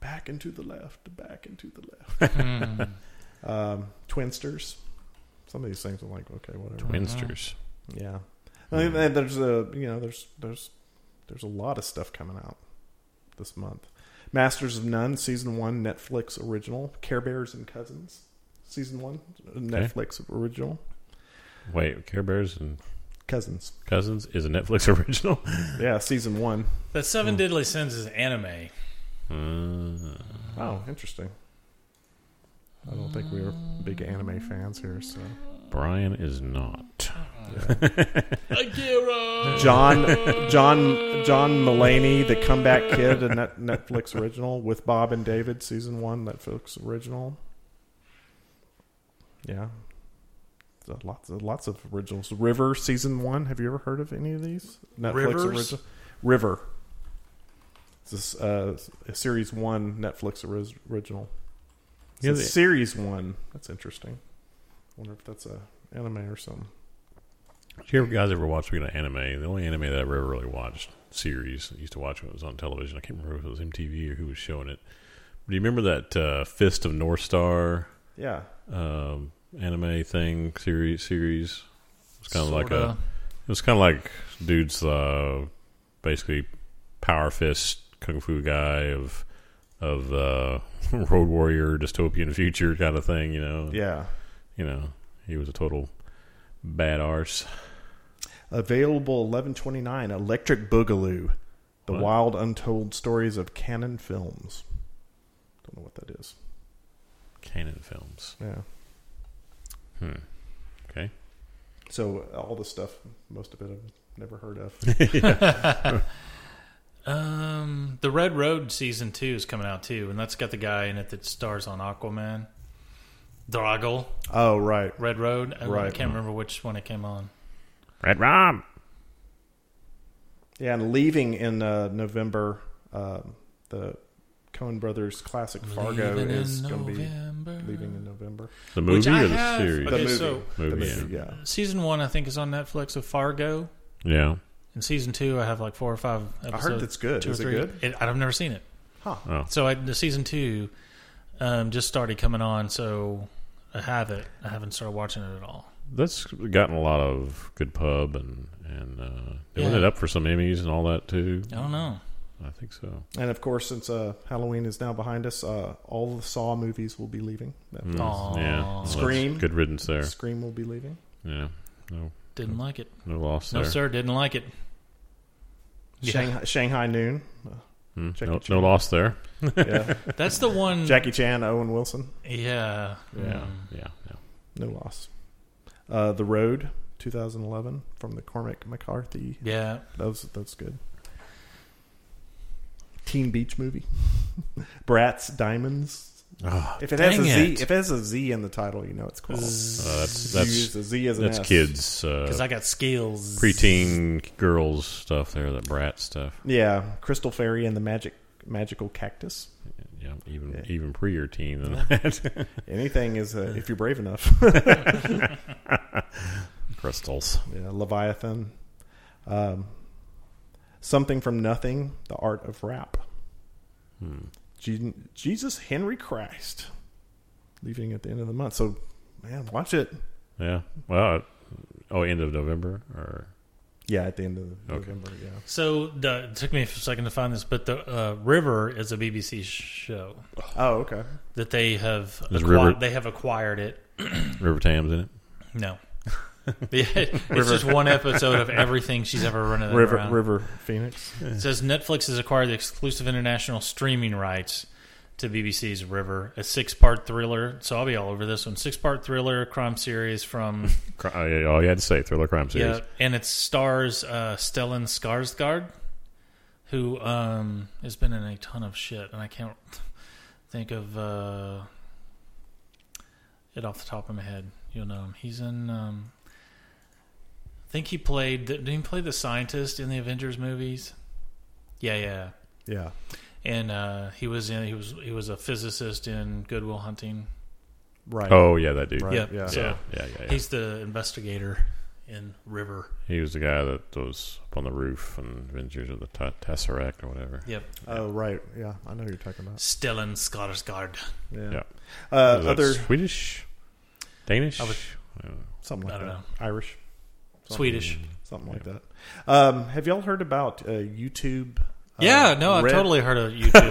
[SPEAKER 2] Back and to the left. Back and to the left.
[SPEAKER 1] Mm.
[SPEAKER 2] um, Twinsters. Some of these things are like okay, whatever.
[SPEAKER 3] Winsters.
[SPEAKER 2] yeah, I mean, and there's a you know there's there's there's a lot of stuff coming out this month. Masters of None season one Netflix original. Care Bears and Cousins season one Netflix original. uh-huh.
[SPEAKER 3] Wait, Care Bears and
[SPEAKER 2] Cousins,
[SPEAKER 3] Cousins is a Netflix original.
[SPEAKER 2] yeah, season one.
[SPEAKER 1] That
[SPEAKER 2] Hmm.
[SPEAKER 1] Seven Deadly Sins is anime.
[SPEAKER 3] Uh,
[SPEAKER 2] Oh, interesting. I don't think we were big anime fans here, so.
[SPEAKER 3] Brian is not.
[SPEAKER 1] Akira.
[SPEAKER 2] John John John Mullaney, the comeback kid, a Net- Netflix original with Bob and David, season one Netflix original. Yeah, So lots of lots of originals. River season one. Have you ever heard of any of these Netflix
[SPEAKER 1] Rivers?
[SPEAKER 2] original? River. This is uh, a series one Netflix oris- original. It's
[SPEAKER 3] Yeah,
[SPEAKER 2] a
[SPEAKER 3] they-
[SPEAKER 2] series one. That's interesting. Wonder if that's a anime or something.
[SPEAKER 3] Did you ever guys ever watch regular anime? The only anime that I ever really watched series I used to watch when it was on television. I can't remember if it was MTV or who was showing it. Do you remember that uh, Fist of North Star
[SPEAKER 2] Yeah,
[SPEAKER 3] um, anime thing series? Series. It's kind of like a. It was kind of like dude's uh, basically power fist kung fu guy of of uh, road warrior dystopian future kind of thing. You know.
[SPEAKER 2] yeah.
[SPEAKER 3] You know, he was a total bad arse.
[SPEAKER 2] Available eleven twenty nine. Electric Boogaloo, the
[SPEAKER 3] What?
[SPEAKER 2] wild untold stories of canon films. Don't know what that is.
[SPEAKER 3] Canon films.
[SPEAKER 2] Yeah.
[SPEAKER 3] Hmm. Okay.
[SPEAKER 2] So all the stuff, most of it I've never heard of.
[SPEAKER 1] Um, the Red Road season two is coming out too, and that's got the guy in it that stars on Aquaman, Drago.
[SPEAKER 2] oh right.
[SPEAKER 1] Red Road. I
[SPEAKER 2] Right.
[SPEAKER 1] can't remember which one it came on.
[SPEAKER 3] Red Rom.
[SPEAKER 2] Yeah, and leaving in uh, November, um, the Cohen Brothers classic Fargo
[SPEAKER 1] Leaving in
[SPEAKER 2] is going to be
[SPEAKER 1] November.
[SPEAKER 2] leaving in November.
[SPEAKER 3] The
[SPEAKER 1] Which
[SPEAKER 3] movie
[SPEAKER 1] I
[SPEAKER 3] or the
[SPEAKER 1] have-
[SPEAKER 3] series?
[SPEAKER 1] Okay,
[SPEAKER 2] the movie.
[SPEAKER 1] so-
[SPEAKER 2] the
[SPEAKER 3] Movie,
[SPEAKER 2] movie, yeah.
[SPEAKER 1] Season one, I think, is on Netflix of Fargo,
[SPEAKER 3] yeah.
[SPEAKER 1] and season two, I have like four or five. Episodes,
[SPEAKER 2] I heard that's good.
[SPEAKER 1] Two
[SPEAKER 2] Is
[SPEAKER 1] or
[SPEAKER 2] it
[SPEAKER 1] three.
[SPEAKER 2] good?
[SPEAKER 1] It, I've never seen it.
[SPEAKER 2] Huh.
[SPEAKER 3] Oh.
[SPEAKER 1] So I, the season two um, just started coming on, so I have it. I haven't started watching it at all.
[SPEAKER 3] That's gotten a lot of good pub and and uh, they went
[SPEAKER 1] Yeah.
[SPEAKER 3] it up for some Emmys and all that too.
[SPEAKER 1] I don't know.
[SPEAKER 3] I think so.
[SPEAKER 2] And of course, since uh, Halloween is now behind us, uh, all the Saw movies will be leaving.
[SPEAKER 3] Mm,
[SPEAKER 1] Aw.
[SPEAKER 3] Yeah. Well, that's
[SPEAKER 2] Scream.
[SPEAKER 3] Good riddance there.
[SPEAKER 2] Scream will be leaving.
[SPEAKER 3] Yeah. No.
[SPEAKER 1] Didn't like it.
[SPEAKER 3] No loss
[SPEAKER 1] No,
[SPEAKER 3] there.
[SPEAKER 1] sir, didn't like it. Yeah.
[SPEAKER 2] Shanghai, Shanghai Noon.
[SPEAKER 3] Mm,
[SPEAKER 2] Check
[SPEAKER 3] no,
[SPEAKER 2] it, check
[SPEAKER 3] no
[SPEAKER 2] it.
[SPEAKER 3] loss there.
[SPEAKER 2] Yeah.
[SPEAKER 1] That's the one.
[SPEAKER 2] Jackie Chan, Owen Wilson.
[SPEAKER 1] Yeah.
[SPEAKER 3] Yeah.
[SPEAKER 1] Mm.
[SPEAKER 3] Yeah. yeah.
[SPEAKER 2] No loss. Uh, the Road, 2011, from the Cormac McCarthy.
[SPEAKER 1] Yeah.
[SPEAKER 2] That was, that's good. Teen Beach movie. Bratz Diamonds.
[SPEAKER 3] Oh,
[SPEAKER 2] If it has a
[SPEAKER 1] Dang
[SPEAKER 2] Z,
[SPEAKER 1] it.
[SPEAKER 2] if it has a Z in the title, you know it's cool.
[SPEAKER 3] uh, that's
[SPEAKER 2] you use
[SPEAKER 3] that's
[SPEAKER 2] the Z as an
[SPEAKER 3] that's
[SPEAKER 2] S.
[SPEAKER 3] kids uh,
[SPEAKER 1] Because I got skills.
[SPEAKER 3] preteen girls stuff there. That brat stuff.
[SPEAKER 2] Yeah, Crystal Fairy and the Magic Magical Cactus.
[SPEAKER 3] Yeah. Even
[SPEAKER 2] Yeah.
[SPEAKER 3] even pre your teen than that.
[SPEAKER 2] Anything is uh, if you're brave enough.
[SPEAKER 3] Crystals.
[SPEAKER 2] Yeah, Leviathan. Um, Something from Nothing, The Art of Rap.
[SPEAKER 1] Hmm.
[SPEAKER 2] Je- Jesus Henry Christ. Leaving at the end of the month. So, man, watch it.
[SPEAKER 3] Yeah. Well. I- Oh, end of November or
[SPEAKER 2] Yeah, at the end of November. Yeah.
[SPEAKER 1] So the, it took me a second to find this, but the uh, River is a BBC show
[SPEAKER 2] Oh, okay.
[SPEAKER 1] that they have
[SPEAKER 3] Is
[SPEAKER 1] acqui-
[SPEAKER 3] River-
[SPEAKER 1] they have acquired it.
[SPEAKER 3] River Thames in it.
[SPEAKER 1] No, Yeah, it's just one episode of everything she's ever run it
[SPEAKER 2] River
[SPEAKER 1] around.
[SPEAKER 2] River Phoenix.
[SPEAKER 1] It says Netflix has acquired the exclusive international streaming rights to BBC's River, a six-part thriller. So I'll be all over this one. Six-part thriller crime series from
[SPEAKER 3] Cri- oh, All you had to say, thriller crime series.
[SPEAKER 1] yeah, and it stars uh, Stellan Skarsgård, who um, has been in a ton of shit, and I can't think of uh, it off the top of my head. You'll know him. He's in. Um, I think he played. Did he play the scientist in the Avengers movies? Yeah, yeah
[SPEAKER 2] Yeah.
[SPEAKER 1] and uh, he was in he was he was a physicist in Goodwill Hunting.
[SPEAKER 2] Right.
[SPEAKER 3] Oh yeah, that dude.
[SPEAKER 2] Right.
[SPEAKER 1] Yeah,
[SPEAKER 2] yeah.
[SPEAKER 1] so
[SPEAKER 3] Yeah, yeah, yeah. yeah.
[SPEAKER 1] he's the investigator in River.
[SPEAKER 3] He was the guy that was up on the roof and Avengers of the T- Tesseract or whatever.
[SPEAKER 1] Yep,
[SPEAKER 2] Oh, right. Yeah, I know who you're talking about.
[SPEAKER 1] Stellan Skarsgård.
[SPEAKER 2] Yeah.
[SPEAKER 3] Yeah.
[SPEAKER 2] Uh,
[SPEAKER 3] Was that
[SPEAKER 2] other
[SPEAKER 3] Swedish, Danish.
[SPEAKER 1] I would-
[SPEAKER 2] something
[SPEAKER 1] I
[SPEAKER 2] like
[SPEAKER 1] don't
[SPEAKER 2] that.
[SPEAKER 1] know.
[SPEAKER 2] Irish, uh,
[SPEAKER 1] Swedish.
[SPEAKER 2] something like that. Um, have y'all heard about uh, YouTube? uh,
[SPEAKER 1] yeah, no, I've
[SPEAKER 2] Red-
[SPEAKER 1] totally heard of YouTube.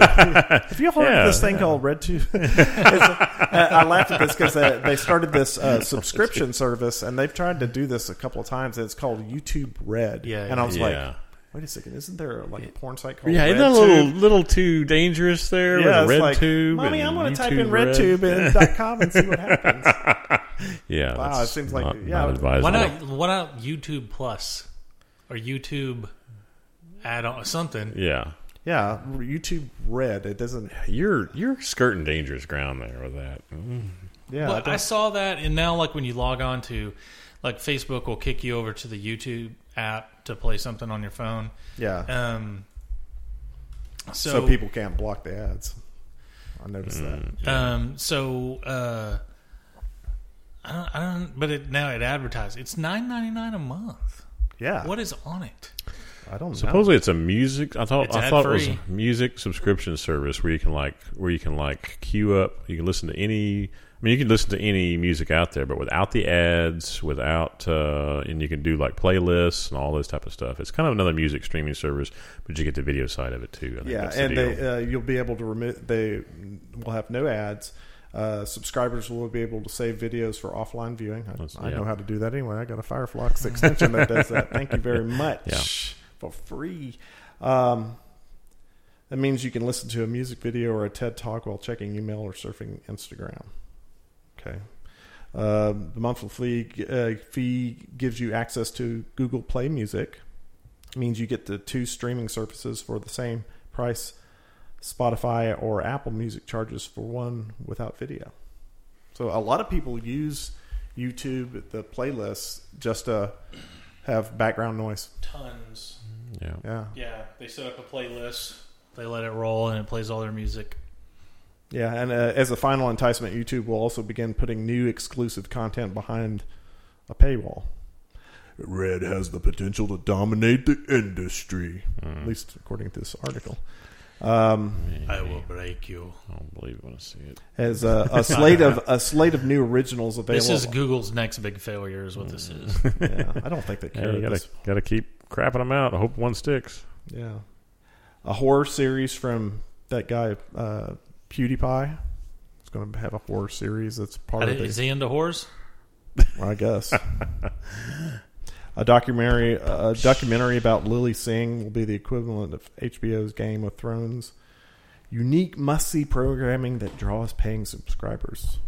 [SPEAKER 2] Have y'all heard
[SPEAKER 3] Yeah,
[SPEAKER 2] of this thing
[SPEAKER 3] yeah.
[SPEAKER 2] called RedTube? It's- I I laughed at this because they, they started this uh, subscription service, and they've tried to do this a couple of times. And it's called YouTube Red.
[SPEAKER 1] Yeah,
[SPEAKER 2] and I was
[SPEAKER 3] Yeah.
[SPEAKER 2] like, wait a second, isn't there like a porn site called?
[SPEAKER 3] yeah,
[SPEAKER 2] RedTube?
[SPEAKER 3] isn't that a little little too dangerous there?
[SPEAKER 2] Yeah,
[SPEAKER 3] with
[SPEAKER 2] it's
[SPEAKER 3] red
[SPEAKER 2] like,
[SPEAKER 3] tube.
[SPEAKER 2] mommy,
[SPEAKER 3] and
[SPEAKER 2] I'm going to type in
[SPEAKER 3] YouTube Red."
[SPEAKER 2] RedTube and dot .com and see what happens.
[SPEAKER 3] Yeah,
[SPEAKER 2] Wow,
[SPEAKER 3] that's
[SPEAKER 2] it seems like-
[SPEAKER 3] not,
[SPEAKER 2] yeah,
[SPEAKER 3] not
[SPEAKER 2] why
[SPEAKER 3] advisable.
[SPEAKER 1] why not why not YouTube Plus or YouTube add on something?
[SPEAKER 3] Yeah,
[SPEAKER 2] Yeah, YouTube Red. It doesn't.
[SPEAKER 3] you're you're skirting dangerous ground there with that. Mm.
[SPEAKER 2] Yeah,
[SPEAKER 1] Well,
[SPEAKER 2] I don't-
[SPEAKER 1] I saw that, and now like when you log on to, like Facebook will kick you over to the YouTube app to play something on your phone.
[SPEAKER 2] yeah.
[SPEAKER 1] Um, so,
[SPEAKER 2] so, people can't block the ads. I noticed
[SPEAKER 3] Mm.
[SPEAKER 2] that.
[SPEAKER 1] Um, so uh, I don't, I don't. But it, now it advertises. It's nine ninety nine a month.
[SPEAKER 2] Yeah,
[SPEAKER 1] What is on it?
[SPEAKER 2] I don't
[SPEAKER 3] Supposedly, it's a music. I thought
[SPEAKER 1] It's
[SPEAKER 3] I thought it was a
[SPEAKER 1] ad-free.
[SPEAKER 3] music subscription service where you can like where you can like queue up. You can listen to any. I mean, you can listen to any music out there, but without the ads, without uh, and you can do like playlists and all those type of stuff. It's kind of another music streaming service, but you get the video side of it too. I think
[SPEAKER 2] know. Yeah,
[SPEAKER 3] that's the
[SPEAKER 2] and
[SPEAKER 3] deal.
[SPEAKER 2] they, uh, you'll be able to remove. They will have no ads. Uh, subscribers will be able to save videos for offline viewing. I,
[SPEAKER 3] That's-
[SPEAKER 2] I
[SPEAKER 3] yeah.
[SPEAKER 2] know how to do that anyway. I got a Firefox extension that does that. Thank you very much for free. Um, that means you can listen to a music video or a TED talk while checking email or surfing Instagram. Okay. Um, the monthly fee, uh, fee gives you access to Google Play Music. It means you get the two streaming services for the same price. Spotify or Apple Music charges for one without video. So a lot of people use YouTube the playlists just to have background noise.
[SPEAKER 1] Tons.
[SPEAKER 3] yeah.
[SPEAKER 2] Yeah,
[SPEAKER 1] Yeah, they set up a playlist. They let it roll, and it plays all their music.
[SPEAKER 2] yeah. And uh, as a final enticement, YouTube will also begin putting new exclusive content behind a paywall.
[SPEAKER 5] Red has the potential to dominate the industry.
[SPEAKER 2] At least according to this article.
[SPEAKER 1] I will break you.
[SPEAKER 3] I don't believe I want to see it.
[SPEAKER 2] As a, a slate of a slate of new originals available.
[SPEAKER 1] This is Google's next big failure, is what this is.
[SPEAKER 2] yeah, I don't think they
[SPEAKER 3] Yeah,
[SPEAKER 2] care.
[SPEAKER 3] you
[SPEAKER 2] at
[SPEAKER 3] gotta
[SPEAKER 2] this
[SPEAKER 3] gotta keep crapping them out. I hope one sticks.
[SPEAKER 2] Yeah. A horror series from that guy, uh, PewDiePie. It's going to have a horror series that's part of
[SPEAKER 1] is
[SPEAKER 2] the.
[SPEAKER 1] he into horse?
[SPEAKER 2] well, I guess. a documentary, a documentary about Lily Singh will be the equivalent of HBO's Game of Thrones. Unique must-see programming that draws paying subscribers.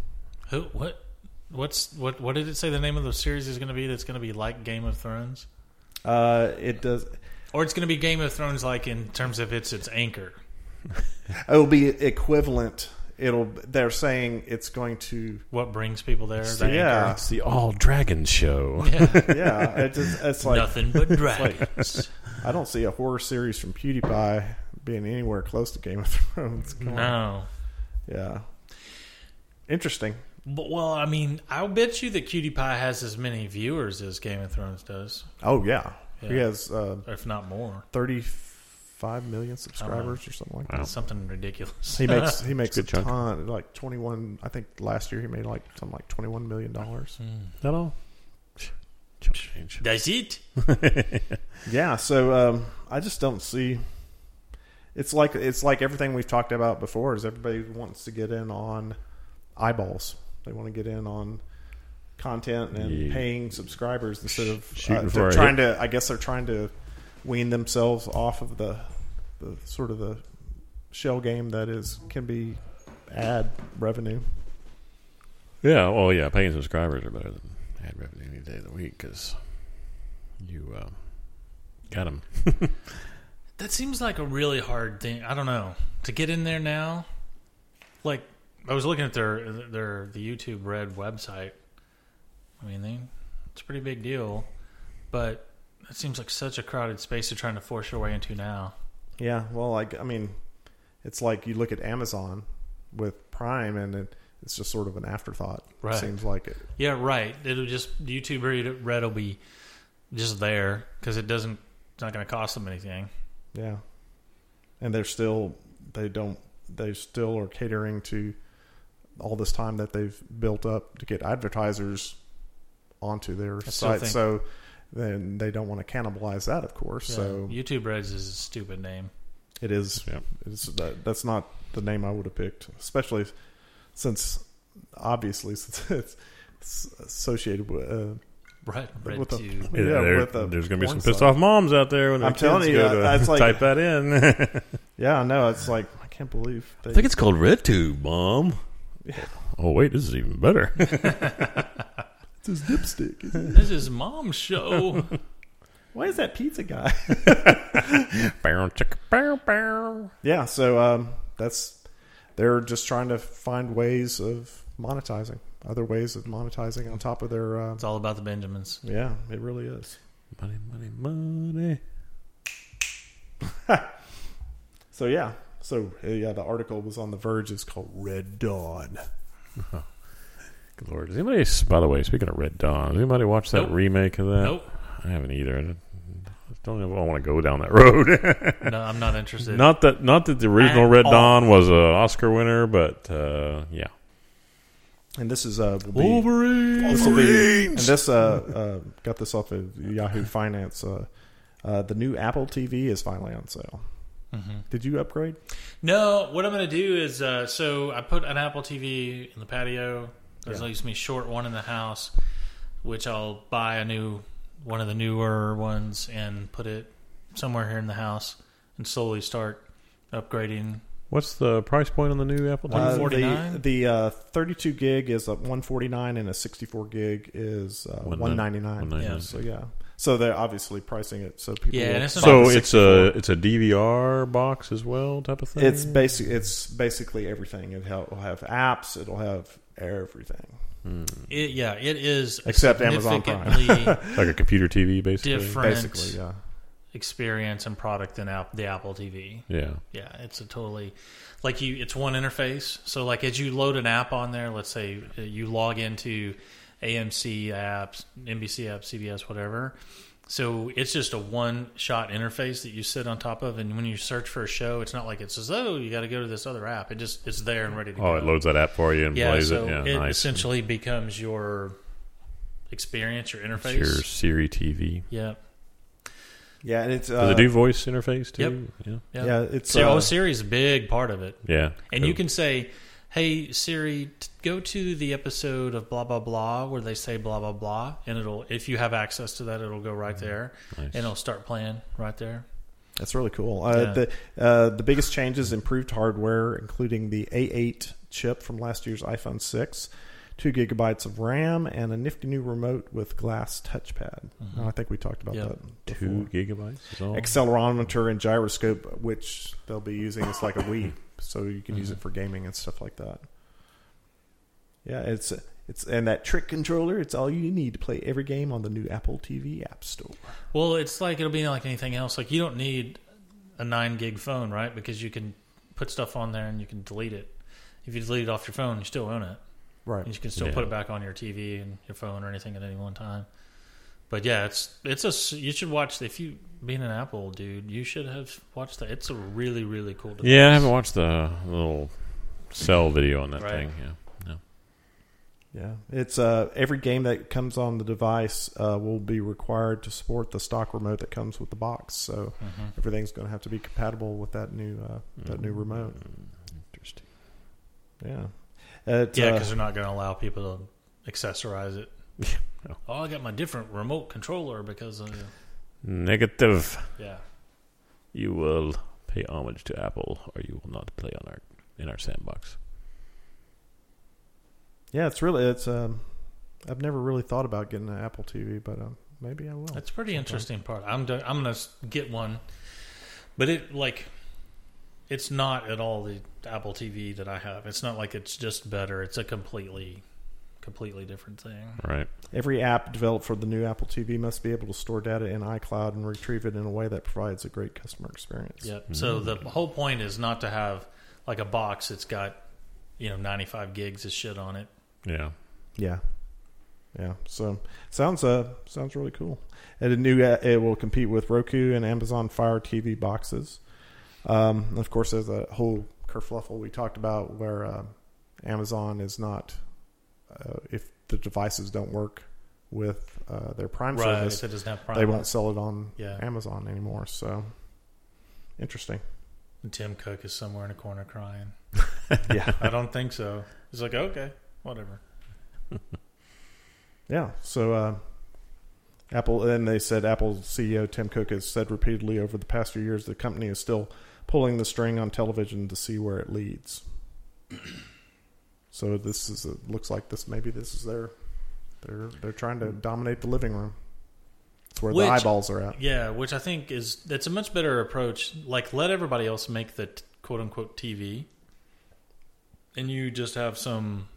[SPEAKER 1] Who? What? What's what? What did it say? The name of the series is going to be that's going to be like Game of Thrones,
[SPEAKER 2] Uh, it does.
[SPEAKER 1] or it's going to be Game of Thrones like in terms of its its anchor.
[SPEAKER 2] It'll be equivalent. It'll. They're saying it's going to.
[SPEAKER 1] What brings people there? the anchor.
[SPEAKER 2] Yeah,
[SPEAKER 3] It's the all dragon show.
[SPEAKER 2] yeah. It just, it's like
[SPEAKER 1] Nothing but dragons.
[SPEAKER 2] I don't see a horror series from PewDiePie being anywhere close to Game of Thrones.
[SPEAKER 1] Mm-hmm.
[SPEAKER 2] Come on.
[SPEAKER 1] no.
[SPEAKER 2] Yeah. Interesting.
[SPEAKER 1] But, well, I mean, I'll bet you that Cutie Pie has as many viewers as Game of Thrones does,
[SPEAKER 2] Oh, yeah. He
[SPEAKER 1] Yeah.
[SPEAKER 2] has uh,
[SPEAKER 1] if not more.
[SPEAKER 2] 35 million subscribers or something like that.
[SPEAKER 3] Wow.
[SPEAKER 1] Something ridiculous.
[SPEAKER 2] He makes he makes a
[SPEAKER 3] Good chunk.
[SPEAKER 2] ton like twenty one. I think last year he made like something like twenty one million dollars.
[SPEAKER 3] That all? change.
[SPEAKER 1] That's it.
[SPEAKER 2] Yeah, so um, I just don't see. It's like it's like everything we've talked about before. Is everybody wants to get in on eyeballs? They want to get in on content and
[SPEAKER 3] Yeah.
[SPEAKER 2] paying subscribers instead of
[SPEAKER 3] Shooting
[SPEAKER 2] uh,
[SPEAKER 3] for
[SPEAKER 2] they're
[SPEAKER 3] a
[SPEAKER 2] trying to. I guess they're trying to wean themselves off of the the sort of the shell game that is can be ad revenue.
[SPEAKER 3] Yeah, well, yeah, paying subscribers are better than ad revenue any day of the week because you uh, got them.
[SPEAKER 1] That seems like a really hard thing. I don't know to get in there now. Like I was looking at their their the YouTube Red website. I mean, they, it's a pretty big deal, but it seems like such a crowded space you're trying to force your way into now.
[SPEAKER 2] Yeah, well, like I mean, it's like you look at Amazon with Prime, and it, it's just sort of an afterthought.
[SPEAKER 1] Right.
[SPEAKER 2] Seems like it.
[SPEAKER 1] Yeah, right. It'll just YouTube Red, Red will be just there because it doesn't. It's not going to cost them anything.
[SPEAKER 2] Yeah, and they're still they don't they still are catering to all this time that they've built up to get advertisers onto their
[SPEAKER 1] still
[SPEAKER 2] site.
[SPEAKER 1] think-
[SPEAKER 2] So then they don't want to cannibalize that, of course.
[SPEAKER 1] Yeah,
[SPEAKER 2] So
[SPEAKER 1] YouTube Reds is a stupid name.
[SPEAKER 2] it is
[SPEAKER 3] Yeah.
[SPEAKER 2] it's, that, that's not the name I would have picked, especially since obviously since it's s- associated with. Uh,
[SPEAKER 1] Right. Red
[SPEAKER 2] What the-
[SPEAKER 1] two.
[SPEAKER 2] Yeah,
[SPEAKER 3] there-
[SPEAKER 2] with the
[SPEAKER 3] there's going to be
[SPEAKER 2] porn
[SPEAKER 3] some pissed
[SPEAKER 2] site.
[SPEAKER 3] off moms out there when their
[SPEAKER 2] I'm
[SPEAKER 3] kids
[SPEAKER 2] telling you,
[SPEAKER 3] go
[SPEAKER 2] I-
[SPEAKER 3] to
[SPEAKER 2] that's like-
[SPEAKER 3] type that in. I
[SPEAKER 2] yeah, I know. It's like I can't believe they,
[SPEAKER 3] it's called RedTube, Mom. Oh wait, this is even better.
[SPEAKER 2] it's his dipstick. isn't it?
[SPEAKER 1] This is mom's show.
[SPEAKER 2] Why is that pizza guy?
[SPEAKER 3] Bow, chicka, bow, bow.
[SPEAKER 2] yeah so um, that's they're just trying to find ways of monetizing other ways of monetizing on top of their uh,
[SPEAKER 1] it's all about the Benjamins.
[SPEAKER 2] yeah it really is
[SPEAKER 3] Money, money, money.
[SPEAKER 2] so yeah so uh, yeah the article was on the verge it's called red dawn
[SPEAKER 3] Good lord. Does anybody, by the way, speaking of Red Dawn, does anybody watch that
[SPEAKER 1] Nope.
[SPEAKER 3] remake of that?
[SPEAKER 1] Nope.
[SPEAKER 3] I haven't either. I don't know if I want to go down that road.
[SPEAKER 1] No, I'm not interested.
[SPEAKER 3] not that not that the original
[SPEAKER 1] At
[SPEAKER 3] Red
[SPEAKER 1] all.
[SPEAKER 3] Dawn was an Oscar winner, but uh, yeah.
[SPEAKER 2] and this is uh will be-
[SPEAKER 3] Wolverine.
[SPEAKER 2] this will be and this uh, uh got this off of yahoo finance uh, uh the new apple tv is finally on sale
[SPEAKER 1] Mm-hmm.
[SPEAKER 2] did you upgrade
[SPEAKER 1] No, what I'm going to do is uh, so I put an Apple TV in the patio. That leaves me short one in the house, which I'll buy a new one of the newer ones and put it somewhere here in the house and slowly start upgrading.
[SPEAKER 3] What's the price point on the new Apple TV?
[SPEAKER 2] Uh,
[SPEAKER 1] 149?
[SPEAKER 2] the the uh, 32 gig is a 149 and a 64 gig is uh, 199.
[SPEAKER 3] 199.
[SPEAKER 1] Yeah.
[SPEAKER 2] So yeah, so they're obviously pricing it so people.
[SPEAKER 1] Yeah,
[SPEAKER 2] will
[SPEAKER 1] and it's
[SPEAKER 2] buy
[SPEAKER 3] so
[SPEAKER 2] the
[SPEAKER 3] it's
[SPEAKER 2] 64.
[SPEAKER 3] uh, a it's a DVR box as well type of thing.
[SPEAKER 2] it's basic it's basically everything. It will have apps. It'll have everything.
[SPEAKER 1] It, yeah, it is a
[SPEAKER 2] Except Amazon Prime.
[SPEAKER 1] significantly
[SPEAKER 3] like a computer TV, basically.
[SPEAKER 1] different
[SPEAKER 2] Basically, yeah.
[SPEAKER 1] experience and product than App, the Apple TV.
[SPEAKER 3] Yeah,
[SPEAKER 1] Yeah, it's a totally like you. It's one interface. So like as you load an app on there, let's say uh, you log into AMC apps, NBC app, CBS, whatever. So it's just a one-shot interface that you sit on top of, and when you search for a show, it's not like it says, "Oh, you got to go to this other app." It just it's there and ready to go.
[SPEAKER 3] Oh, it loads that app for you and
[SPEAKER 1] yeah,
[SPEAKER 3] plays
[SPEAKER 1] so
[SPEAKER 3] it. Yeah,
[SPEAKER 1] it
[SPEAKER 3] nice.
[SPEAKER 1] essentially becomes your experience, your
[SPEAKER 3] It's
[SPEAKER 1] interface.
[SPEAKER 3] your Siri TV.
[SPEAKER 1] Yeah,
[SPEAKER 2] Yeah, and it's uh,
[SPEAKER 3] Does it do voice interface too? Yeah,
[SPEAKER 1] yeah.
[SPEAKER 2] yeah, it's
[SPEAKER 1] so
[SPEAKER 2] uh,
[SPEAKER 1] oh, Siri's a big part of it.
[SPEAKER 3] yeah.
[SPEAKER 1] And
[SPEAKER 3] cool.
[SPEAKER 1] you can say, "Hey Siri, t- go to the episode of blah blah blah where they say blah blah blah," and it'll if you have access to that, it'll go right there
[SPEAKER 3] Mm, Nice.
[SPEAKER 1] and it'll start playing right there.
[SPEAKER 2] That's really cool. Uh,
[SPEAKER 1] Yeah.
[SPEAKER 2] The uh, the biggest changes improved hardware, including the A8 chip from last year's iPhone 6, two gigabytes of RAM, and a nifty new remote with glass touchpad. And I think we talked about
[SPEAKER 1] Yeah.
[SPEAKER 2] that. Before.
[SPEAKER 3] two gigabytes. Is all?
[SPEAKER 2] accelerometer and gyroscope, which they'll be using. It's like a Wii, so you can use it for gaming and stuff like that. Yeah, it's it's and that trick controller. It's all you need to play every game on the new Apple TV App Store.
[SPEAKER 1] Well, it's like it'll be like anything else. Like you don't need a nine gig phone, right? Because you can put stuff on there and you can delete it. If you delete it off your phone, you still own it.
[SPEAKER 2] Right.
[SPEAKER 1] You can still
[SPEAKER 3] Yeah.
[SPEAKER 1] put it back on your TV and your phone or anything at any one time. But yeah, it's it's a s- you should watch if you being an Apple dude, you should have watched that. It's a really really cool. Device.
[SPEAKER 3] Yeah, I haven't watched the little cell video on that
[SPEAKER 1] Right.
[SPEAKER 3] thing. Yeah, no.
[SPEAKER 2] Yeah, it's uh, every game that comes on the device uh, will be required to support the stock remote that comes with the box. So
[SPEAKER 1] Mhm.
[SPEAKER 2] everything's going to have to be compatible with that new uh, that
[SPEAKER 1] Mm-hmm.
[SPEAKER 2] new remote.
[SPEAKER 3] Interesting.
[SPEAKER 2] Yeah, it,
[SPEAKER 1] Yeah,
[SPEAKER 2] uh,
[SPEAKER 1] because they're not going to allow people to accessorize it.
[SPEAKER 3] Yeah, no.
[SPEAKER 1] Oh, I got my different remote controller because of
[SPEAKER 3] Negative.
[SPEAKER 1] yeah.
[SPEAKER 3] You will pay homage to Apple, or you will not play on our in our sandbox.
[SPEAKER 2] yeah, it's really it's. Um, I've never really thought about getting an Apple TV, but um, maybe I will.
[SPEAKER 1] That's a pretty interesting part. I'm do- I'm gonna s- get one, but it like, it's not at all the Apple TV that I have. It's not like it's just better. It's a completely, completely different thing.
[SPEAKER 3] Right.
[SPEAKER 2] Every app developed for the new Apple TV must be able to store data in iCloud and retrieve it in a way that provides a great customer experience.
[SPEAKER 1] Yep. So the
[SPEAKER 2] Mm-hmm.
[SPEAKER 1] whole point is not to have like a box that's got, you know, 95 gigs of shit on it.
[SPEAKER 3] Yeah.
[SPEAKER 2] Yeah, yeah. So sounds uh sounds really cool. And a new uh, it will compete with Roku and Amazon Fire TV boxes. Um, and of course, there's a whole kerfluffle we talked about where uh, Amazon is not uh, if the devices don't work with uh, their Prime
[SPEAKER 1] right.
[SPEAKER 2] service,
[SPEAKER 1] That doesn't have Prime.
[SPEAKER 2] they won't sell it on
[SPEAKER 1] Yeah.
[SPEAKER 2] Amazon anymore. So interesting.
[SPEAKER 1] And Tim Cook is somewhere in a corner crying.
[SPEAKER 2] Yeah.
[SPEAKER 1] I don't think so. He's like, okay, whatever.
[SPEAKER 2] Yeah. So uh, Apple, and they said Apple CEO Tim Cook has said repeatedly over the past few years the company is still pulling the string on television to see where it leads. So this is it looks like this maybe this is their they're they're trying to dominate the living room. It's where
[SPEAKER 1] Which-
[SPEAKER 2] the eyeballs are at.
[SPEAKER 1] Yeah, which I think is that's a much better approach. Like, let everybody else make the t- quote unquote TV, and you just have some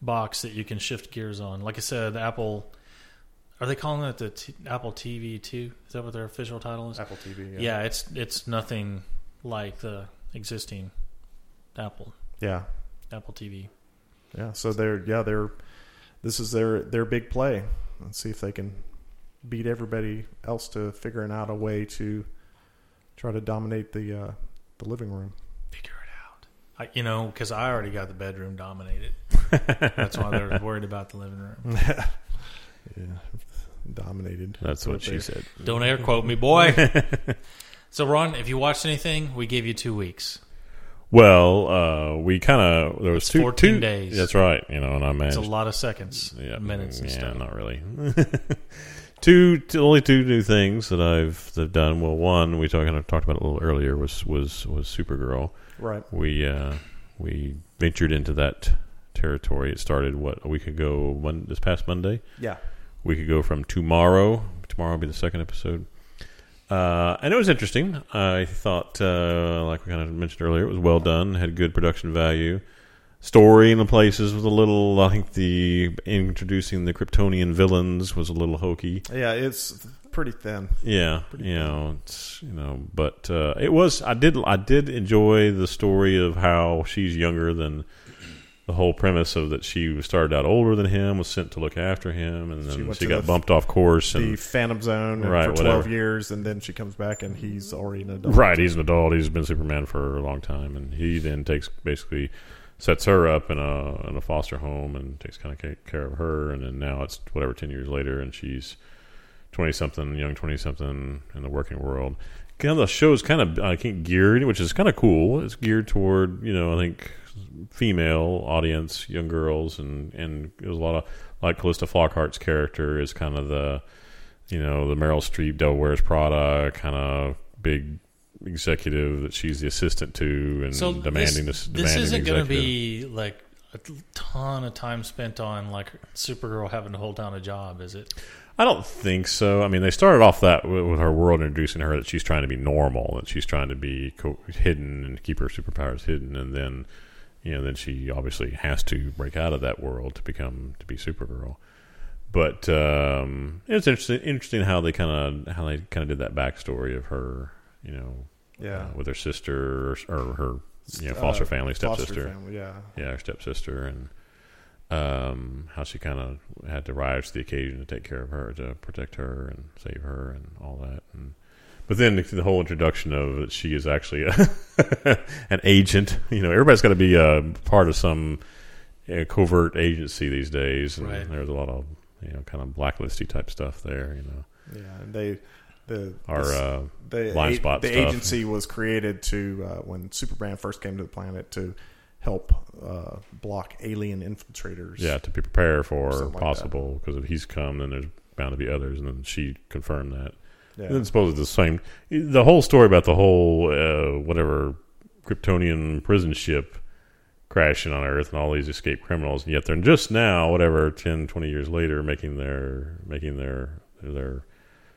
[SPEAKER 1] box that you can shift gears on. Like I said, Apple. Are they calling it the t- Apple TV Two? Is that what their official title is?
[SPEAKER 2] Apple TV.
[SPEAKER 1] Yeah. it's it's nothing like the existing Apple
[SPEAKER 2] Yeah.
[SPEAKER 1] Apple TV.
[SPEAKER 2] Yeah. So they're yeah they're this is their their big play. Let's see if they can beat everybody else to figuring out a way to try to dominate the uh, the living room.
[SPEAKER 1] Figure it out. I, you know, because I already got the bedroom dominated. That's why they're worried about the living room.
[SPEAKER 2] yeah, dominated.
[SPEAKER 3] That's what she
[SPEAKER 2] they-
[SPEAKER 3] said.
[SPEAKER 1] Don't air quote me, boy. so, Ron, if you watched anything, we gave you two weeks.
[SPEAKER 3] Well, uh, we kind of there was two
[SPEAKER 1] 14
[SPEAKER 3] two-
[SPEAKER 1] days.
[SPEAKER 3] That's right. You know, and I
[SPEAKER 1] It's
[SPEAKER 3] managed
[SPEAKER 1] a lot of seconds, minutes, and
[SPEAKER 3] yeah,
[SPEAKER 1] stuff.
[SPEAKER 3] not really. two, two, only two new things that I've that I've done. Well, one we talking I talked about it a little earlier was was was Supergirl.
[SPEAKER 2] Right.
[SPEAKER 3] We uh, we ventured into that territory. It started what a week ago. Mon- this past Monday,
[SPEAKER 2] Yeah.
[SPEAKER 3] we could go from tomorrow. Tomorrow will be the second episode. Uh, and it was interesting. I thought, uh, like we kind of mentioned earlier, it was well done, had good production value. Story in the places was a little, I think the introducing the Kryptonian villains was a little hokey.
[SPEAKER 2] Yeah. It's pretty thin.
[SPEAKER 3] Yeah, you know, it's, you know, but uh, it was. I did. I did enjoy the story of how she's younger than the whole premise of that she started out older than him, was sent to look after him, and
[SPEAKER 2] She
[SPEAKER 3] then
[SPEAKER 2] went
[SPEAKER 3] she,
[SPEAKER 2] to
[SPEAKER 3] got
[SPEAKER 2] the-
[SPEAKER 3] bumped off course.
[SPEAKER 2] The
[SPEAKER 3] And
[SPEAKER 2] Phantom Zone
[SPEAKER 3] Right,
[SPEAKER 2] for twelve
[SPEAKER 3] whatever.
[SPEAKER 2] years, and then she comes back, and he's already an adult.
[SPEAKER 3] right, he's an adult. He's been Superman for a long time, and he then takes basically sets her up in a in a foster home and takes kind of ca- care of her. And then now it's whatever ten years later, and she's twenty something, young twenty something in the working world. Kind of the show is kind of uh, I think geared, which is kind of cool. It's geared toward you know I think female audience, young girls, and and there's a lot of like Callista Flockhart's character is kind of the you know the Meryl Streep, Del Wears Prada kind of big executive that she's the assistant to and
[SPEAKER 1] So
[SPEAKER 3] demanding
[SPEAKER 1] this, this
[SPEAKER 3] this. demanding
[SPEAKER 1] isn't going to be
[SPEAKER 3] executive.
[SPEAKER 1] like a ton of time spent on like Supergirl having to hold down a job, is it?
[SPEAKER 3] I don't think so. I mean, they started off that with, with her world introducing her that she's trying to be normal, that she's trying to be co- hidden and keep her superpowers hidden, and then you know, then she obviously has to break out of that world to become to be Supergirl. But um, it's interesting, interesting how they kind of how they kind of did that backstory of her, you know,
[SPEAKER 2] Yeah.
[SPEAKER 3] uh, with her sister or, or her you know,
[SPEAKER 2] Uh,
[SPEAKER 3] foster family
[SPEAKER 2] foster
[SPEAKER 3] stepsister
[SPEAKER 2] family, yeah.
[SPEAKER 3] yeah, her stepsister, and um, how she kind of had to rise to the occasion to take care of her, to protect her and save her, and all that. And but then the, the whole introduction of that she is actually a an agent. You know, everybody's got to be a part of uh, some yeah, covert agency these days, and
[SPEAKER 1] Right.
[SPEAKER 3] there's a lot of you know kind of blacklisty type stuff there. You know,
[SPEAKER 2] Yeah, and they the
[SPEAKER 3] our uh,
[SPEAKER 2] the,
[SPEAKER 3] blind spot
[SPEAKER 2] the
[SPEAKER 3] stuff.
[SPEAKER 2] agency was created to uh, when Superman first came to the planet to help uh, block alien infiltrators.
[SPEAKER 3] yeah to be prepared for
[SPEAKER 2] Something like that.
[SPEAKER 3] possible because if he's come, then there's bound to be others, and then she confirmed that.
[SPEAKER 2] Yeah.
[SPEAKER 3] And then suppose it's the same. The whole story about the whole uh, whatever Kryptonian prison ship crashing on Earth and all these escaped criminals, and yet they're just now, whatever, 10, 20 years later, making their making their their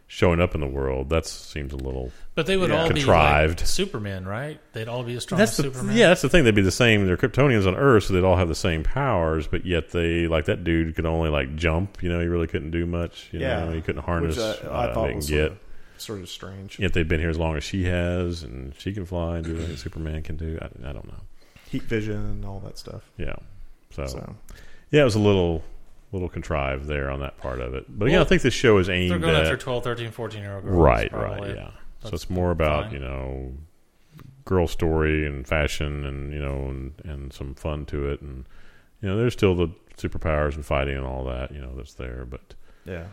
[SPEAKER 3] showing up in the world. That seems a little
[SPEAKER 1] But they would
[SPEAKER 2] Yeah.
[SPEAKER 1] all be
[SPEAKER 3] Contrived.
[SPEAKER 1] like Superman, right? They'd all be as strong
[SPEAKER 3] that's
[SPEAKER 1] as
[SPEAKER 3] the
[SPEAKER 1] Superman.
[SPEAKER 3] yeah. That's the thing. They'd be the same. They're Kryptonians on Earth, so they'd all have the same powers. But yet they like that dude could only like jump. You know, he really couldn't do much. You
[SPEAKER 2] Yeah.
[SPEAKER 3] know, he couldn't
[SPEAKER 2] which
[SPEAKER 3] harness.
[SPEAKER 2] uh, I,
[SPEAKER 3] uh, they
[SPEAKER 2] thought
[SPEAKER 3] can
[SPEAKER 2] was
[SPEAKER 3] get.
[SPEAKER 2] sort of, sort of strange.
[SPEAKER 3] Yet they've been here as long as she has, and she can fly and do everything Superman can do. I, I don't know.
[SPEAKER 2] Heat vision and all that stuff.
[SPEAKER 3] Yeah. So,
[SPEAKER 2] So
[SPEAKER 3] yeah, it was a little little contrived there on that part of it. But again,
[SPEAKER 1] Well,
[SPEAKER 3] I think this show is
[SPEAKER 1] They're
[SPEAKER 3] aimed
[SPEAKER 1] going after
[SPEAKER 3] at
[SPEAKER 1] 12, 13, 14 year old girls.
[SPEAKER 3] right,
[SPEAKER 1] probably.
[SPEAKER 3] right, yeah. So
[SPEAKER 1] That's
[SPEAKER 3] it's more about
[SPEAKER 1] fine.
[SPEAKER 3] you know girl story and fashion and you know and, and some fun to it and you know there's still the superpowers and fighting and all that you know that's there but
[SPEAKER 2] yeah,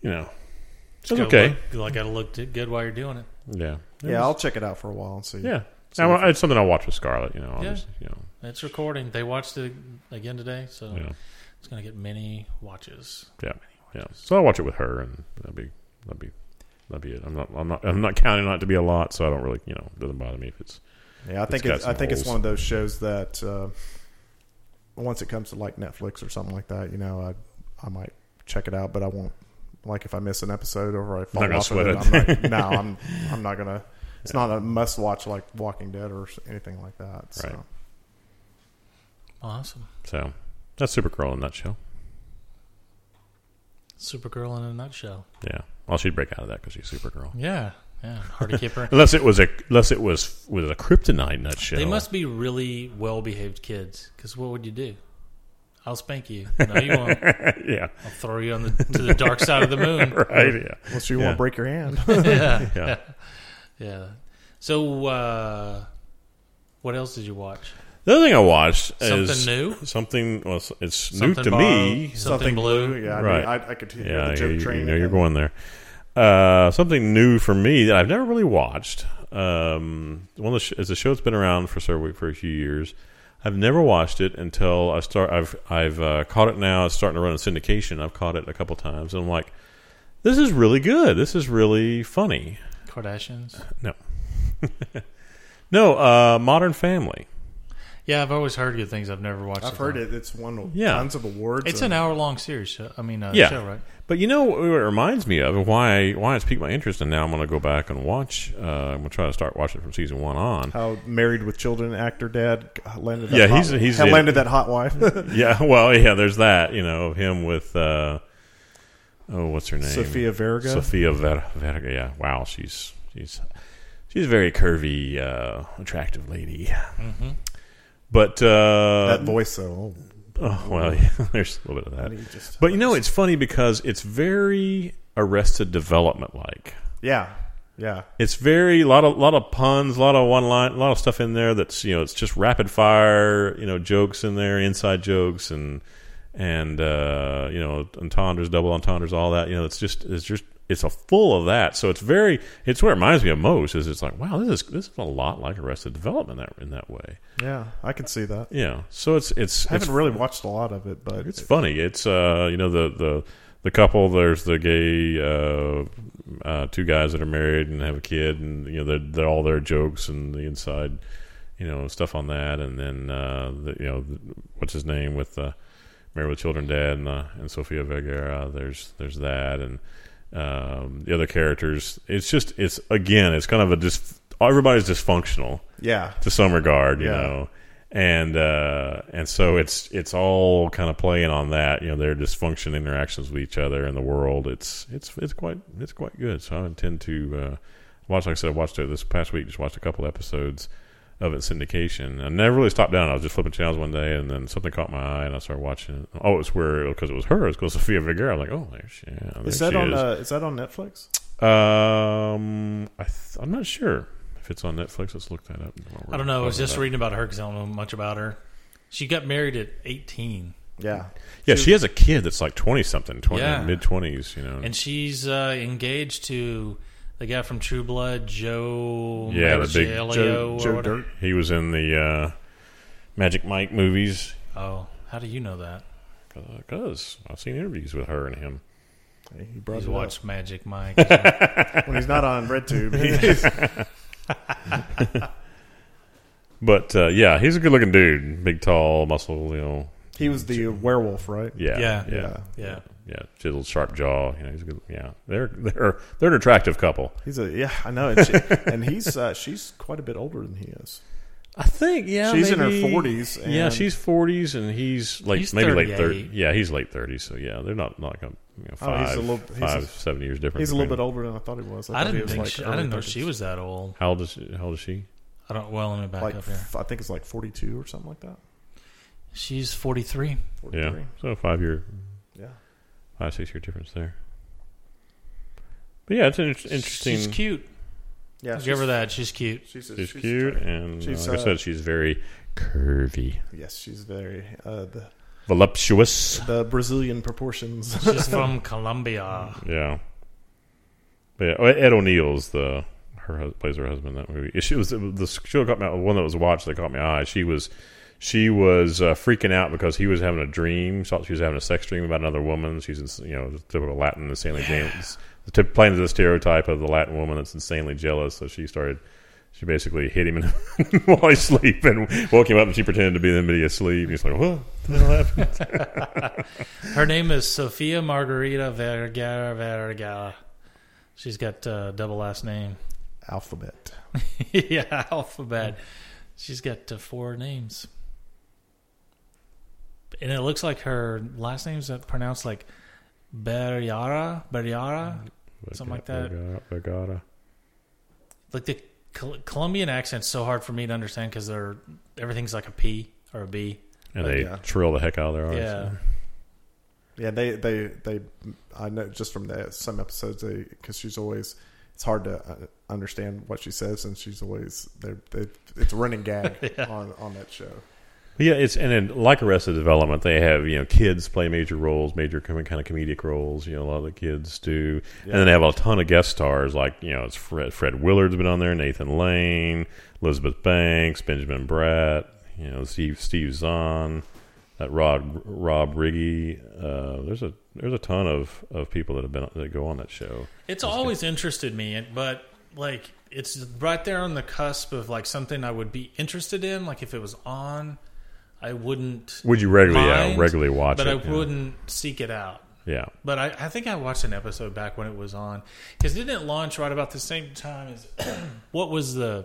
[SPEAKER 3] you know it's
[SPEAKER 1] Gotta
[SPEAKER 3] okay
[SPEAKER 1] Look, you like, gotta look t- good while you're doing it.
[SPEAKER 3] yeah
[SPEAKER 2] yeah.
[SPEAKER 3] It was-
[SPEAKER 2] I'll check it out for a while and see.
[SPEAKER 3] yeah
[SPEAKER 2] see
[SPEAKER 3] I
[SPEAKER 2] if
[SPEAKER 3] wa- it's something I watch with Scarlett you know I'll
[SPEAKER 1] Yeah.
[SPEAKER 3] just, you know
[SPEAKER 1] It's recording. They watched it again today, so
[SPEAKER 3] you know
[SPEAKER 1] it's going to get many watches.
[SPEAKER 3] yeah so I'll watch it with her and that'd be that'd be that'd be it I'm not I'm not I'm not counting on it to be a lot so I don't really you know it doesn't bother me if it's
[SPEAKER 2] Yeah, I think
[SPEAKER 3] got
[SPEAKER 2] it's, I
[SPEAKER 3] some
[SPEAKER 2] think it's
[SPEAKER 3] holes.
[SPEAKER 2] one of those shows that uh, once it comes to like Netflix or something like that, you know, I I might check it out, but I won't. Like if I miss an episode or I fall
[SPEAKER 3] gonna
[SPEAKER 2] off of
[SPEAKER 3] sweat
[SPEAKER 2] it,
[SPEAKER 3] it.
[SPEAKER 2] I'm like, no, I'm I'm not gonna. It's not a must watch like Walking Dead or s- anything like that. So.
[SPEAKER 3] Right.
[SPEAKER 1] Awesome.
[SPEAKER 3] so that's Supergirl in a nutshell
[SPEAKER 1] Supergirl in a nutshell.
[SPEAKER 3] yeah well she'd break out of that because she's Supergirl
[SPEAKER 1] Yeah, yeah. Hardy Kipper.
[SPEAKER 3] Unless it was a unless it was with a kryptonite nutshell.
[SPEAKER 1] they must be really well behaved kids, because what would you do? I'll spank you. No, you won't.
[SPEAKER 3] yeah,
[SPEAKER 1] I'll throw you on the to the dark side of the moon.
[SPEAKER 3] right. Yeah,
[SPEAKER 2] Unless you
[SPEAKER 3] Yeah.
[SPEAKER 2] want to break your hand.
[SPEAKER 1] yeah, yeah,
[SPEAKER 3] Yeah.
[SPEAKER 1] yeah. So, uh, what else did you watch?
[SPEAKER 3] the other thing I watched is
[SPEAKER 1] Something new?
[SPEAKER 3] Something well, it's- it's
[SPEAKER 1] Something
[SPEAKER 3] new to me.
[SPEAKER 1] borrowed? Something blue?
[SPEAKER 2] Yeah, I,
[SPEAKER 3] Right.
[SPEAKER 2] knew- I, I could hear
[SPEAKER 3] Yeah,
[SPEAKER 2] the
[SPEAKER 3] you,
[SPEAKER 2] joke
[SPEAKER 3] you
[SPEAKER 2] train.
[SPEAKER 3] know you're going there. Uh, something new for me that I've never really watched. Um, one of the sh- it's a show that's been around for several for a few years. I've never watched it until I start. I've I've uh, caught it now. It's starting to run in syndication. I've caught it a couple times, and I'm like, this is really good. This is really funny.
[SPEAKER 1] Kardashians.
[SPEAKER 3] No, uh, Modern Family.
[SPEAKER 1] Yeah, I've always heard good things. I've never watched.
[SPEAKER 2] I've heard it. It's won of
[SPEAKER 3] Yeah.
[SPEAKER 2] tons of awards.
[SPEAKER 1] It's an
[SPEAKER 2] and-
[SPEAKER 1] hour long series. Show, I mean, uh,
[SPEAKER 3] Yeah.
[SPEAKER 1] show right?
[SPEAKER 3] But you know what it reminds me of, and why why it's piqued my interest, and now I'm going to go back and watch. Uh, I'm going to try to start watching from season one on.
[SPEAKER 2] how married with children actor dad uh, landed. That
[SPEAKER 3] Yeah,
[SPEAKER 2] hot,
[SPEAKER 3] he's- he's
[SPEAKER 2] how
[SPEAKER 3] the-
[SPEAKER 2] landed that hot wife.
[SPEAKER 3] yeah, well, yeah, there's that. You know, of him with uh, oh, what's her name?
[SPEAKER 2] Sophia Vergara.
[SPEAKER 3] Sophia Ver- Vergara. Yeah, wow, she's she's she's a very curvy, uh, attractive lady.
[SPEAKER 1] Mm-hmm.
[SPEAKER 3] But uh,
[SPEAKER 2] that voice though. Oh,
[SPEAKER 3] oh, well, yeah, there's a little bit of
[SPEAKER 2] how
[SPEAKER 3] that.
[SPEAKER 2] do you just-
[SPEAKER 3] But you know, it's funny because it's very Arrested Development like.
[SPEAKER 2] yeah, yeah.
[SPEAKER 3] it's very lot of lot of puns, a lot of one line, a lot of stuff in there that's you know it's just rapid fire, you know jokes in there, inside jokes and and uh, you know entendres, double entendres, all that. You know it's just it's just it's a full of that. So it's very it's what it reminds me of most is it's like wow this is this is a lot like Arrested Development that in that way.
[SPEAKER 2] Yeah, I can see that.
[SPEAKER 3] Yeah, so it's it's
[SPEAKER 2] I
[SPEAKER 3] it's
[SPEAKER 2] haven't really watched a lot of it, but
[SPEAKER 3] it's funny. It's uh, you know the the the couple. There's the gay uh, uh, two guys that are married and have a kid, and you know they're, they're all their jokes and the inside, you know, stuff on that. And then uh, the, you know the, what's his name with uh, Married with Children, Dad, and uh, and Sofia Vergara. There's there's that and um, the other characters. It's just it's again it's kind of a just everybody's dysfunctional
[SPEAKER 2] yeah,
[SPEAKER 3] to some regard, you
[SPEAKER 2] Yeah.
[SPEAKER 3] know. And uh, and so it's it's all kind of playing on that, you know, their dysfunction interactions with each other in the world. It's it's it's quite it's quite good. So I intend to uh, watch. Like I said, I watched it this past week. Just watched a couple episodes of it in syndication. I never really stopped down. I was just flipping channels one day, and then something caught my eye, and I started watching. it. Oh, it's where because it was her. It's because Sophia Vergara. I'm like, oh, there she, yeah, there
[SPEAKER 2] is that
[SPEAKER 3] she
[SPEAKER 2] on
[SPEAKER 3] is.
[SPEAKER 2] uh, is that on Netflix?
[SPEAKER 3] um, I th- I'm not sure if it's on Netflix. Let's look that up.
[SPEAKER 1] I don't know. I was just
[SPEAKER 3] reading.
[SPEAKER 1] reading about her because I don't know much about her. She got married at 18,
[SPEAKER 2] Yeah.
[SPEAKER 3] Yeah, she has a kid that's like 20 something, 20
[SPEAKER 1] Yeah.
[SPEAKER 3] mid 20s, you know.
[SPEAKER 1] and she's uh, engaged to the guy from True Blood, Joe.
[SPEAKER 3] Yeah, the big-
[SPEAKER 1] Manganiello
[SPEAKER 2] Joe,
[SPEAKER 1] or
[SPEAKER 2] Joe
[SPEAKER 1] whatever.
[SPEAKER 2] Dirt.
[SPEAKER 3] he was in the uh, Magic Mike movies
[SPEAKER 1] Oh, how do you know that?
[SPEAKER 3] because I've seen interviews with her and him.
[SPEAKER 2] He brought
[SPEAKER 1] He's
[SPEAKER 2] it
[SPEAKER 1] watched Magic Mike. yeah.
[SPEAKER 2] up. when he's not on RedTube. He's,
[SPEAKER 3] But uh, yeah, he's a good looking dude, big, tall, muscle, you know.
[SPEAKER 2] he was the werewolf, right?
[SPEAKER 3] Yeah,
[SPEAKER 1] Yeah.
[SPEAKER 3] yeah, yeah,
[SPEAKER 1] yeah.
[SPEAKER 3] chiseled, sharp jaw. You know, he's a good. Yeah, they're they're they're an attractive couple.
[SPEAKER 2] He's a yeah, I know. And, she, and he's uh, she's quite a bit older than he is.
[SPEAKER 3] I think yeah,
[SPEAKER 2] She's in her
[SPEAKER 3] maybe-
[SPEAKER 2] 40s,
[SPEAKER 3] yeah,
[SPEAKER 2] and-
[SPEAKER 3] she's forties, and he's late,
[SPEAKER 1] He's
[SPEAKER 3] maybe late
[SPEAKER 1] 38.
[SPEAKER 3] thirties. Yeah, he's late thirties. So yeah, they're not not like a you know,
[SPEAKER 2] Oh,
[SPEAKER 3] five,
[SPEAKER 2] he's a little- he's
[SPEAKER 3] five,
[SPEAKER 2] a-
[SPEAKER 3] seven years different.
[SPEAKER 2] He's a little bit
[SPEAKER 3] between
[SPEAKER 2] older than I thought he was.
[SPEAKER 1] I
[SPEAKER 2] thought he
[SPEAKER 1] didn't
[SPEAKER 2] was
[SPEAKER 1] think
[SPEAKER 2] like
[SPEAKER 1] she, I
[SPEAKER 2] early
[SPEAKER 1] didn't know
[SPEAKER 2] 30s.
[SPEAKER 1] she was that old.
[SPEAKER 3] them. How old is how old is she?
[SPEAKER 1] I don't. Well, let me back
[SPEAKER 2] like
[SPEAKER 1] up here.
[SPEAKER 2] f- I think it's like 42 or something like that.
[SPEAKER 1] She's 43.
[SPEAKER 2] 43.
[SPEAKER 3] Yeah, so five year,
[SPEAKER 2] Yeah.
[SPEAKER 3] five six year difference there. But yeah, it's an inter- interesting.
[SPEAKER 1] She's cute.
[SPEAKER 2] Yeah.
[SPEAKER 1] Give her that. She's cute.
[SPEAKER 2] She's,
[SPEAKER 3] She's, cute, and uh,
[SPEAKER 2] She's,
[SPEAKER 3] like I
[SPEAKER 2] uh,
[SPEAKER 3] said, she's very curvy,
[SPEAKER 2] Yes, she's very uh, the
[SPEAKER 3] voluptuous.
[SPEAKER 2] the Brazilian proportions.
[SPEAKER 1] She's from Colombia.
[SPEAKER 3] Yeah. But yeah, oh, Ed O'Neill's the her hus- plays her husband in that movie. She was the show caught my one that was watched that caught my eye. She was she was uh, freaking out because he was having a dream. She thought she was having a sex dream about another woman. She's ins- you know the typical Latin insanely jealous. The typ- playing to the stereotype of the Latin woman that's insanely jealous. So she started. She basically hit him in, while he's sleeping, woke him up, and she pretended to be the middle asleep. He's like, "What the hell happened?"
[SPEAKER 1] Her name is Sofia Margarita Vergara Vergara. She's got uh, double last name.
[SPEAKER 2] Alphabet.
[SPEAKER 1] yeah, alphabet. She's got uh, four names. And it looks like her last name's uh, pronounced like Berriara, Berriara.
[SPEAKER 3] Mm-hmm.
[SPEAKER 1] Something like that.
[SPEAKER 3] Vergara.
[SPEAKER 1] Like the Col- Colombian accent's so hard for me to understand because they're everything's like a P or a B.
[SPEAKER 3] And
[SPEAKER 2] Oh,
[SPEAKER 3] they
[SPEAKER 2] yeah.
[SPEAKER 3] trill the heck out of their eyes.
[SPEAKER 1] Yeah.
[SPEAKER 2] Yeah, they they they. I know just from the some episodes they because she's always. It's hard to uh, understand what she says, and she's always they, they, it's a running gag on, on that show.
[SPEAKER 3] Yeah, it's and then like Arrested Development, they have you know kids play major roles, major com- kind of comedic roles. You know, a lot of the kids do, and then they have a ton of guest stars. Like you know, it's Fred, Fred Willard's been on there, Nathan Lane, Elizabeth Banks, Benjamin Bratt, you know, Steve Steve Zahn, that Rob Rob Riggy. Uh, there's a there's a ton of, of people that have been that go on that show.
[SPEAKER 1] It's always interested me, and- but like it's right there on the cusp of like something I would be interested in. Like if it was on, I wouldn't.
[SPEAKER 3] Would you regularly yeah,
[SPEAKER 1] mind,
[SPEAKER 3] regularly watch
[SPEAKER 1] But I
[SPEAKER 3] it? yeah.
[SPEAKER 1] wouldn't seek it out.
[SPEAKER 3] Yeah,
[SPEAKER 1] But I, I think I watched an episode back when it was on because didn't it launch right about the same time as what was the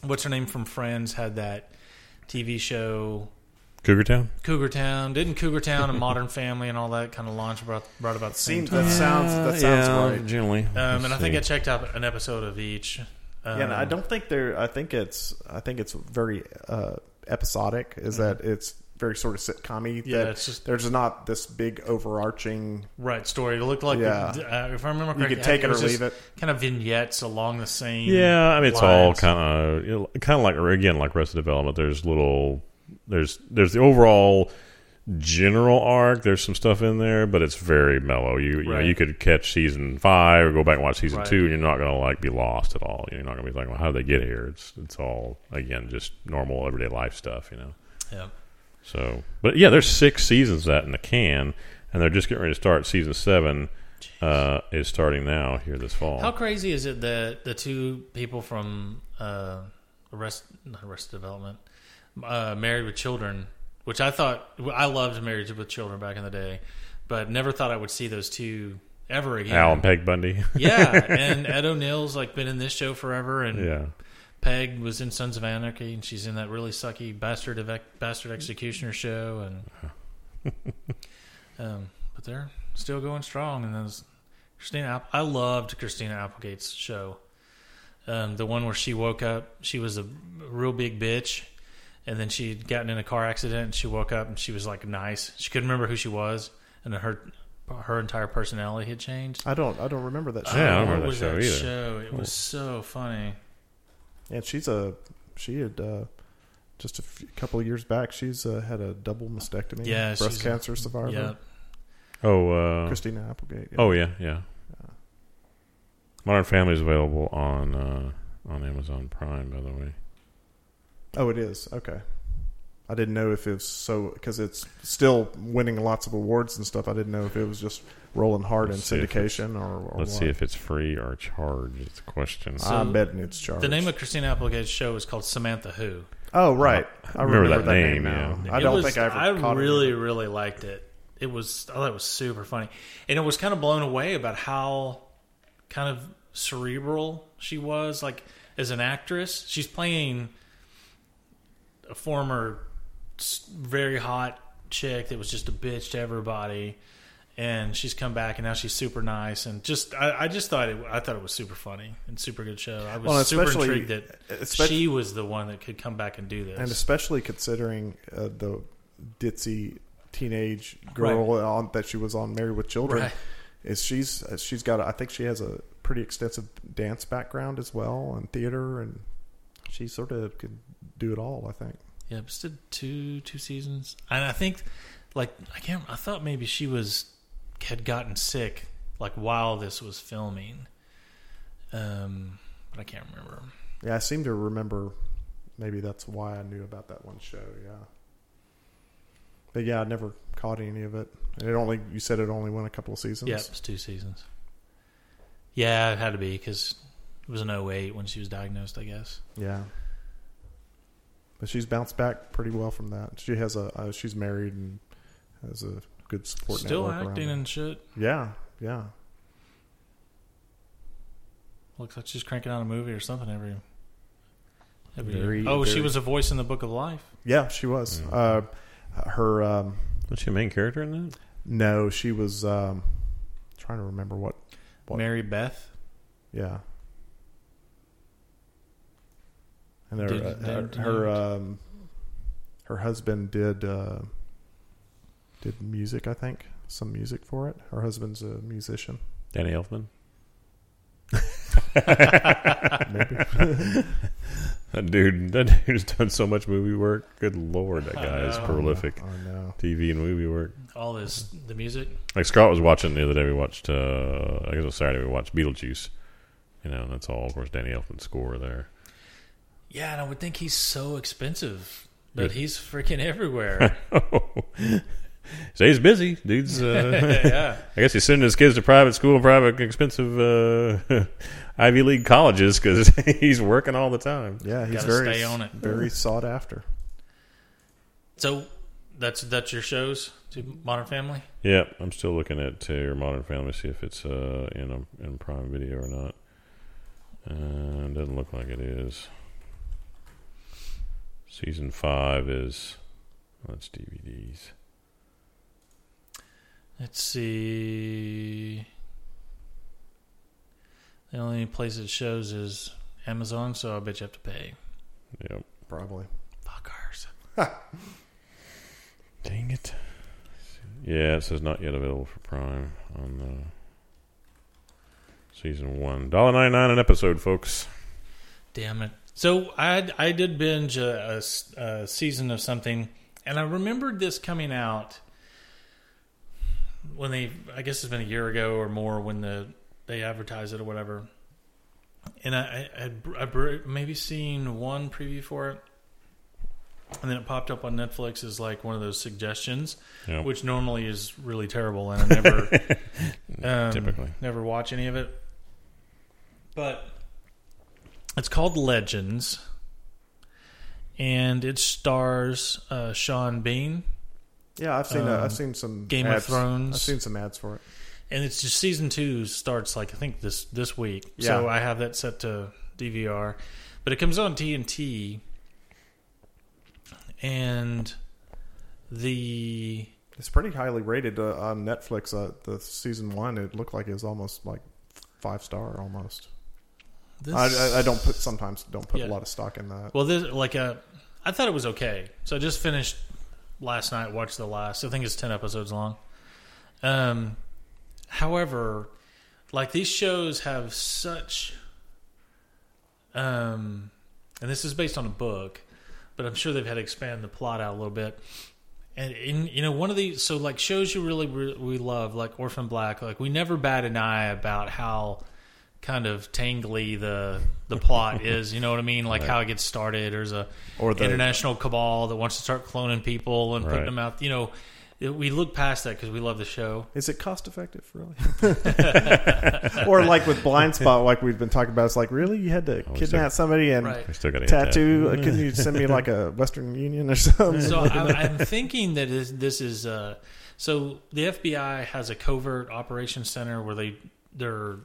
[SPEAKER 1] what's her name from Friends had that TV show
[SPEAKER 3] Cougar Town.
[SPEAKER 1] Cougar Town? Didn't Cougar Town and Modern Family and all that kind of launch brought brought about the same
[SPEAKER 2] Seems
[SPEAKER 1] time?
[SPEAKER 2] that sounds that sounds
[SPEAKER 3] yeah,
[SPEAKER 2] right.
[SPEAKER 3] Generally,
[SPEAKER 1] Um, and I think I
[SPEAKER 3] it's.
[SPEAKER 1] checked out an episode of each. Um,
[SPEAKER 2] Yeah, and I don't think they're. I think it's. I think it's very uh, episodic. Is that it's very sort of sitcom-y.
[SPEAKER 1] Yeah,
[SPEAKER 2] that
[SPEAKER 1] it's just-
[SPEAKER 2] there's not this big overarching.
[SPEAKER 1] Right, story. It looked like,
[SPEAKER 2] Yeah.
[SPEAKER 1] uh, if I remember
[SPEAKER 2] You
[SPEAKER 1] correctly,
[SPEAKER 2] can take it or
[SPEAKER 1] was
[SPEAKER 2] leave
[SPEAKER 1] just
[SPEAKER 2] it.
[SPEAKER 1] Kind of vignettes along the same.
[SPEAKER 3] Yeah, I mean it's all
[SPEAKER 1] lines.
[SPEAKER 3] kind of you know, kind of like or again like rest of development. There's little there's there's the overall general arc. There's some stuff in there, but it's very mellow. You you know
[SPEAKER 1] Right.
[SPEAKER 3] you could catch season five or go back and watch season
[SPEAKER 1] Right.
[SPEAKER 3] two, and you're not gonna like be lost at all. You're not gonna be like, well, how did they get here? It's it's all again just normal everyday life stuff, you know.
[SPEAKER 1] Yeah.
[SPEAKER 3] So, but yeah, there's six seasons of that in the can, and they're just getting ready to start season seven. Uh, is starting now here this fall.
[SPEAKER 1] How crazy is it that the two people from uh, Arrest, not Arrested Development, uh, Married with Children, which I thought I loved Married with Children back in the day, but never thought I would see those two ever again.
[SPEAKER 3] Al and Peg Bundy.
[SPEAKER 1] yeah, and Ed O'Neill's like been in this show forever, and
[SPEAKER 3] yeah.
[SPEAKER 1] Peg was in Sons of Anarchy, and she's in that really sucky bastard Ev- bastard executioner show, and um, but they're still going strong. And those Christina, App- I loved Christina Applegate's show, um, the one where she woke up, she was a real big bitch, and then she'd gotten in a car accident, and she woke up and she was like nice. She couldn't remember who she was, and her her entire personality had changed.
[SPEAKER 2] I don't. I don't remember that show.
[SPEAKER 3] Yeah, I don't
[SPEAKER 1] What
[SPEAKER 3] remember that
[SPEAKER 1] was
[SPEAKER 3] show either.
[SPEAKER 1] show? It was so funny.
[SPEAKER 2] And she's a she had uh, just a few, couple of years back, she's uh, had a double mastectomy.
[SPEAKER 1] Yeah,
[SPEAKER 2] breast
[SPEAKER 1] she's a-
[SPEAKER 2] cancer survivor.
[SPEAKER 1] Yeah.
[SPEAKER 3] Oh, uh,
[SPEAKER 2] Christina Applegate.
[SPEAKER 3] oh yeah, yeah. Modern Family is available on uh, on Amazon Prime, by the way.
[SPEAKER 2] Oh, it is. Okay. I didn't know if it was so because it's still winning lots of awards and stuff. I didn't know if it was just rolling hard
[SPEAKER 3] Let's see
[SPEAKER 2] in
[SPEAKER 3] if it's-
[SPEAKER 2] syndication or, or
[SPEAKER 3] Let's
[SPEAKER 2] what. Ah.
[SPEAKER 3] see if it's free or charged. It's a question.
[SPEAKER 1] So-
[SPEAKER 2] I'm betting it's charged.
[SPEAKER 1] The name of Christina Applegate's show is called Samantha Who.
[SPEAKER 2] oh right, I
[SPEAKER 3] remember
[SPEAKER 2] remember,
[SPEAKER 3] that
[SPEAKER 2] that,
[SPEAKER 3] name,
[SPEAKER 2] name, now.
[SPEAKER 3] yeah.
[SPEAKER 2] I
[SPEAKER 1] It
[SPEAKER 2] don't
[SPEAKER 1] was-
[SPEAKER 2] think I ever.
[SPEAKER 1] I
[SPEAKER 2] caught it.
[SPEAKER 1] really, really liked it. It was I thought it was super funny, and it was kind of blown away about how kind of cerebral she was. Like as an actress, she's playing a former s- very hot chick that was just a bitch to everybody, and she's come back and now she's super nice and just I, I just thought it I thought it was super funny and super good show. I was
[SPEAKER 2] Well,
[SPEAKER 1] super
[SPEAKER 2] especially- e,
[SPEAKER 1] intrigued that
[SPEAKER 2] espec-
[SPEAKER 1] she was the one that could come back and do this.
[SPEAKER 2] and especially considering uh, the ditzy teenage girl on, that she was on Married with Children,
[SPEAKER 1] Right.
[SPEAKER 2] is she's uh, she's got a, I think she has a pretty extensive dance background as well and theater, and she sort of could do it all. I think.
[SPEAKER 1] Yeah, but did two two seasons, and I think like I can't. I thought maybe she was had gotten sick like while this was filming, um, but I can't remember.
[SPEAKER 2] Yeah, I seem to remember. Maybe that's why I knew about that one show. Yeah. But yeah, I never caught any of it. And it only you said it only went a couple of seasons.
[SPEAKER 1] Yeah, it was two seasons. Yeah, it had to be because it was an 08 when she was diagnosed. I guess.
[SPEAKER 2] Yeah. But she's bounced back pretty well from that. She has a uh, she's married and has a good support
[SPEAKER 1] Still
[SPEAKER 2] network
[SPEAKER 1] acting
[SPEAKER 2] around.
[SPEAKER 1] and shit.
[SPEAKER 2] her. Yeah, yeah.
[SPEAKER 1] Looks like she's cranking out a movie or something every. every
[SPEAKER 2] Very,
[SPEAKER 1] year. Oh, she
[SPEAKER 2] very-
[SPEAKER 1] was a voice in the Book of Life.
[SPEAKER 2] Yeah, she was.
[SPEAKER 3] Mm.
[SPEAKER 2] Uh her um
[SPEAKER 3] What's your main character in that?
[SPEAKER 2] no, she was um trying to remember what What?
[SPEAKER 1] Mary Beth.
[SPEAKER 2] yeah. And her
[SPEAKER 1] Did-
[SPEAKER 2] uh, her,
[SPEAKER 1] did- did
[SPEAKER 2] her
[SPEAKER 1] you-
[SPEAKER 2] um her husband did uh did music, I think. Some music for it. Her husband's a musician.
[SPEAKER 3] Danny Elfman. that dude, that dude's done so much movie work. Good lord, that guy is prolific.
[SPEAKER 2] Oh no.
[SPEAKER 3] TV and movie work.
[SPEAKER 1] All this the music.
[SPEAKER 3] Like Scott was watching the other day. We watched, uh, I guess it was Saturday. We watched Beetlejuice. You know, and that's all. Of course, Danny Elfman's score there.
[SPEAKER 1] Yeah, and I would think he's so expensive, but
[SPEAKER 3] Good.
[SPEAKER 1] he's freaking everywhere.
[SPEAKER 3] so he's busy, dude's. Uh,
[SPEAKER 1] yeah,
[SPEAKER 3] I guess he's sending his kids to private school and private expensive uh, Ivy League colleges because he's working all the time.
[SPEAKER 2] Yeah, he's
[SPEAKER 1] Gotta
[SPEAKER 2] very
[SPEAKER 1] stay on it.
[SPEAKER 2] very sought after.
[SPEAKER 1] so that's that's your shows to Modern Family.
[SPEAKER 3] Yeah, I'm still looking at uh, your Modern Family see if it's uh, in a, in Prime Video or not. Uh, doesn't look like it is. Season five is well, that's DVDs.
[SPEAKER 1] Let's see. The only place it shows is Amazon, so I bet you have to pay.
[SPEAKER 3] Yep.
[SPEAKER 2] Probably.
[SPEAKER 1] Fuckers.
[SPEAKER 3] Dang it. Yeah, it says not yet available for Prime on the season one. Dollar ninety nine an episode, folks.
[SPEAKER 1] Damn it. So I I did binge a, a s- a season of something, and I remembered this coming out when they I guess it's been a year ago or more when the they advertised it or whatever. And I I, had br- I br- maybe seen one preview for it, and then it popped up on Netflix as like one of those suggestions,
[SPEAKER 3] Yep.
[SPEAKER 1] which normally is really terrible, and I never um,
[SPEAKER 3] Typically.
[SPEAKER 1] never watch any of it. But it's called Legends, and it stars uh, Sean Bean,
[SPEAKER 2] Yeah, I've seen uh,
[SPEAKER 1] Um,
[SPEAKER 2] I've seen some
[SPEAKER 1] Game
[SPEAKER 2] ads.
[SPEAKER 1] of Thrones,
[SPEAKER 2] I've seen some ads for it.
[SPEAKER 1] and it's just season two starts like I think this this week. So
[SPEAKER 2] Yeah.
[SPEAKER 1] I have that set to DVR, but it comes on TNT, and the
[SPEAKER 2] It's pretty highly rated uh, on Netflix. Uh, the season one, it looked like it was almost like five star almost.
[SPEAKER 1] this,
[SPEAKER 2] I, I, I don't put sometimes don't put
[SPEAKER 1] Yeah.
[SPEAKER 2] a lot of stock in that.
[SPEAKER 1] Well, this like uh, I thought it was okay. So I just finished last night. Watched the last. I think it's ten episodes long. Um, however, like these shows have such, um, and this is based on a book, but I'm sure they've had to expand the plot out a little bit. And in you know one of the so like shows you really re- we love like Orphan Black like we never bat an eye about how kind of tangly the the plot is you know what I mean like how it gets started there's a
[SPEAKER 2] Or the-
[SPEAKER 1] international cabal that wants to start cloning people and putting
[SPEAKER 3] Right.
[SPEAKER 1] them out you know it- we look past that because we love the show
[SPEAKER 2] Is it cost effective, really? or like with Blind Spot, like we've been talking about, it's like really you had to
[SPEAKER 3] Oh,
[SPEAKER 2] kidnap somebody and
[SPEAKER 1] Right.
[SPEAKER 3] We still got to
[SPEAKER 2] tattoo? Uh, Couldn't you send me like a Western Union or something?
[SPEAKER 1] so I, I'm thinking that is, this is uh, so the FBI has a covert operations center where they they're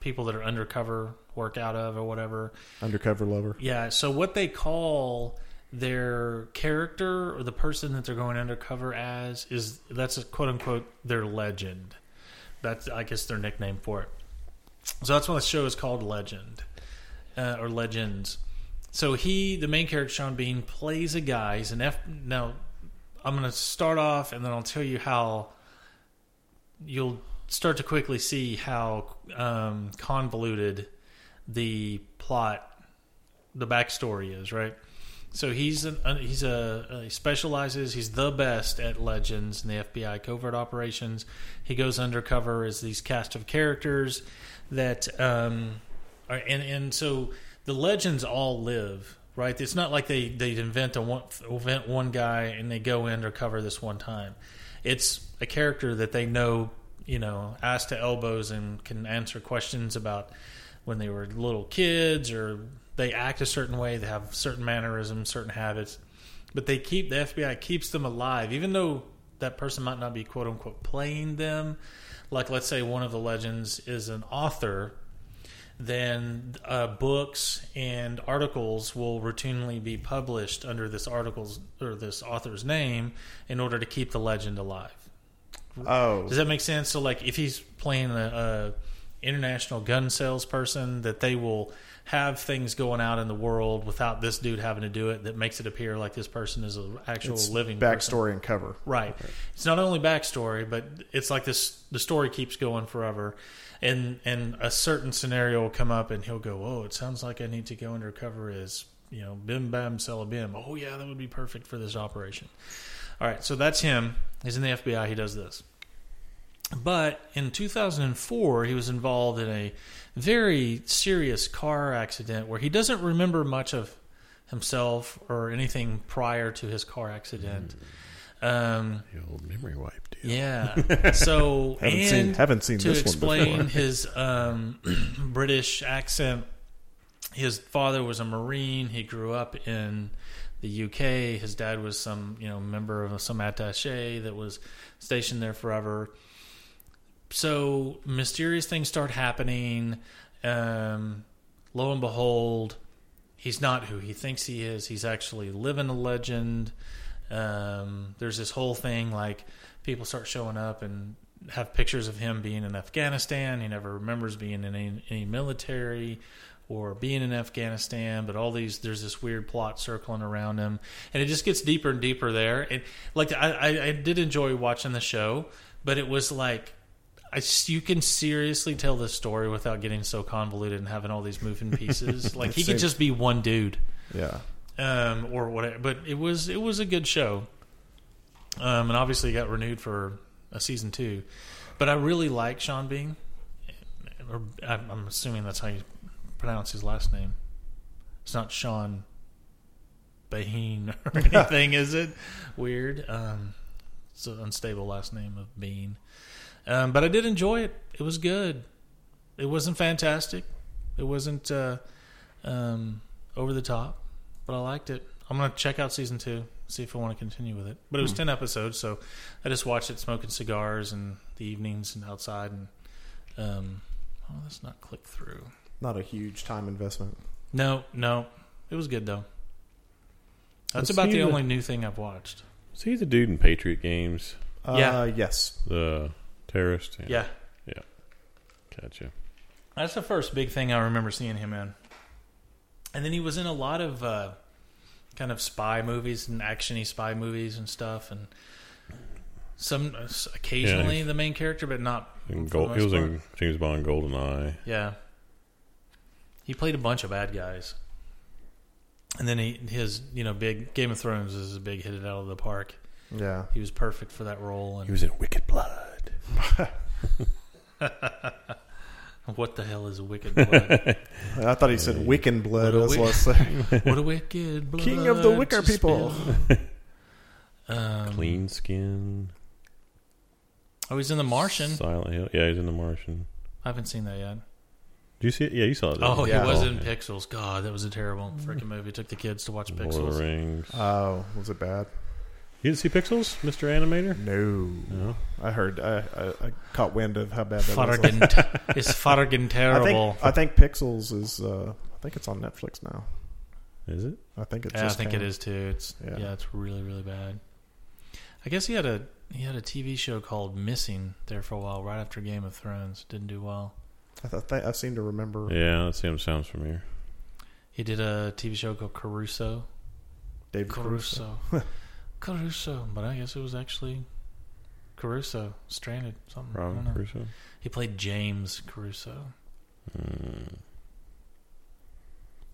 [SPEAKER 1] people that are undercover work out of or whatever.
[SPEAKER 2] Undercover lover.
[SPEAKER 1] Yeah. So what they call their character or the person that they're going undercover as is that's a quote unquote their legend. That's I guess their nickname for it. So that's why the show is called Legend uh, or Legends. So he, the main character Sean Bean, plays a guy. He's an F. Now I'm going to start off, and then I'll tell you how you'll start to quickly see how um, convoluted the plot the backstory is, right? So he's an uh, he's a uh, he specializes. He's the best at legends and the FBI covert operations. He goes undercover as these cast of characters that um, are and and so the legends all live, right? It's not like they they invent a one invent one guy and they go undercover this one time. It's a character that they know, you know, ass to elbows and can answer questions about when they were little kids or they act a certain way, they have certain mannerisms, certain habits, but they keep the FBI keeps them alive, even though that person might not be quote unquote playing them. Like let's say one of the legends is an author, then uh, books and articles will routinely be published under this article's or this author's name in order to keep the legend alive.
[SPEAKER 2] Oh,
[SPEAKER 1] Does that make sense? So, like, if he's playing a, a international gun salesperson, that they will have things going out in the world without this dude having to do it. That makes it appear like this person is an actual
[SPEAKER 2] it's
[SPEAKER 1] living person.
[SPEAKER 2] backstory and cover.
[SPEAKER 1] Right. It's not only backstory, but it's like this the story keeps going forever. And and a certain scenario will come up and he'll go, Oh, it sounds like I need to go undercover as, you know, bim bam sell a bim. Oh yeah, that would be perfect for this operation. All right, so that's him. He's in the FBI, he does this. But in 2004, he was involved in a very serious car accident where he doesn't remember much of himself or anything prior to his car accident. Um,
[SPEAKER 3] The old memory wipe, dude.
[SPEAKER 1] yeah. So
[SPEAKER 2] Haven't
[SPEAKER 1] and
[SPEAKER 2] seen haven't seen
[SPEAKER 1] to
[SPEAKER 2] this
[SPEAKER 1] explain
[SPEAKER 2] one before.
[SPEAKER 1] his um, British accent, his father was a Marine. He grew up in the UK. His dad was some you know member of some attaché that was stationed there forever. So mysterious things start happening. Um, lo and behold, he's not who he thinks he is. He's actually living a legend. Um, there's this whole thing like people start showing up and have pictures of him being in Afghanistan. He never remembers being in any, any military or being in Afghanistan, but all these there's this weird plot circling around him, and it just gets deeper and deeper there. And like I, I, I did enjoy watching the show, but it was like. I s you can seriously tell this story without getting so convoluted and having all these moving pieces. like he could
[SPEAKER 2] seems-
[SPEAKER 1] just be one dude
[SPEAKER 2] Yeah.
[SPEAKER 1] um, or whatever. But it was it was a good show, um, and obviously it got renewed for a season two. But I really like Sean Bean, or I'm I'm assuming that's how you pronounce his last name. It's not Sean Bean or anything, is it? Weird. Um, it's an unstable last name of Bean. Um, but I did enjoy it. It was good. It wasn't fantastic. It wasn't uh, um, over the top but I liked it. I'm gonna check out season two, see if I want to continue with it. But it was ten episodes, so I just watched it smoking cigars and the evenings and outside and um oh that's not click through.
[SPEAKER 2] Not a huge time investment.
[SPEAKER 1] No, no. It was good though. That's
[SPEAKER 3] Was
[SPEAKER 1] about
[SPEAKER 3] he
[SPEAKER 1] the
[SPEAKER 3] the-
[SPEAKER 1] only new thing I've watched.
[SPEAKER 3] Is he the dude in Patriot Games?
[SPEAKER 2] Uh,
[SPEAKER 1] Yeah.
[SPEAKER 2] Yes.
[SPEAKER 3] The terrorist?
[SPEAKER 1] Yeah.
[SPEAKER 3] Gotcha.
[SPEAKER 1] That's the first big thing I remember seeing him in. And then he was in a lot of uh kind of spy movies and actiony spy movies and stuff and some uh, occasionally the main character but not for
[SPEAKER 3] In
[SPEAKER 1] the
[SPEAKER 3] Gold, he
[SPEAKER 1] most
[SPEAKER 3] was
[SPEAKER 1] part.
[SPEAKER 3] in James Bond Golden Eye.
[SPEAKER 1] Yeah. He played a bunch of bad guys. And then he, his, you know, big Game of Thrones is a big hit it out of the park.
[SPEAKER 2] Yeah.
[SPEAKER 1] He was perfect for that role.
[SPEAKER 3] He
[SPEAKER 1] And
[SPEAKER 3] was in Wicked Blood.
[SPEAKER 1] what the hell is Wicked Blood?
[SPEAKER 2] I thought he said Wiccan blood.
[SPEAKER 1] Well,
[SPEAKER 2] I was
[SPEAKER 1] we-
[SPEAKER 2] about to say.
[SPEAKER 1] what a wicked blood
[SPEAKER 2] King of the Wicker
[SPEAKER 1] to
[SPEAKER 2] people.
[SPEAKER 1] spill. Um,
[SPEAKER 3] Clean skin.
[SPEAKER 1] Oh, he's in The Martian.
[SPEAKER 3] Silent Hill. Yeah, he's in The Martian.
[SPEAKER 1] I haven't seen that yet.
[SPEAKER 3] Do you see it? Yeah, you saw it. didn't
[SPEAKER 1] Oh,
[SPEAKER 3] you?
[SPEAKER 2] Yeah.
[SPEAKER 1] he was in
[SPEAKER 3] Yeah.
[SPEAKER 1] Pixels. God, that was a terrible freaking movie. Took the kids to watch
[SPEAKER 3] Lord of the
[SPEAKER 1] Pixels.
[SPEAKER 3] Rings.
[SPEAKER 2] Oh, was it bad?
[SPEAKER 3] You didn't see Pixels, Mr. Animator?
[SPEAKER 2] No.
[SPEAKER 3] No.
[SPEAKER 2] I heard. I, I, I caught wind of how bad that was.
[SPEAKER 1] Fargan, it's Fargan
[SPEAKER 2] I
[SPEAKER 1] terrible.
[SPEAKER 2] think I think Pixels is. Uh, I think it's on Netflix now.
[SPEAKER 3] Is it?
[SPEAKER 2] I think it.
[SPEAKER 1] Yeah, I
[SPEAKER 2] just
[SPEAKER 1] think
[SPEAKER 2] came.
[SPEAKER 1] it is too. It's yeah.
[SPEAKER 2] Yeah.
[SPEAKER 1] it's really really bad. I guess he had a he had a TV show called Missing there for a while, right after Game of Thrones. Didn't do well.
[SPEAKER 2] I, th- I think- I seem to remember.
[SPEAKER 3] Yeah, that seems sounds familiar.
[SPEAKER 1] He did a TV show called Caruso.
[SPEAKER 2] David Caruso.
[SPEAKER 1] Caruso. Caruso, but I guess it was actually Caruso stranded something. I don't
[SPEAKER 3] Robin
[SPEAKER 1] know.
[SPEAKER 3] Crusoe.
[SPEAKER 1] He played James Caruso.
[SPEAKER 3] Hmm.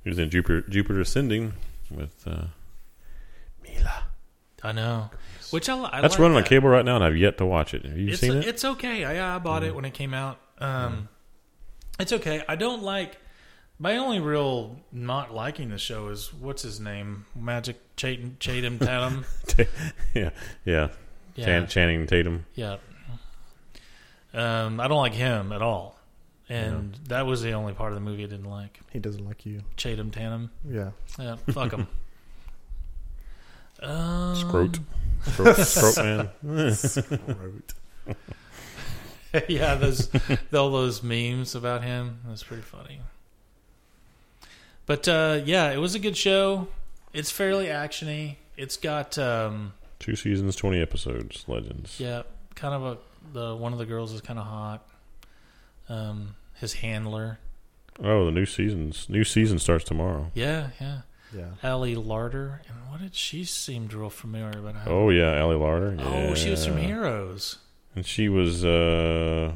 [SPEAKER 3] He was in Jupiter, Jupiter Ascending with. Uh,
[SPEAKER 1] I know. Which I, li- I
[SPEAKER 3] that's
[SPEAKER 1] like
[SPEAKER 3] running
[SPEAKER 1] that.
[SPEAKER 3] on cable right now, and I've yet to watch it. Have you
[SPEAKER 1] it's,
[SPEAKER 3] seen it? Mm-hmm.
[SPEAKER 1] It's okay. I, I bought it when it came out. Um, It's okay. I don't like. My only real not liking the show is what's his name, Magic Chatham Chatham Tatum.
[SPEAKER 3] yeah, yeah.
[SPEAKER 1] Yeah,
[SPEAKER 3] Chan- Channing Tatum.
[SPEAKER 1] yeah. Um, I don't like him at all, and that was the only part of the movie I didn't like.
[SPEAKER 2] He doesn't like you.
[SPEAKER 1] Chatham Tatum.
[SPEAKER 2] Yeah.
[SPEAKER 1] Yeah, fuck him. Um,
[SPEAKER 3] Scrote. Scrote, Scrote man.
[SPEAKER 1] yeah, those all those memes about him. That's pretty funny. But uh, yeah, it was a good show. It's fairly actiony. It's got um,
[SPEAKER 3] Two seasons, twenty episodes. Legends.
[SPEAKER 1] yeah, kind of a the one of the girls is kind of hot. Um, his handler.
[SPEAKER 3] Oh, the new seasons. New season starts tomorrow.
[SPEAKER 1] Yeah, yeah.
[SPEAKER 2] Yeah.
[SPEAKER 1] Allie Larder. And what did she seemed real familiar? But I
[SPEAKER 3] Oh yeah, Allie Larder.
[SPEAKER 1] oh, she was from
[SPEAKER 3] Yeah.
[SPEAKER 1] Heroes.
[SPEAKER 3] And she was, uh,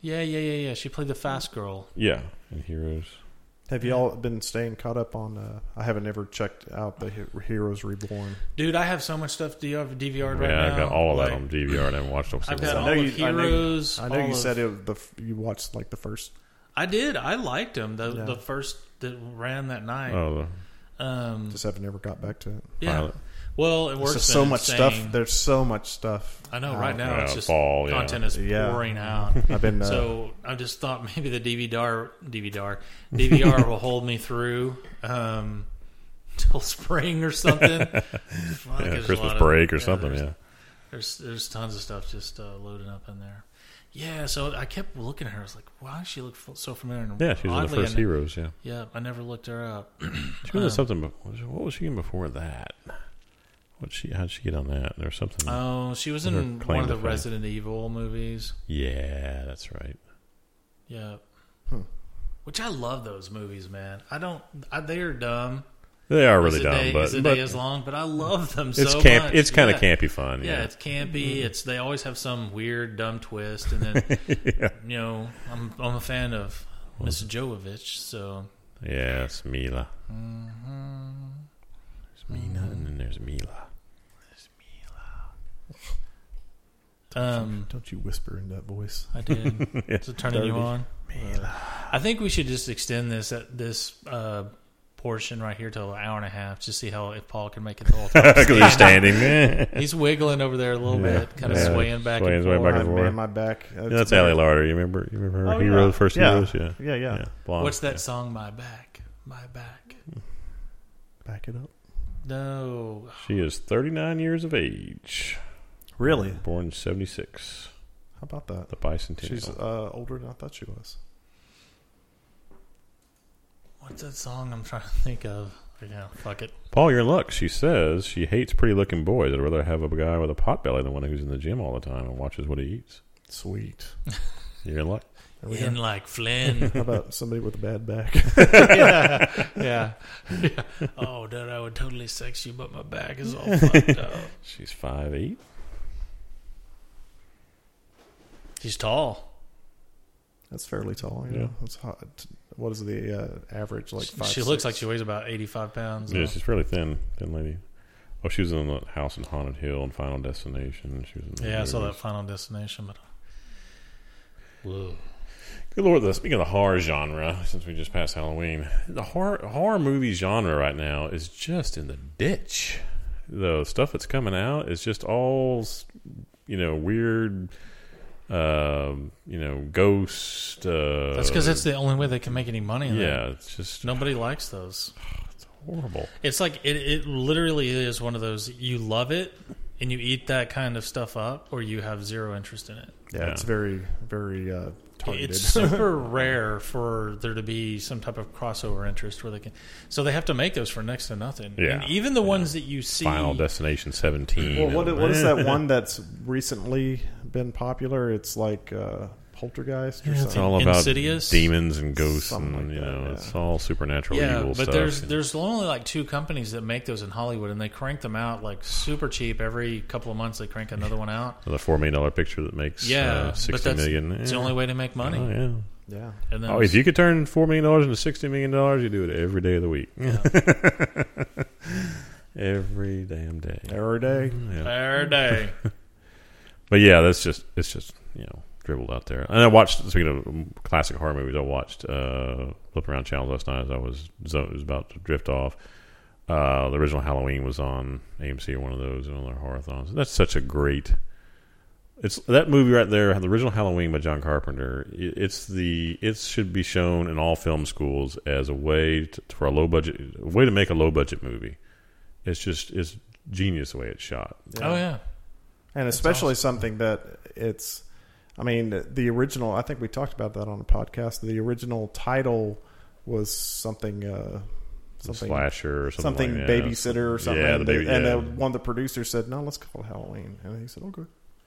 [SPEAKER 1] Yeah, yeah, yeah, yeah. She played the fast girl.
[SPEAKER 3] yeah, in Heroes.
[SPEAKER 2] Have you all been staying caught up on? Uh, I haven't ever checked out the He- Heroes Reborn.
[SPEAKER 1] Dude, I have so much stuff DVR'd right
[SPEAKER 3] yeah,
[SPEAKER 1] now.
[SPEAKER 3] I've got all of
[SPEAKER 1] like,
[SPEAKER 3] that on DVR and I haven't watched it.
[SPEAKER 1] I've
[SPEAKER 3] since
[SPEAKER 1] got
[SPEAKER 3] then.
[SPEAKER 1] all
[SPEAKER 2] know
[SPEAKER 1] of
[SPEAKER 2] you- I know you-
[SPEAKER 1] Heroes.
[SPEAKER 2] I know
[SPEAKER 1] all
[SPEAKER 2] you
[SPEAKER 1] of-
[SPEAKER 2] said it. The f- you watched like the first.
[SPEAKER 1] I did. I liked them. The
[SPEAKER 2] Yeah.
[SPEAKER 1] the first that ran that night.
[SPEAKER 3] Oh, the
[SPEAKER 1] Um,
[SPEAKER 2] Just haven't ever got back to it.
[SPEAKER 1] yeah.
[SPEAKER 3] pilot.
[SPEAKER 1] Well, it
[SPEAKER 2] There's
[SPEAKER 1] works.
[SPEAKER 2] just so much stuff.
[SPEAKER 1] insane.
[SPEAKER 2] There's so much stuff.
[SPEAKER 1] I know.
[SPEAKER 2] out.
[SPEAKER 1] Right now, it's
[SPEAKER 3] Yeah,
[SPEAKER 1] just
[SPEAKER 3] fall, yeah.
[SPEAKER 1] content is
[SPEAKER 2] Yeah.
[SPEAKER 1] pouring out.
[SPEAKER 2] I've been. Uh,
[SPEAKER 1] So I just thought maybe the DVR DVR DVR will hold me through um, till spring or something. Fuck,
[SPEAKER 3] yeah,
[SPEAKER 1] there's a
[SPEAKER 3] Christmas
[SPEAKER 1] lot of-
[SPEAKER 3] break or
[SPEAKER 1] yeah,
[SPEAKER 3] something.
[SPEAKER 1] there's-
[SPEAKER 3] Yeah,
[SPEAKER 1] There's there's tons of stuff just uh, loading up in there. Yeah, so I kept looking at her. I was like, "Why does she look f- so familiar?" And
[SPEAKER 3] yeah, she was in the
[SPEAKER 1] oddly,
[SPEAKER 3] first
[SPEAKER 1] I ne-
[SPEAKER 3] Heroes. Yeah,
[SPEAKER 1] Yeah, I never looked her up.
[SPEAKER 3] she was in something. Before, what was she in before that? What she? How'd she get on that? There was something.
[SPEAKER 1] Oh, she was
[SPEAKER 3] Her
[SPEAKER 1] in
[SPEAKER 3] claim
[SPEAKER 1] one of
[SPEAKER 3] to
[SPEAKER 1] the
[SPEAKER 3] fame.
[SPEAKER 1] Resident Evil movies.
[SPEAKER 3] yeah, that's right.
[SPEAKER 1] Yeah, which I love those movies, man. I don't. I, they are dumb.
[SPEAKER 3] They are really
[SPEAKER 1] Is it
[SPEAKER 3] dumb,
[SPEAKER 1] day- is
[SPEAKER 3] but,
[SPEAKER 1] it
[SPEAKER 3] but
[SPEAKER 1] day is long, but I love them
[SPEAKER 3] it's
[SPEAKER 1] so
[SPEAKER 3] camp.
[SPEAKER 1] much.
[SPEAKER 3] It's kind
[SPEAKER 1] Yeah.
[SPEAKER 3] of campy fun.
[SPEAKER 1] Yeah,
[SPEAKER 3] Yeah,
[SPEAKER 1] it's campy. It's they always have some weird dumb twist, and then you know I'm I'm a fan of Miss Jovovich, so
[SPEAKER 3] yeah, it's Mila.
[SPEAKER 1] Mm-hmm.
[SPEAKER 3] There's Mina and then there's Mila.
[SPEAKER 1] um
[SPEAKER 2] don't you whisper in that voice?
[SPEAKER 1] I did. It's a turning you
[SPEAKER 2] Dirty.
[SPEAKER 1] on. Uh, I think we should just extend this at this uh, portion right here till an hour and a half, just see how if Paul can make it the whole time.
[SPEAKER 3] Because he's standing. Eh.
[SPEAKER 1] He's wiggling over there a little
[SPEAKER 3] Yeah.
[SPEAKER 1] bit, kind of
[SPEAKER 3] Yeah.
[SPEAKER 1] swaying back
[SPEAKER 3] Swaying
[SPEAKER 1] and
[SPEAKER 3] his way
[SPEAKER 1] forth.
[SPEAKER 3] back
[SPEAKER 2] I
[SPEAKER 3] and forth.
[SPEAKER 2] man, my back.
[SPEAKER 3] Yeah, that's Allie Larder. You remember? You remember her
[SPEAKER 2] Oh,
[SPEAKER 3] Heroes,
[SPEAKER 2] yeah.
[SPEAKER 3] first
[SPEAKER 2] Yeah.
[SPEAKER 3] Heroes? Yeah,
[SPEAKER 2] Yeah, yeah.
[SPEAKER 3] Blonde.
[SPEAKER 1] What's that song? My back, my back.
[SPEAKER 2] Back it up.
[SPEAKER 1] No,
[SPEAKER 3] She is 39 years of age.
[SPEAKER 2] Really? How
[SPEAKER 3] Born in 76.
[SPEAKER 2] about that?
[SPEAKER 3] The bicentennial.
[SPEAKER 2] She's uh, older than I thought she was.
[SPEAKER 1] what's that song? I'm trying to think of. Yeah, fuck it.
[SPEAKER 3] Paul, you're in luck. She says she hates pretty looking boys. I'd rather have a guy with a pot belly than one who's in the gym all the time and watches what he eats.
[SPEAKER 2] Sweet.
[SPEAKER 3] You're in luck.
[SPEAKER 2] There we go.
[SPEAKER 1] In like Flynn.
[SPEAKER 2] How about somebody with a bad back?
[SPEAKER 1] yeah. yeah, Oh, dude, I would totally sex you, but my back is all fucked up.
[SPEAKER 3] She's five eight.
[SPEAKER 1] She's tall.
[SPEAKER 2] That's fairly tall.
[SPEAKER 3] Yeah.
[SPEAKER 2] Yeah, that's hot. What is the uh, average? Like five.
[SPEAKER 1] she looks
[SPEAKER 2] six?
[SPEAKER 1] like she weighs about 85 pounds.
[SPEAKER 3] Yeah, she's fairly thin, thin lady. Oh, she was in the house in Haunted Hill and Final Destination. She was in
[SPEAKER 1] Yeah, I saw that
[SPEAKER 3] movies.
[SPEAKER 1] Final Destination, but whoa,
[SPEAKER 3] Good lord, though, speaking of the horror genre, since we just passed Halloween, the horror horror movie genre right now is just in the ditch. The stuff that's coming out is just all, s- you know, weird, uh, you know, ghost. Uh,
[SPEAKER 1] that's because that's the only way they can make any money. in that.
[SPEAKER 3] yeah, it's just
[SPEAKER 1] nobody likes those.
[SPEAKER 3] horrible.
[SPEAKER 1] It's like it, it literally is one of those you love it and you eat that kind of stuff up, or you have zero interest in it.
[SPEAKER 2] Yeah, it's
[SPEAKER 3] Yeah.
[SPEAKER 2] very very uh, targeted.
[SPEAKER 1] It's super rare for there to be some type of crossover interest where they can. So they have to make those for next to nothing.
[SPEAKER 3] Yeah.
[SPEAKER 1] And even the ones that you see,
[SPEAKER 3] Final Destination Seventeen.
[SPEAKER 2] well, what,
[SPEAKER 3] and-
[SPEAKER 2] what is that one that's recently been popular? It's like uh, poltergeist or
[SPEAKER 1] Yeah,
[SPEAKER 3] It's
[SPEAKER 2] something.
[SPEAKER 3] all about
[SPEAKER 1] Insidious?
[SPEAKER 3] demons and ghosts,
[SPEAKER 2] Something
[SPEAKER 3] and
[SPEAKER 2] like
[SPEAKER 3] you
[SPEAKER 2] that,
[SPEAKER 3] know,
[SPEAKER 2] yeah.
[SPEAKER 3] it's all supernatural
[SPEAKER 1] yeah.
[SPEAKER 3] evil
[SPEAKER 1] But
[SPEAKER 3] stuff.
[SPEAKER 1] there's
[SPEAKER 3] and-
[SPEAKER 1] there's only like two companies that make those in Hollywood, and they crank them out like super cheap. Every couple of months, they crank another one out.
[SPEAKER 3] the four million dollar picture that makes
[SPEAKER 1] Yeah,
[SPEAKER 3] uh,
[SPEAKER 1] but
[SPEAKER 3] sixty
[SPEAKER 1] that's
[SPEAKER 3] million.
[SPEAKER 1] it's
[SPEAKER 3] Yeah.
[SPEAKER 1] the only way to make money.
[SPEAKER 3] Oh, yeah.
[SPEAKER 2] yeah,
[SPEAKER 1] And then
[SPEAKER 3] Oh, if you could turn four million dollars into sixty million dollars, you do it every day of the week. every damn day.
[SPEAKER 2] every day.
[SPEAKER 3] Yeah.
[SPEAKER 1] fair day,
[SPEAKER 3] But yeah, that's just it's just you know dribbled out there. And I watched speaking of classic horror movies, I watched uh, flipped around channels last night as I was zo- was about to drift off. Uh, the original Halloween was on AMC, one of those, and other horathons. That's such a great. It's that movie right there, the original Halloween by John Carpenter. i- It's the it should be shown in all film schools as a way to, for a low budget a way to make a low budget movie. It's just it's genius the way it's shot.
[SPEAKER 1] oh yeah,
[SPEAKER 2] and especially something that it's i mean the original i think we talked about that on the podcast the original title was something uh something
[SPEAKER 3] Slasher or something,
[SPEAKER 2] something
[SPEAKER 3] like that.
[SPEAKER 2] babysitter or something
[SPEAKER 3] Yeah, the baby-
[SPEAKER 2] and
[SPEAKER 3] yeah.
[SPEAKER 2] uh, one of the producers said no let's call it halloween and he said okay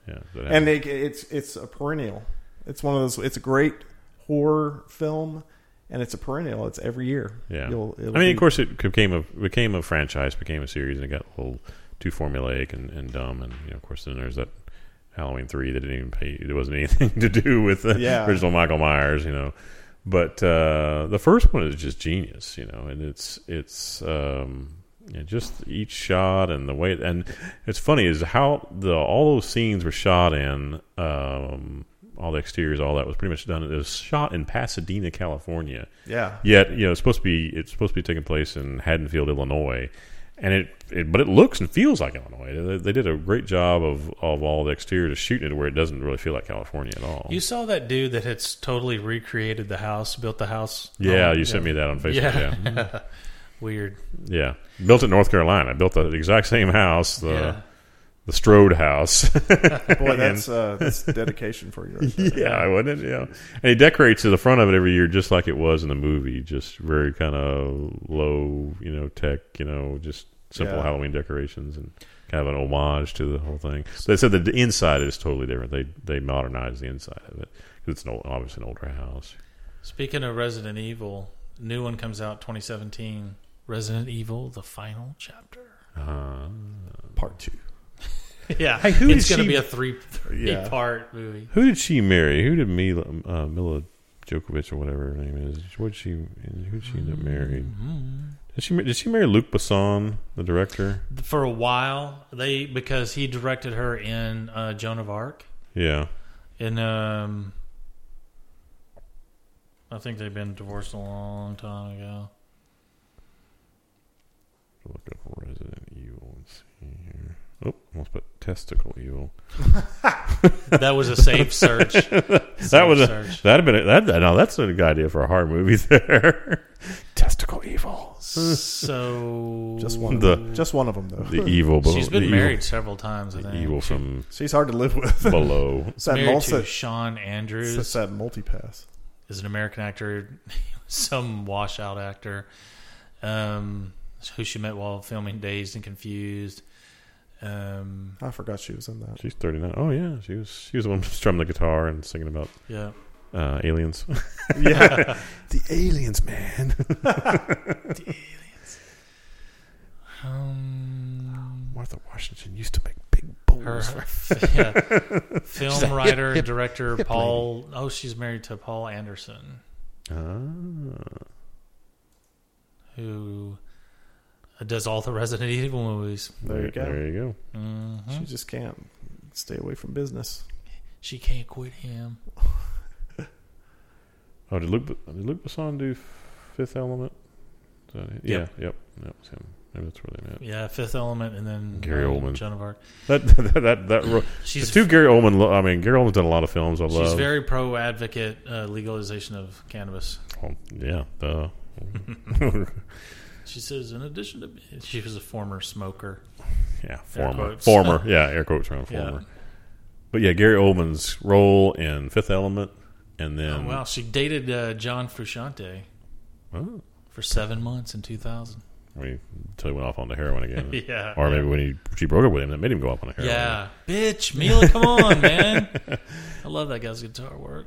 [SPEAKER 3] Yeah, that
[SPEAKER 2] and it, it's it's a perennial it's one of those it's a great horror film and it's a perennial it's every year
[SPEAKER 3] Yeah,
[SPEAKER 2] You'll- it'll
[SPEAKER 3] I mean,
[SPEAKER 2] be-
[SPEAKER 3] of course, it became a became a franchise, became a series, and it got a little too formulaic and, and dumb. And you know, of course, then there's that Halloween three that didn't even pay. It wasn't anything to do with the
[SPEAKER 2] Yeah.
[SPEAKER 3] original Michael Myers, you know. But uh, the first one is just genius, you know, and it's it's um, you know, just each shot and the way and it's funny is how the all those scenes were shot in um, all the exteriors, all that was pretty much done. It was shot in Pasadena, California.
[SPEAKER 2] yeah
[SPEAKER 3] Yet, you know, it's supposed to be it's supposed to be taking place in Haddonfield, Illinois, and it, it but it looks and feels like Illinois. They, they did a great job of of all the exterior to shooting it where it doesn't really feel like California at all.
[SPEAKER 1] you saw that dude that has totally recreated the house, built the house.
[SPEAKER 3] yeah,
[SPEAKER 1] on-
[SPEAKER 3] you sent me that on Facebook. Yeah.
[SPEAKER 1] oh, yeah. Weird.
[SPEAKER 3] yeah, built in North Carolina. Built the exact same house, the
[SPEAKER 1] yeah.
[SPEAKER 3] the Strode house.
[SPEAKER 2] boy that's uh that's dedication for you right there.
[SPEAKER 3] yeah, wouldn't it? Yeah, and he decorates the front of it every year just like it was in the movie, just very kind of low, you know, tech, you know, just simple
[SPEAKER 2] Yeah.
[SPEAKER 3] Halloween decorations and kind of an homage to the whole thing. So they said that the inside is totally different. They they modernized the inside of it 'Cause it's an old, obviously an older house.
[SPEAKER 1] Speaking of Resident Evil, new one comes out 2017. Resident Evil: The Final Chapter.
[SPEAKER 3] Uh,
[SPEAKER 2] part two
[SPEAKER 1] yeah,
[SPEAKER 3] Hey, who
[SPEAKER 1] it's
[SPEAKER 3] did
[SPEAKER 1] going to be
[SPEAKER 3] she-
[SPEAKER 1] a three three
[SPEAKER 2] Yeah.
[SPEAKER 1] part movie.
[SPEAKER 3] who did she marry? Who did Mila uh, Mila Djokovic or whatever her name is? What did she? Who did she end up marrying? Did she did she marry Luc Besson, the director?
[SPEAKER 1] For a while, they because he directed her in uh, Joan of Arc,
[SPEAKER 3] Yeah.
[SPEAKER 1] and um, I think they've been divorced a long time ago.
[SPEAKER 3] Look up Resident Evil and see here. Oh, almost put testicle evil.
[SPEAKER 1] That was a safe search.
[SPEAKER 3] that was a,
[SPEAKER 1] search.
[SPEAKER 3] that'd been a, that. No, that's a good idea for a horror movie. There, testicle evil.
[SPEAKER 1] so
[SPEAKER 2] just one
[SPEAKER 3] The-
[SPEAKER 2] of them. just one of them though
[SPEAKER 3] The evil. Below,
[SPEAKER 1] She's
[SPEAKER 3] the
[SPEAKER 1] been
[SPEAKER 3] evil-
[SPEAKER 1] married several times. I
[SPEAKER 3] the
[SPEAKER 1] think
[SPEAKER 3] evil
[SPEAKER 1] She-
[SPEAKER 3] from
[SPEAKER 2] she's hard to live with
[SPEAKER 3] below.
[SPEAKER 2] It's that
[SPEAKER 1] married
[SPEAKER 2] multi,
[SPEAKER 1] to Sean
[SPEAKER 2] it's
[SPEAKER 1] Andrews
[SPEAKER 2] just that multi-pass.
[SPEAKER 1] is an American actor, some washout actor, um, who she met while filming Dazed and Confused. Um,
[SPEAKER 2] I forgot she was in that.
[SPEAKER 3] She's thirty nine. Oh yeah, she was. She was the one strumming the guitar and singing about
[SPEAKER 1] yeah,
[SPEAKER 3] uh, aliens.
[SPEAKER 2] Yeah,
[SPEAKER 3] the aliens, man.
[SPEAKER 1] um,
[SPEAKER 3] Martha Washington used to make big bowl
[SPEAKER 1] Um, Her, yeah, film writer and director Paul. Oh, she's married to Paul Anderson,
[SPEAKER 3] Ah.
[SPEAKER 1] who uh, does all the Resident Evil movies.
[SPEAKER 2] There you go.
[SPEAKER 3] There you go.
[SPEAKER 1] Mhm.
[SPEAKER 2] She just can't stay away from business.
[SPEAKER 1] She can't quit him.
[SPEAKER 3] Oh, did Luke did Luke Besson do Fifth Element? Is that it?
[SPEAKER 1] Yep.
[SPEAKER 3] Yeah, yep, that was him. Maybe that's where they met.
[SPEAKER 1] Yeah, Fifth Element, and then
[SPEAKER 3] Gary
[SPEAKER 1] uh,
[SPEAKER 3] Oldman.
[SPEAKER 1] Joan of Arc.
[SPEAKER 3] That that that, that ro- the
[SPEAKER 1] She's
[SPEAKER 3] two Gary Oldman. lo- I mean, Gary Oldman's done a lot of films. I
[SPEAKER 1] she's
[SPEAKER 3] love.
[SPEAKER 1] very pro advocate uh, legalization of cannabis.
[SPEAKER 3] Oh, yeah, duh.
[SPEAKER 1] She says, in addition to she was a former smoker.
[SPEAKER 3] yeah, former,
[SPEAKER 1] quotes.
[SPEAKER 3] former. Yeah, air quotes around
[SPEAKER 1] Yeah.
[SPEAKER 3] former. But yeah, Gary Oldman's role in Fifth Element, and then
[SPEAKER 1] Oh, wow, she dated uh, John Frusciante
[SPEAKER 3] Oh,
[SPEAKER 1] for seven months in 2000.
[SPEAKER 3] I mean, until he went off onto heroin again,
[SPEAKER 1] Yeah.
[SPEAKER 3] or maybe when he she broke up with him, that made him go off on heroin.
[SPEAKER 1] Yeah, bitch, Mila, come on, man. I love that guy's guitar work.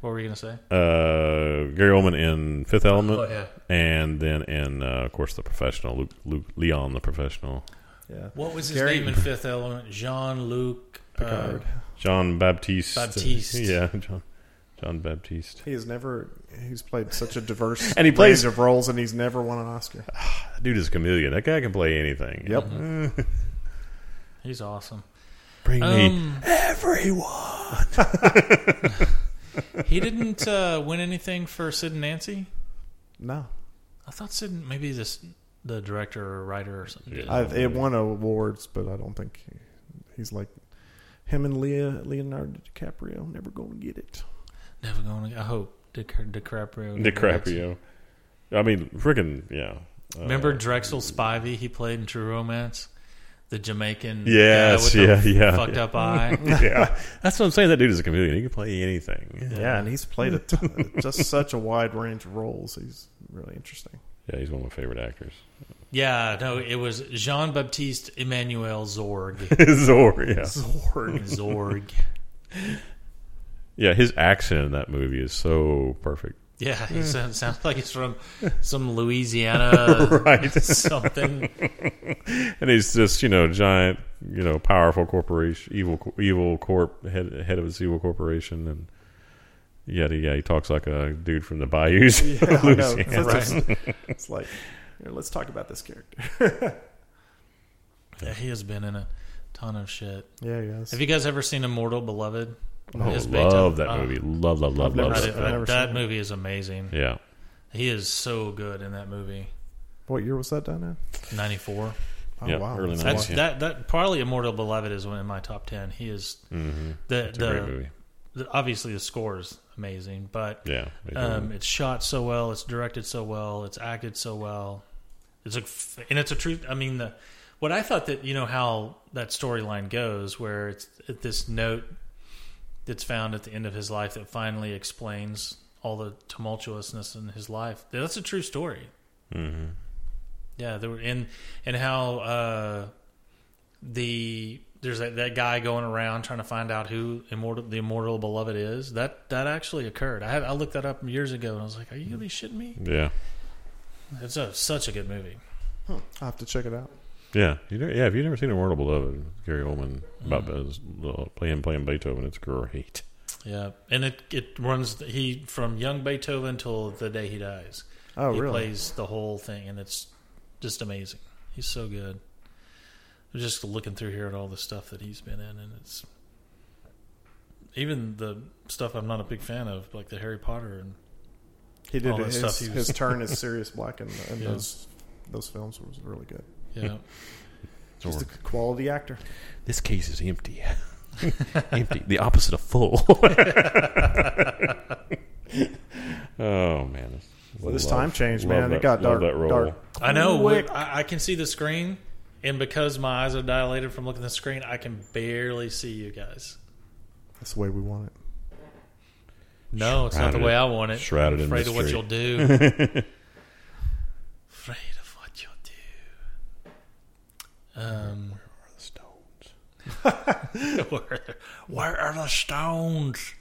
[SPEAKER 1] What were you gonna say?
[SPEAKER 3] uh, Gary Oldman in Fifth Element,
[SPEAKER 1] Oh, yeah.
[SPEAKER 3] and then in uh, of course the professional Luke, Luke Leon the professional
[SPEAKER 2] Yeah.
[SPEAKER 1] What was his
[SPEAKER 2] Gary-
[SPEAKER 1] name in Fifth Element? uh, Jean Luc
[SPEAKER 2] Picard.
[SPEAKER 3] John Baptiste
[SPEAKER 1] Baptiste.
[SPEAKER 3] yeah John John Baptiste
[SPEAKER 2] He has never. He's played such a diverse
[SPEAKER 3] And he plays-
[SPEAKER 2] range of roles, and he's never won an Oscar.
[SPEAKER 3] that dude is a chameleon that guy can play anything
[SPEAKER 2] Yep.
[SPEAKER 1] He's awesome.
[SPEAKER 3] bring me
[SPEAKER 1] Um,
[SPEAKER 3] everyone
[SPEAKER 1] he didn't uh, win anything for Sid and Nancy.
[SPEAKER 2] No,
[SPEAKER 1] I thought Sid and- maybe this the director or writer or something. did.
[SPEAKER 3] Yeah.
[SPEAKER 2] I've, it won awards, but I don't think he, he's like him and Leah Leonardo DiCaprio never going to get it.
[SPEAKER 1] Never going. I hope Dic- DiCaprio.
[SPEAKER 3] DiCaprio I mean freaking yeah Uh,
[SPEAKER 1] Remember Drexel Spivey? He played in True Romance, the Jamaican.
[SPEAKER 3] Yes,
[SPEAKER 1] guy with the
[SPEAKER 3] yeah, yeah,
[SPEAKER 1] Fucked
[SPEAKER 3] yeah.
[SPEAKER 1] up eye.
[SPEAKER 3] yeah Uh, that's what I'm saying that dude is a chameleon he can play anything
[SPEAKER 2] Yeah, and he's played a t- just such a wide range of roles. He's really interesting.
[SPEAKER 3] yeah he's one of my favorite actors
[SPEAKER 1] yeah, no, it was Jean Baptiste Emmanuel Zorg.
[SPEAKER 3] Zor yeah
[SPEAKER 1] Zorg. Zorg.
[SPEAKER 3] yeah his accent in that movie is so perfect
[SPEAKER 1] Yeah,
[SPEAKER 3] Mm.
[SPEAKER 1] he sounds, sounds like he's from some Louisiana
[SPEAKER 3] right
[SPEAKER 1] something.
[SPEAKER 3] and he's just you know giant you know powerful corporation evil evil corp head head of his evil corporation and yeah he- yeah he talks like a dude from the bayous of
[SPEAKER 2] Yeah, I know.
[SPEAKER 3] Louisiana.
[SPEAKER 2] It's, just- it's like, here, let's talk about this character.
[SPEAKER 1] Yeah, he has been in a ton of shit.
[SPEAKER 2] Yeah, yes.
[SPEAKER 1] Have you guys ever seen Immortal Beloved?
[SPEAKER 3] oh,
[SPEAKER 1] His
[SPEAKER 3] love
[SPEAKER 1] Beethoven.
[SPEAKER 3] that
[SPEAKER 1] Oh,
[SPEAKER 3] movie love love love
[SPEAKER 2] never
[SPEAKER 3] love
[SPEAKER 2] seen
[SPEAKER 1] that-
[SPEAKER 2] it.
[SPEAKER 3] that.
[SPEAKER 2] I've never
[SPEAKER 1] that
[SPEAKER 2] seen it.
[SPEAKER 1] movie is amazing.
[SPEAKER 3] yeah
[SPEAKER 1] He is so good in that movie.
[SPEAKER 2] what year was that done in?
[SPEAKER 1] 94.
[SPEAKER 2] Oh,
[SPEAKER 3] yeah
[SPEAKER 2] wow.
[SPEAKER 3] early 90s
[SPEAKER 1] That's
[SPEAKER 3] yeah.
[SPEAKER 1] that that probably Immortal Beloved is one in my top 10. He is
[SPEAKER 3] Mhm.
[SPEAKER 1] the
[SPEAKER 3] it's a great
[SPEAKER 1] the,
[SPEAKER 3] movie
[SPEAKER 1] the obviously the score is amazing, but
[SPEAKER 3] yeah
[SPEAKER 1] um,
[SPEAKER 3] Beethoven.
[SPEAKER 1] it's shot so well, it's directed so well, it's acted so well. It's a f- and it's a truth. I mean, the what I thought that you know how that storyline goes, where it's at this note that's found at the end of his life that finally explains all the tumultuousness in his life. That's a true story.
[SPEAKER 3] Mhm.
[SPEAKER 1] Yeah, there were and and how uh, the there's that, that guy going around trying to find out who immortal the immortal beloved is. That that actually occurred. I had, I looked that up years ago and I was like, "Are you gonna be shitting me?"
[SPEAKER 3] yeah
[SPEAKER 1] It's a, such a good movie.
[SPEAKER 2] Huh, I'll have to check it out.
[SPEAKER 3] yeah you know, yeah if you've never seen Immortal Beloved Gary Oldman about his, uh, playing playing Beethoven it's great
[SPEAKER 1] Yeah, and it it runs he from young Beethoven till the day he dies.
[SPEAKER 2] Oh,
[SPEAKER 1] he
[SPEAKER 2] really?
[SPEAKER 1] plays the whole thing, and it's just amazing. He's so good. I'm just looking through here at all the stuff that he's been in, and it's even the stuff I'm not a big fan of, like the Harry Potter. And
[SPEAKER 2] He did
[SPEAKER 1] all that
[SPEAKER 2] his,
[SPEAKER 1] stuff he was-
[SPEAKER 2] his turn as Sirius Black in, in
[SPEAKER 1] Yeah.
[SPEAKER 2] those those films was really good.
[SPEAKER 1] yeah,
[SPEAKER 2] He's a quality actor.
[SPEAKER 3] this case is empty. empty. The opposite of full. oh man.
[SPEAKER 2] Well, this time change, man, it got
[SPEAKER 3] love
[SPEAKER 2] dark-
[SPEAKER 3] That role.
[SPEAKER 2] dark.
[SPEAKER 1] I know.
[SPEAKER 2] Quick.
[SPEAKER 1] I, I can see the screen, and because my eyes are dilated from looking at the screen, I can barely see you guys.
[SPEAKER 2] That's the way we want it.
[SPEAKER 1] No, it's not the
[SPEAKER 3] Shrouded-
[SPEAKER 1] way I want it.
[SPEAKER 3] shrouded
[SPEAKER 1] I'm
[SPEAKER 3] in
[SPEAKER 1] afraid of what
[SPEAKER 3] mystery.
[SPEAKER 1] you'll do. afraid of what you'll do. Um,
[SPEAKER 3] Stones.
[SPEAKER 1] where, where are the stones?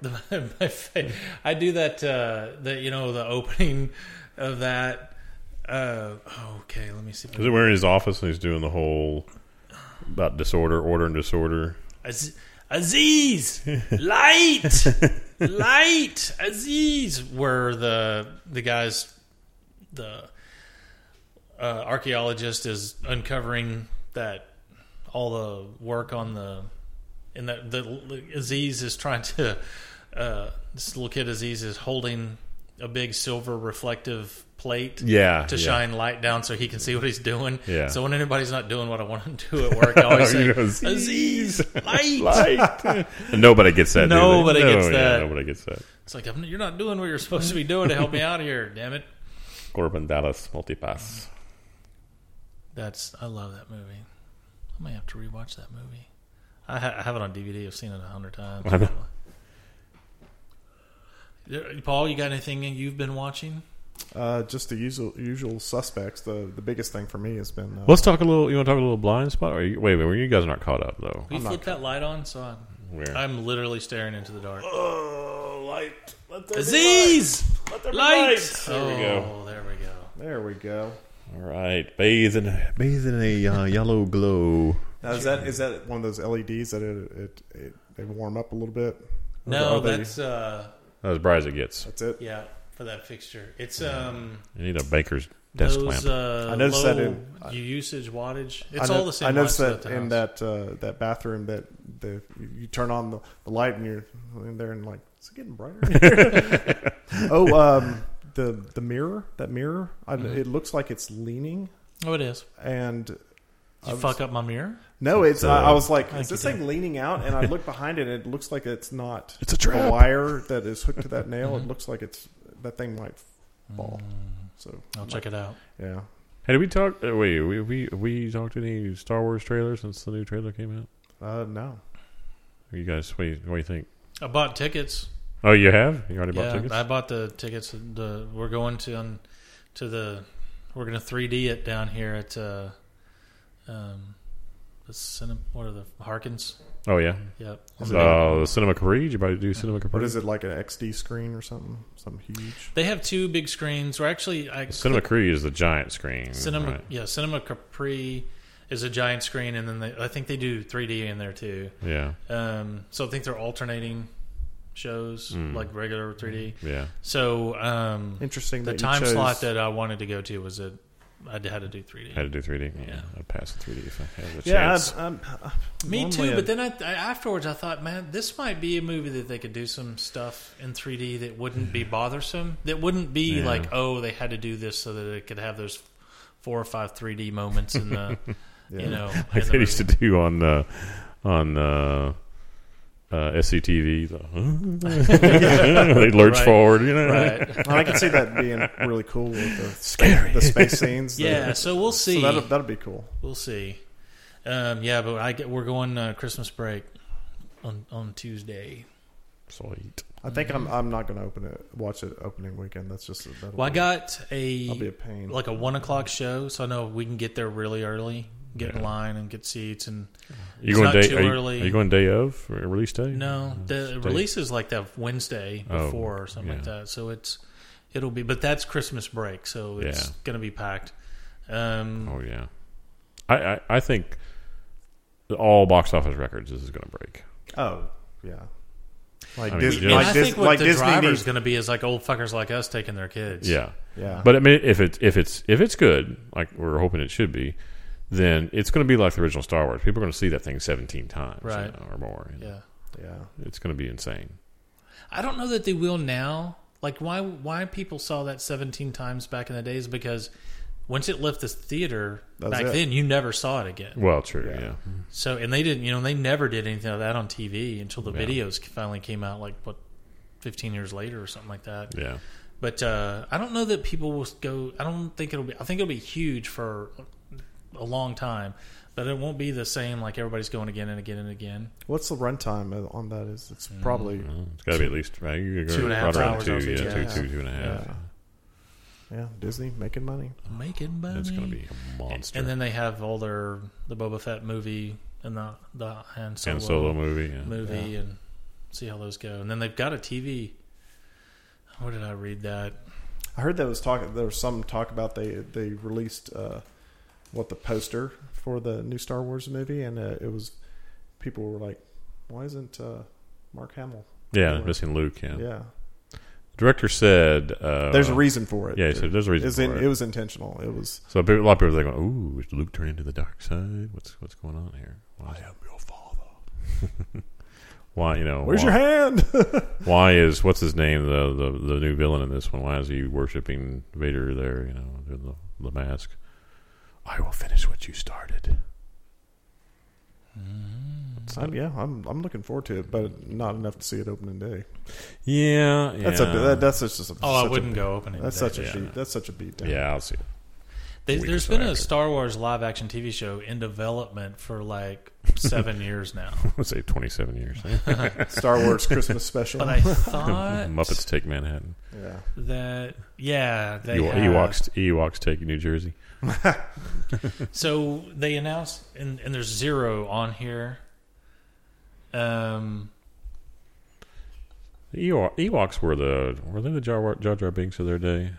[SPEAKER 1] The, my fa- I do that. Uh, that you know the opening of that. Uh, okay, let me see. if I
[SPEAKER 3] Is it
[SPEAKER 1] can-
[SPEAKER 3] where in his office and he's doing the whole about disorder, order, and disorder.
[SPEAKER 1] Az- Aziz, light, light, Aziz were the the guys. The uh, archaeologist is uncovering that all the work on the and that the Aziz is trying to. Uh, this little kid Aziz is holding a big silver reflective plate
[SPEAKER 3] Yeah,
[SPEAKER 1] to
[SPEAKER 3] yeah.
[SPEAKER 1] shine light down so he can see what he's doing.
[SPEAKER 3] Yeah.
[SPEAKER 1] So when anybody's not doing what I want them to do at work, I always say,
[SPEAKER 3] You know,
[SPEAKER 1] Aziz, light.
[SPEAKER 3] Light. nobody gets that. do they?
[SPEAKER 1] Nobody
[SPEAKER 3] No,
[SPEAKER 1] gets
[SPEAKER 3] yeah,
[SPEAKER 1] that.
[SPEAKER 3] Nobody gets that.
[SPEAKER 1] It's like, I'm, you're not doing what you're supposed to be doing to help me out here, damn it.
[SPEAKER 3] Corbin Dallas multipass.
[SPEAKER 1] That's, I love that movie. I may have to rewatch that movie. I, ha- I have it on DVD. I've seen it a hundred times.
[SPEAKER 3] I know.
[SPEAKER 1] Yeah, Paul, you got anything you've been watching?
[SPEAKER 2] Uh, just the usual usual suspects. The the biggest thing for me has been uh,
[SPEAKER 3] Let's talk a little. You want to talk a little blind spot? Or you, wait a minute. You guys are not caught up though.
[SPEAKER 1] We flipped that light on, so I'm,
[SPEAKER 3] Where?
[SPEAKER 1] I'm literally staring into the dark.
[SPEAKER 5] Oh, light. Let there
[SPEAKER 1] Aziz!
[SPEAKER 5] be
[SPEAKER 1] Light!
[SPEAKER 3] There we go.
[SPEAKER 1] Oh, there we go.
[SPEAKER 2] There we go.
[SPEAKER 3] All right. Bathe in a, bathe in a uh, yellow glow.
[SPEAKER 2] Now, is that is that one of those LEDs that it, it, it they warm up a little bit? Or
[SPEAKER 1] No,
[SPEAKER 2] are they-
[SPEAKER 1] that's, uh,
[SPEAKER 3] That's as bright as it gets.
[SPEAKER 2] that's it.
[SPEAKER 1] yeah, for that fixture. It's, um,
[SPEAKER 3] You need a baker's desk
[SPEAKER 1] those,
[SPEAKER 3] lamp.
[SPEAKER 1] Uh,
[SPEAKER 2] I noticed
[SPEAKER 1] low
[SPEAKER 2] that in-
[SPEAKER 1] usage wattage. It's
[SPEAKER 2] I know-
[SPEAKER 1] all the same.
[SPEAKER 2] I noticed
[SPEAKER 1] lights
[SPEAKER 2] that
[SPEAKER 1] throughout the
[SPEAKER 2] in
[SPEAKER 1] house.
[SPEAKER 2] that uh, that bathroom that the you you turn on the, the light and you're in there and like is it getting brighter? in here?" oh, um, the the mirror that mirror I,
[SPEAKER 1] Mm-hmm.
[SPEAKER 2] it looks like it's leaning
[SPEAKER 1] Oh, it is.
[SPEAKER 2] and
[SPEAKER 1] Did you
[SPEAKER 2] I was-
[SPEAKER 1] fuck up my mirror.
[SPEAKER 2] No, it's. I, I was like,
[SPEAKER 1] Thank
[SPEAKER 2] is this
[SPEAKER 1] you,
[SPEAKER 2] thing leaning out? And I look behind it, and it looks like it's not.
[SPEAKER 3] It's a trap.
[SPEAKER 2] wire that is hooked to that nail.
[SPEAKER 1] Mm-hmm.
[SPEAKER 2] It looks like it's that thing might fall.
[SPEAKER 1] Mm.
[SPEAKER 2] So
[SPEAKER 1] I'll check it out.
[SPEAKER 2] Yeah,
[SPEAKER 3] Hey, did we talk? Uh, wait, we we we talked any Star Wars trailer since the new trailer came out?
[SPEAKER 2] uh, no.
[SPEAKER 3] Are you guys, what do you, what do you think?
[SPEAKER 1] I bought tickets.
[SPEAKER 3] Oh, you have? You already bought
[SPEAKER 1] yeah,
[SPEAKER 3] tickets?
[SPEAKER 1] I bought the tickets. The we're going to on, to the we're gonna 3D it down here at uh, um, the cinem What are the Harkins?
[SPEAKER 3] oh yeah.
[SPEAKER 1] Yep.
[SPEAKER 2] Is it-
[SPEAKER 3] Uh, the Cinema Capri. You about to do Cinema Capri?
[SPEAKER 2] What is it like an XD screen or something? Something huge.
[SPEAKER 1] They have two big screens. Or actually, I
[SPEAKER 3] Cinema
[SPEAKER 1] clicked-
[SPEAKER 3] Capri is the giant screen.
[SPEAKER 1] Cinema,
[SPEAKER 3] right?
[SPEAKER 1] yeah, Cinema Capri is a giant screen, and then they, I think they do 3D in there too.
[SPEAKER 3] Yeah,
[SPEAKER 1] Um, so I think they're alternating shows
[SPEAKER 3] Mm.
[SPEAKER 1] like regular 3D.
[SPEAKER 3] yeah.
[SPEAKER 1] So um,
[SPEAKER 2] Hmm. Interesting.
[SPEAKER 1] the
[SPEAKER 2] that
[SPEAKER 1] time
[SPEAKER 2] you chose,
[SPEAKER 1] slot that I wanted to go to was that I had to do 3D.
[SPEAKER 3] I had to do 3D. Yeah,
[SPEAKER 1] Yeah.
[SPEAKER 3] I'd pass the 3D if I had a
[SPEAKER 2] Yeah,
[SPEAKER 3] chance.
[SPEAKER 2] I'm, I'm, I'm
[SPEAKER 1] Me
[SPEAKER 2] normally
[SPEAKER 1] too.
[SPEAKER 2] a-
[SPEAKER 1] But then I, I, afterwards, I thought, man, this might be a movie that they could do some stuff in 3D that wouldn't be bothersome. That wouldn't be
[SPEAKER 3] Yeah.
[SPEAKER 1] like, oh, they had to do this so that it could have those four or five 3D moments in the,
[SPEAKER 2] Yeah.
[SPEAKER 1] you know,
[SPEAKER 3] like
[SPEAKER 1] in the
[SPEAKER 3] they used to do on uh, on uh, uh, SCTV. The they lurch
[SPEAKER 1] Right.
[SPEAKER 3] forward. You know,
[SPEAKER 1] movie. right.
[SPEAKER 2] And I can see that being really cool with the
[SPEAKER 3] Scary.
[SPEAKER 2] the space scenes. the-
[SPEAKER 1] Yeah, so we'll see.
[SPEAKER 2] so that'll that'll be cool.
[SPEAKER 1] We'll see. Um, yeah, but I get, we're going uh, Christmas break on on Tuesday.
[SPEAKER 3] Sweet.
[SPEAKER 2] I think I'm I'm not going to open it watch it opening weekend. That's just that'll
[SPEAKER 1] Mm-hmm. Well, I
[SPEAKER 2] be-
[SPEAKER 1] got
[SPEAKER 2] that'll be a
[SPEAKER 1] a
[SPEAKER 2] pain.
[SPEAKER 1] like a one o'clock show, so I know we can get there really early, get in
[SPEAKER 3] Yeah.
[SPEAKER 1] line and get seats. And
[SPEAKER 3] You
[SPEAKER 1] It's
[SPEAKER 3] going
[SPEAKER 1] not
[SPEAKER 3] day?
[SPEAKER 1] too
[SPEAKER 3] are, you,
[SPEAKER 1] early.
[SPEAKER 3] are you going day of or release day? Uh,
[SPEAKER 1] no, the
[SPEAKER 3] It's day-
[SPEAKER 1] release is like that Wednesday
[SPEAKER 3] Oh,
[SPEAKER 1] before or something like
[SPEAKER 3] yeah.
[SPEAKER 1] that. So it's it'll be, but that's Christmas break, so it's
[SPEAKER 3] Yeah.
[SPEAKER 1] gonna be packed. Um,
[SPEAKER 3] Oh yeah, I, I I think all box office records this is going to break.
[SPEAKER 2] Oh, yeah. Like
[SPEAKER 3] I mean,
[SPEAKER 2] Disney,
[SPEAKER 3] yeah.
[SPEAKER 1] and
[SPEAKER 2] like,
[SPEAKER 1] I
[SPEAKER 2] Dis-
[SPEAKER 1] think what
[SPEAKER 2] like
[SPEAKER 1] the
[SPEAKER 2] Disney
[SPEAKER 1] driver's
[SPEAKER 2] needs.
[SPEAKER 1] gonna be is like old fuckers like us taking their kids.
[SPEAKER 3] Yeah,
[SPEAKER 2] Yeah,
[SPEAKER 3] but I mean, if it's if it's if it's good, like we're hoping it should be, then it's going to be like the original Star Wars. People are going to see that thing seventeen times, you
[SPEAKER 1] Right.
[SPEAKER 3] know, or more.
[SPEAKER 1] yeah.
[SPEAKER 2] yeah,
[SPEAKER 3] It's going to be insane.
[SPEAKER 1] I don't know that they will now. Like why why people saw that 17 times back in the days because once it left the theater
[SPEAKER 2] That was
[SPEAKER 1] back
[SPEAKER 2] it.
[SPEAKER 1] then you never saw it again.
[SPEAKER 3] Well, true.
[SPEAKER 2] Yeah.
[SPEAKER 3] Yeah,
[SPEAKER 1] So and they didn't, you know, they never did anything like that on TV until the
[SPEAKER 3] Yeah.
[SPEAKER 1] videos finally came out like what 15 years later or something like that.
[SPEAKER 3] yeah.
[SPEAKER 1] But uh, I don't know that people will go I don't think it'll be I think it'll be huge for a long time, but it won't be the same like everybody's going again and again and again.
[SPEAKER 2] What's the runtime on that? Is it's
[SPEAKER 3] Mm.
[SPEAKER 2] probably
[SPEAKER 3] Well, it's got to be at least right. You
[SPEAKER 1] Two and a half hours
[SPEAKER 3] Two,
[SPEAKER 1] on
[SPEAKER 3] yeah,
[SPEAKER 1] TV.
[SPEAKER 3] two,
[SPEAKER 2] Yeah.
[SPEAKER 3] two, two and a half.
[SPEAKER 2] Yeah. yeah Disney making money.
[SPEAKER 1] Making money.
[SPEAKER 3] It's going to be a monster.
[SPEAKER 1] And then they have all their the Boba Fett movie and the the Han Solo,
[SPEAKER 3] Han Solo movie. Yeah.
[SPEAKER 1] movie
[SPEAKER 2] Yeah.
[SPEAKER 1] and see how those go. And then they've got a TV. Where did I read that?
[SPEAKER 2] I heard that was talking. There was some talk about they they released uh, what the poster for the new Star Wars movie, and uh, it was people were like, "Why isn't uh, Mark Hamill?"
[SPEAKER 3] Yeah,
[SPEAKER 2] Luke.
[SPEAKER 3] missing Luke. Yeah.
[SPEAKER 2] Yeah,
[SPEAKER 3] Director said. Uh,
[SPEAKER 2] there's a reason for it.
[SPEAKER 3] Yeah, he said there's a reason
[SPEAKER 2] It's
[SPEAKER 3] for
[SPEAKER 2] in-
[SPEAKER 3] it.
[SPEAKER 2] it was intentional. It was
[SPEAKER 3] So people- a lot of people are thinking, "Ooh, is Luke turned into the dark side? What's what's going on here?
[SPEAKER 5] I
[SPEAKER 3] Why?
[SPEAKER 5] am your father.
[SPEAKER 3] why you know?
[SPEAKER 2] Where's
[SPEAKER 3] why,
[SPEAKER 2] your hand?
[SPEAKER 3] why is what's his name the, the the new villain in this one? Why is he worshiping Vader there? You know, doing the, the mask. I will finish what you started.
[SPEAKER 2] I'm, yeah, I'm I'm looking forward to it, but not enough to see it opening day.
[SPEAKER 3] Yeah,
[SPEAKER 2] That's
[SPEAKER 3] yeah.
[SPEAKER 2] a that, that's just
[SPEAKER 1] Oh,
[SPEAKER 2] a, such
[SPEAKER 1] I
[SPEAKER 2] a-
[SPEAKER 1] wouldn't go opening.
[SPEAKER 2] That's
[SPEAKER 1] day.
[SPEAKER 2] such a
[SPEAKER 3] yeah.
[SPEAKER 2] sheet. That's such a beatdown.
[SPEAKER 3] yeah. I'll see. it.
[SPEAKER 1] They,
[SPEAKER 3] week
[SPEAKER 1] there's
[SPEAKER 3] or so
[SPEAKER 1] been a
[SPEAKER 3] after.
[SPEAKER 1] Star Wars live action TV show in development for like seven years now.
[SPEAKER 3] Let's say twenty seven years.
[SPEAKER 2] Star Wars Christmas special.
[SPEAKER 1] But I thought
[SPEAKER 3] Muppets take Manhattan.
[SPEAKER 2] yeah,
[SPEAKER 1] that yeah, they
[SPEAKER 3] Ew-
[SPEAKER 1] had-
[SPEAKER 3] Ewoks Ewoks take New Jersey.
[SPEAKER 1] So they announced, and, and there's zero on here. Um,
[SPEAKER 3] The Ewa- Ewoks were the were they the Jar War- Jar, Jar Binks of their day?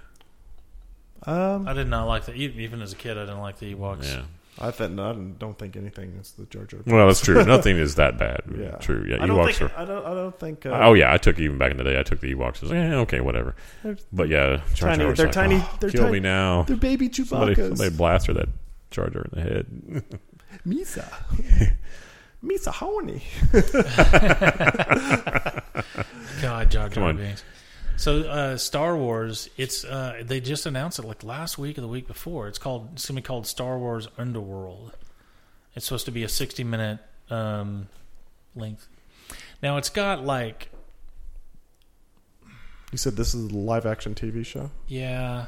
[SPEAKER 2] um,
[SPEAKER 1] I did not like the e- even as a kid. I didn't like the Ewoks.
[SPEAKER 3] Yeah.
[SPEAKER 2] I thought no, I don't- don't think anything is the Jar Jar.
[SPEAKER 3] Well, that's true. Nothing is that bad.
[SPEAKER 2] Yeah.
[SPEAKER 3] True. Yeah.
[SPEAKER 2] I don't
[SPEAKER 3] Ewoks
[SPEAKER 2] think.
[SPEAKER 3] are.
[SPEAKER 2] I don't. I don't think. Uh,
[SPEAKER 3] Oh yeah, I took even back in the day. I took the Ewoks. I was like, eh, okay, whatever. But yeah, Jar
[SPEAKER 2] Tiny-
[SPEAKER 3] Jar was
[SPEAKER 2] they're
[SPEAKER 3] like,
[SPEAKER 2] tiny-
[SPEAKER 3] "Oh,
[SPEAKER 2] they're
[SPEAKER 3] kill
[SPEAKER 2] tiny-
[SPEAKER 3] me now.
[SPEAKER 2] they're baby
[SPEAKER 3] Somebody,
[SPEAKER 2] Chewbacca's.
[SPEAKER 3] somebody blast her that Jar Jar in the head.
[SPEAKER 2] Misa. Misa Honey.
[SPEAKER 1] God, Jar
[SPEAKER 3] Come
[SPEAKER 1] Jar
[SPEAKER 3] on.
[SPEAKER 1] Binks. So uh, Star Wars, it's uh, they just announced it like last week or the week before. It's called it's gonna be called Star Wars Underworld. It's supposed to be a sixty minute um, length. Now it's got like
[SPEAKER 2] You said this is a live action TV show.
[SPEAKER 1] yeah,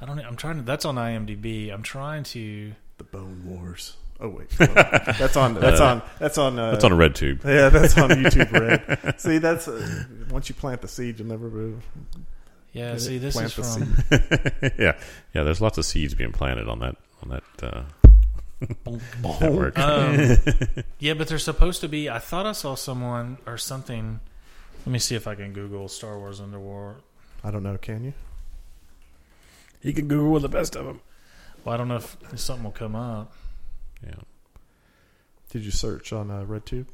[SPEAKER 1] I don't. know. I'm trying to. That's on IMDb. I'm trying to.
[SPEAKER 2] The Bone Wars. Oh wait, that's on. That's on. That's on. Uh,
[SPEAKER 3] That's on a red tube.
[SPEAKER 2] Yeah, that's on YouTube Red. See, that's uh, once you plant the seed, you'll never move.
[SPEAKER 1] Yeah,
[SPEAKER 2] Did
[SPEAKER 1] see,
[SPEAKER 2] it
[SPEAKER 1] this is
[SPEAKER 2] plant the
[SPEAKER 1] from
[SPEAKER 3] yeah, yeah. There's lots of seeds being planted on that on that uh, network.
[SPEAKER 1] Um, yeah, but they're supposed to be. I thought I saw someone or something. Let me see if I can Google Star Wars Underworld.
[SPEAKER 2] I don't know. Can you?
[SPEAKER 3] you can Google the best of them.
[SPEAKER 1] Well, I don't know if something will come up.
[SPEAKER 3] Yeah.
[SPEAKER 2] Did you search on uh, RedTube?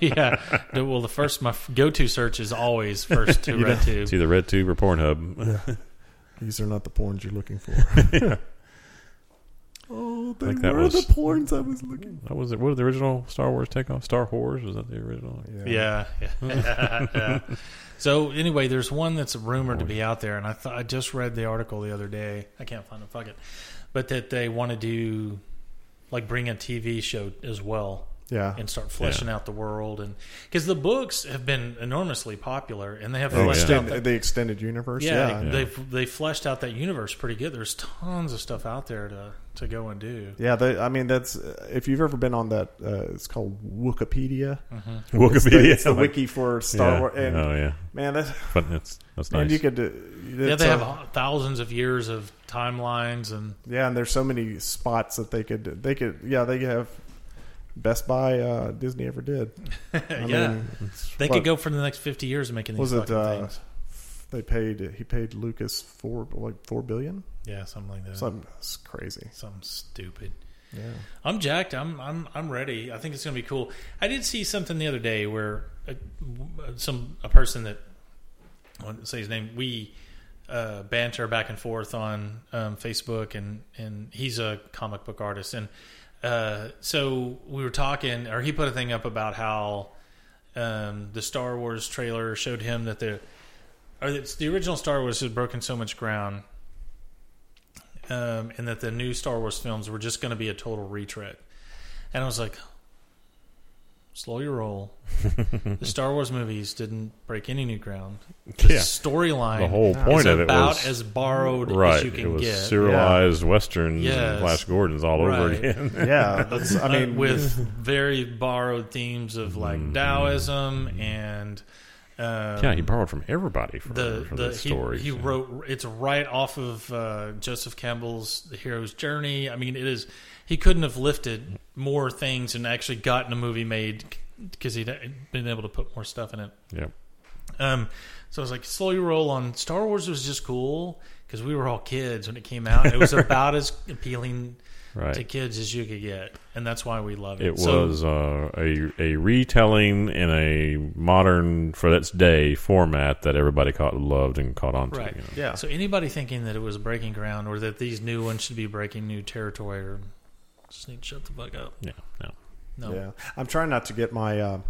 [SPEAKER 1] yeah. The- Well, the first my go to search is always first to
[SPEAKER 2] You know.
[SPEAKER 3] It's
[SPEAKER 1] RedTube.
[SPEAKER 3] either Red Tube or Pornhub.
[SPEAKER 2] These are not the porns you're looking for. oh, they
[SPEAKER 3] Like that
[SPEAKER 2] were
[SPEAKER 3] was-
[SPEAKER 2] the porns I was looking.
[SPEAKER 3] That was it. What was the original Star Wars takeoff? Star Wars was that the original?
[SPEAKER 2] for.
[SPEAKER 1] Yeah. yeah. So anyway, there's one that's rumored to be out there, and I th- I just read the article the other day. I can't find it. Fuck it. But that they want to do like bring a TV show as well.
[SPEAKER 2] yeah.
[SPEAKER 1] and start fleshing out the world and because the books have been enormously popular and they have
[SPEAKER 2] The,
[SPEAKER 1] fleshed
[SPEAKER 3] yeah.
[SPEAKER 1] out
[SPEAKER 2] extend,
[SPEAKER 1] that,
[SPEAKER 2] the extended universe.
[SPEAKER 1] yeah,
[SPEAKER 2] Yeah,
[SPEAKER 1] they- they've they fleshed out that universe pretty good there's tons of stuff out there to to go and do
[SPEAKER 2] Yeah, they, I mean that's uh, if you've ever been on that, uh, it's called Wikipedia. It's the,
[SPEAKER 3] Wikipedia.
[SPEAKER 2] it's the wiki for Star
[SPEAKER 3] yeah.
[SPEAKER 2] Wars, and
[SPEAKER 3] oh yeah,
[SPEAKER 2] man, that's
[SPEAKER 3] but that's that's
[SPEAKER 2] man,
[SPEAKER 3] nice.
[SPEAKER 2] you could. uh,
[SPEAKER 1] yeah
[SPEAKER 2] it's uh,
[SPEAKER 1] they
[SPEAKER 2] a-
[SPEAKER 1] have thousands of years of timelines and
[SPEAKER 2] Yeah, and there's so many spots that they could they could yeah they have Best Buy uh, Disney ever did. I
[SPEAKER 1] yeah
[SPEAKER 2] mean, it's
[SPEAKER 1] they
[SPEAKER 2] what-
[SPEAKER 1] could go for the next 50 years making these
[SPEAKER 2] Was it?
[SPEAKER 1] fucking
[SPEAKER 2] Uh,
[SPEAKER 1] things
[SPEAKER 2] they paid he paid Lucas four like four billion.
[SPEAKER 1] yeah something like that
[SPEAKER 2] Something that's crazy.
[SPEAKER 1] something stupid
[SPEAKER 2] Yeah,
[SPEAKER 1] I'm jacked. I'm I'm I'm ready. I think it's going to be cool. I did see something the other day where a, some a person that I won't say his name. We uh, banter back and forth on um, Facebook, and and he's a comic book artist, and uh, so we were talking, or he put a thing up about how um, the Star Wars trailer showed him that the or it's the original Star Wars has broken so much ground um, and that the new Star Wars films were just going to be a total retread. And I was like, slow your roll. the Star Wars movies didn't break any new ground. The
[SPEAKER 3] Yeah.
[SPEAKER 1] storyline,
[SPEAKER 3] the whole point
[SPEAKER 1] is
[SPEAKER 3] of it
[SPEAKER 1] about
[SPEAKER 3] was
[SPEAKER 1] as borrowed
[SPEAKER 3] right.
[SPEAKER 1] as you
[SPEAKER 3] it
[SPEAKER 1] can
[SPEAKER 3] was
[SPEAKER 1] get.
[SPEAKER 3] serialized westerns and
[SPEAKER 1] Yes.
[SPEAKER 3] Flash Gordons all over
[SPEAKER 1] Right.
[SPEAKER 3] again.
[SPEAKER 2] yeah. That's, I
[SPEAKER 1] Uh,
[SPEAKER 2] mean,
[SPEAKER 1] with very borrowed themes of like Taoism and um,
[SPEAKER 3] Mm-hmm. yeah, he borrowed from everybody for
[SPEAKER 1] the
[SPEAKER 3] for
[SPEAKER 1] the
[SPEAKER 3] the
[SPEAKER 1] he,
[SPEAKER 3] story.
[SPEAKER 1] he wrote it's right off of uh, Joseph Campbell's The Hero's Journey. I mean, it is he couldn't have lifted more things and actually gotten a movie made because he'd uh, been able to put more stuff in it.
[SPEAKER 3] Yeah,
[SPEAKER 1] Um, so I was like, slow your roll on Star Wars was just cool. because we were all kids when it came out. It was about as appealing
[SPEAKER 3] Right.
[SPEAKER 1] to kids as you could get, and that's why we love it.
[SPEAKER 3] It
[SPEAKER 1] So-
[SPEAKER 3] was uh, a a retelling in a modern for its day format that everybody caught loved and caught on to.
[SPEAKER 1] Right.
[SPEAKER 3] you know.
[SPEAKER 2] Yeah.
[SPEAKER 1] So anybody thinking that it was breaking ground or that these new ones should be breaking new territory or just need to shut the fuck up.
[SPEAKER 3] Yeah. No.
[SPEAKER 1] No.
[SPEAKER 2] Yeah, I'm trying not to get my. Uh,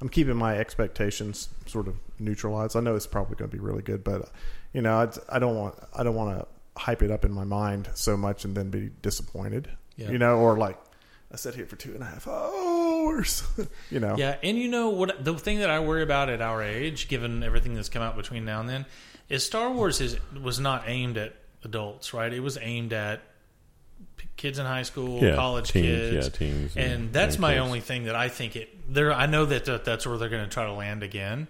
[SPEAKER 2] I'm keeping my expectations sort of neutralized. I know it's probably going to be really good, but you know, I, I don't want I don't want to hype it up in my mind so much and then be disappointed.
[SPEAKER 1] Yeah.
[SPEAKER 2] You know, or like I sat here for two and a half hours. you know,
[SPEAKER 1] Yeah, and you know what the thing that I worry about at our age, given everything that's come out between now and then, is Star Wars is was not aimed at adults, right? It was aimed at p- kids in high school,
[SPEAKER 3] Yeah,
[SPEAKER 1] college
[SPEAKER 3] teens,
[SPEAKER 1] kids.
[SPEAKER 3] yeah, teens and
[SPEAKER 1] And, that's
[SPEAKER 3] young
[SPEAKER 1] my
[SPEAKER 3] kids.
[SPEAKER 1] only thing that I think it there I know that, that that's where they're going to try to land again.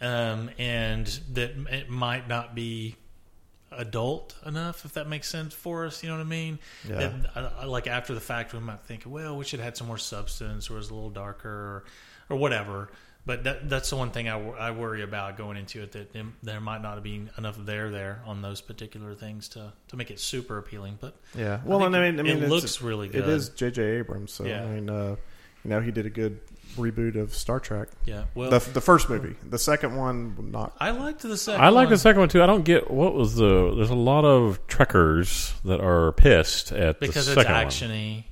[SPEAKER 1] Um, and that it might not be adult enough, if that makes sense for us. You know what I mean?
[SPEAKER 2] Yeah.
[SPEAKER 1] That, uh, uh, like after the fact, we might think, well, we should have had some more substance, or it was a little darker, or, or whatever. But that, that's the one thing I, wor- I worry about going into it that im- there might not be enough there there on those particular things to, to make it super appealing. But
[SPEAKER 2] Yeah. Well,
[SPEAKER 1] think
[SPEAKER 2] and I mean, I
[SPEAKER 1] it-
[SPEAKER 2] mean,
[SPEAKER 1] it
[SPEAKER 2] it's-
[SPEAKER 1] looks really good.
[SPEAKER 2] It is J.J. Abrams, so
[SPEAKER 1] Yeah.
[SPEAKER 2] I mean, uh, you know, he did a good reboot of Star Trek.
[SPEAKER 1] yeah, well,
[SPEAKER 2] The, the first movie, the second one, not.
[SPEAKER 1] I liked the second.
[SPEAKER 3] I like
[SPEAKER 1] one
[SPEAKER 3] the second one too. I don't get what was the. There's a lot of trekkers that are pissed at
[SPEAKER 1] because
[SPEAKER 3] the
[SPEAKER 1] it's
[SPEAKER 3] second
[SPEAKER 1] actiony.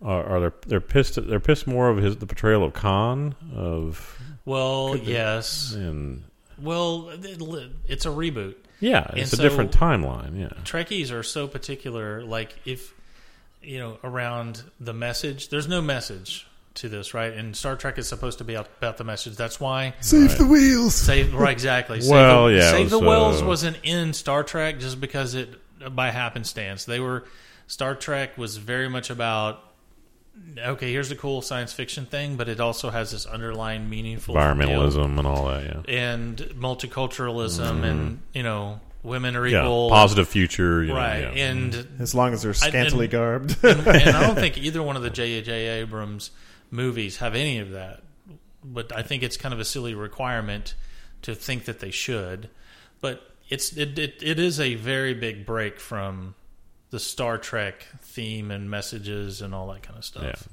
[SPEAKER 3] one. Are, are they they're pissed? At, they're pissed more of his the portrayal of Khan of
[SPEAKER 1] Well, yes.
[SPEAKER 3] and
[SPEAKER 1] Well, it- it's a reboot.
[SPEAKER 3] yeah, it's
[SPEAKER 1] And
[SPEAKER 3] a different
[SPEAKER 1] so-
[SPEAKER 3] timeline. Yeah.
[SPEAKER 1] Trekkies are so particular. Like if you know around the message, there's no message to this, right? And Star Trek is supposed to be out- about the message. That's why
[SPEAKER 2] Save the wheels.
[SPEAKER 1] save right exactly. Save
[SPEAKER 3] Well,
[SPEAKER 1] the,
[SPEAKER 3] yeah, it
[SPEAKER 1] Save the
[SPEAKER 3] was,
[SPEAKER 1] Wells
[SPEAKER 3] uh,
[SPEAKER 1] wasn't in Star Trek just because it by happenstance. They were Star Trek was very much about. Okay, here's a cool science fiction thing, but it also has this underlying meaningful deal
[SPEAKER 3] Environmentalism and all that. Yeah.
[SPEAKER 1] and multiculturalism, and you know, women are
[SPEAKER 3] Mm-hmm. Yeah.
[SPEAKER 1] equal,
[SPEAKER 3] Positive future. You know,
[SPEAKER 1] right?
[SPEAKER 3] yeah. Mm-hmm.
[SPEAKER 1] And
[SPEAKER 2] As long as they're
[SPEAKER 1] I- and-
[SPEAKER 2] scantily garbed.
[SPEAKER 1] and I don't think either one of the J.J. Abrams movies have any of that. But I think it's kind of a silly requirement to think that they should. But it's it it, it is a very big break from the Star Trek theme and messages and all that kind of stuff.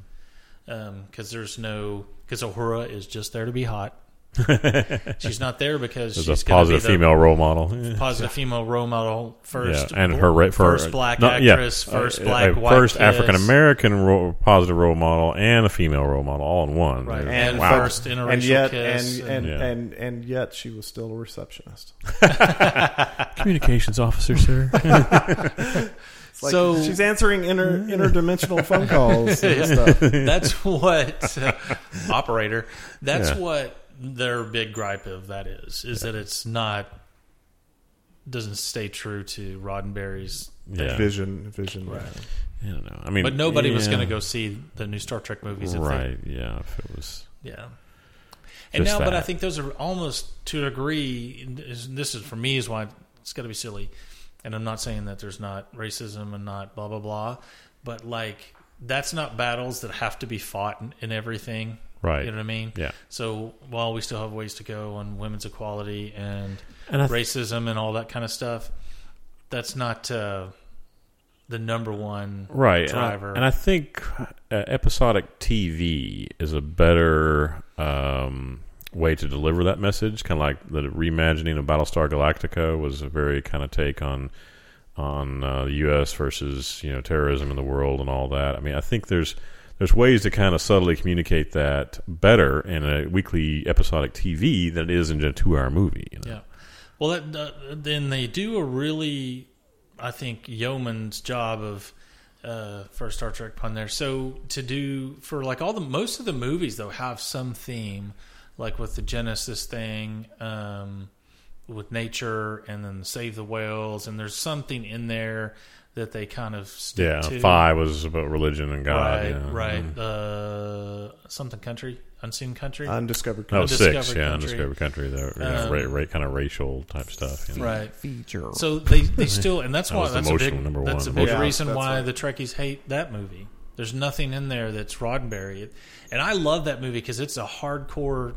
[SPEAKER 1] Because there's no because Uhura is just there to be hot. she's not there because
[SPEAKER 3] There's
[SPEAKER 1] she's
[SPEAKER 3] a
[SPEAKER 1] gonna be
[SPEAKER 3] positive
[SPEAKER 1] the
[SPEAKER 3] female role model. Yeah.
[SPEAKER 1] positive female role model first,
[SPEAKER 3] yeah, and her ra- for,
[SPEAKER 1] first black
[SPEAKER 3] not- yeah,
[SPEAKER 1] actress,
[SPEAKER 3] uh,
[SPEAKER 1] first
[SPEAKER 3] uh,
[SPEAKER 1] black white
[SPEAKER 3] first
[SPEAKER 1] kids.
[SPEAKER 3] African American ro- positive role model, and a female role model, all in one.
[SPEAKER 1] Right.
[SPEAKER 3] There's-
[SPEAKER 1] And
[SPEAKER 3] wow.
[SPEAKER 1] first interracial
[SPEAKER 2] and yet,
[SPEAKER 1] kiss.
[SPEAKER 2] and and,
[SPEAKER 3] and- Yeah.
[SPEAKER 2] and and yet, she was still a receptionist.
[SPEAKER 3] communications officer, sir.
[SPEAKER 2] It's like
[SPEAKER 1] So-
[SPEAKER 2] she's answering inter interdimensional phone calls and stuff.
[SPEAKER 1] that's what uh, operator. That's
[SPEAKER 3] Yeah.
[SPEAKER 1] what their big gripe of that is is that it's not doesn't stay true to Roddenberry's.
[SPEAKER 3] yeah.
[SPEAKER 2] Vision, vision.
[SPEAKER 3] I don't know. I mean,
[SPEAKER 1] But nobody was
[SPEAKER 3] yeah.
[SPEAKER 1] going to go see the new Star Trek movies. if they-
[SPEAKER 3] Right. Yeah. If it was.
[SPEAKER 1] Yeah. And
[SPEAKER 3] Just
[SPEAKER 1] now, but I
[SPEAKER 3] that.
[SPEAKER 1] think those are almost to a degree. is- This is for me is why it's got to be silly, and I'm not saying that there's not racism and not blah blah blah, but like that's not battles that have to be fought in, in everything.
[SPEAKER 3] Right.
[SPEAKER 1] You know what I mean?
[SPEAKER 3] Yeah.
[SPEAKER 1] So while we still have ways to go on women's equality and
[SPEAKER 3] And I th-
[SPEAKER 1] racism and all that kind of stuff, that's not uh, the number one
[SPEAKER 3] right and I-
[SPEAKER 1] driver.
[SPEAKER 3] And I, think uh, episodic TV is a better um, way to deliver that message. Kind of like the reimagining of Battlestar Galactica was a very kind of take on on uh, the U.S. versus you know terrorism in the world and all that. I mean, I think there's there's ways to kind of subtly communicate that better in a weekly episodic TV than it is in a two hour movie. You know?
[SPEAKER 1] Yeah. Well, that, uh, then they do a really, I think, yeoman's job of uh, for a Star Trek pun there. So to do for like all the most of the movies though have some theme, like with the Genesis thing, um, with nature, and then Save the Whales, and there's something in there that they kind of stick
[SPEAKER 3] Yeah,
[SPEAKER 1] to.
[SPEAKER 3] Phi was about religion and God.
[SPEAKER 1] Right,
[SPEAKER 3] yeah. Mm-hmm.
[SPEAKER 1] right. Uh, something country, unseen country.
[SPEAKER 2] Undiscovered.
[SPEAKER 3] No,
[SPEAKER 1] Undiscovered
[SPEAKER 3] Oh, six. Yeah,
[SPEAKER 1] country.
[SPEAKER 3] undiscovered country. There, you know,
[SPEAKER 1] Um,
[SPEAKER 3] ra- ra- kind of racial type stuff. you know.
[SPEAKER 1] right.
[SPEAKER 2] feature.
[SPEAKER 1] So they, they still, and that's
[SPEAKER 3] That
[SPEAKER 1] why
[SPEAKER 3] was the
[SPEAKER 1] that's a big
[SPEAKER 3] emotional number
[SPEAKER 1] that's
[SPEAKER 3] one.
[SPEAKER 1] a big
[SPEAKER 2] Yeah,
[SPEAKER 1] reason
[SPEAKER 2] that's
[SPEAKER 1] why
[SPEAKER 2] right.
[SPEAKER 1] the Trekkies hate that movie. There's nothing in there that's Roddenberry, and I love that movie because it's a hardcore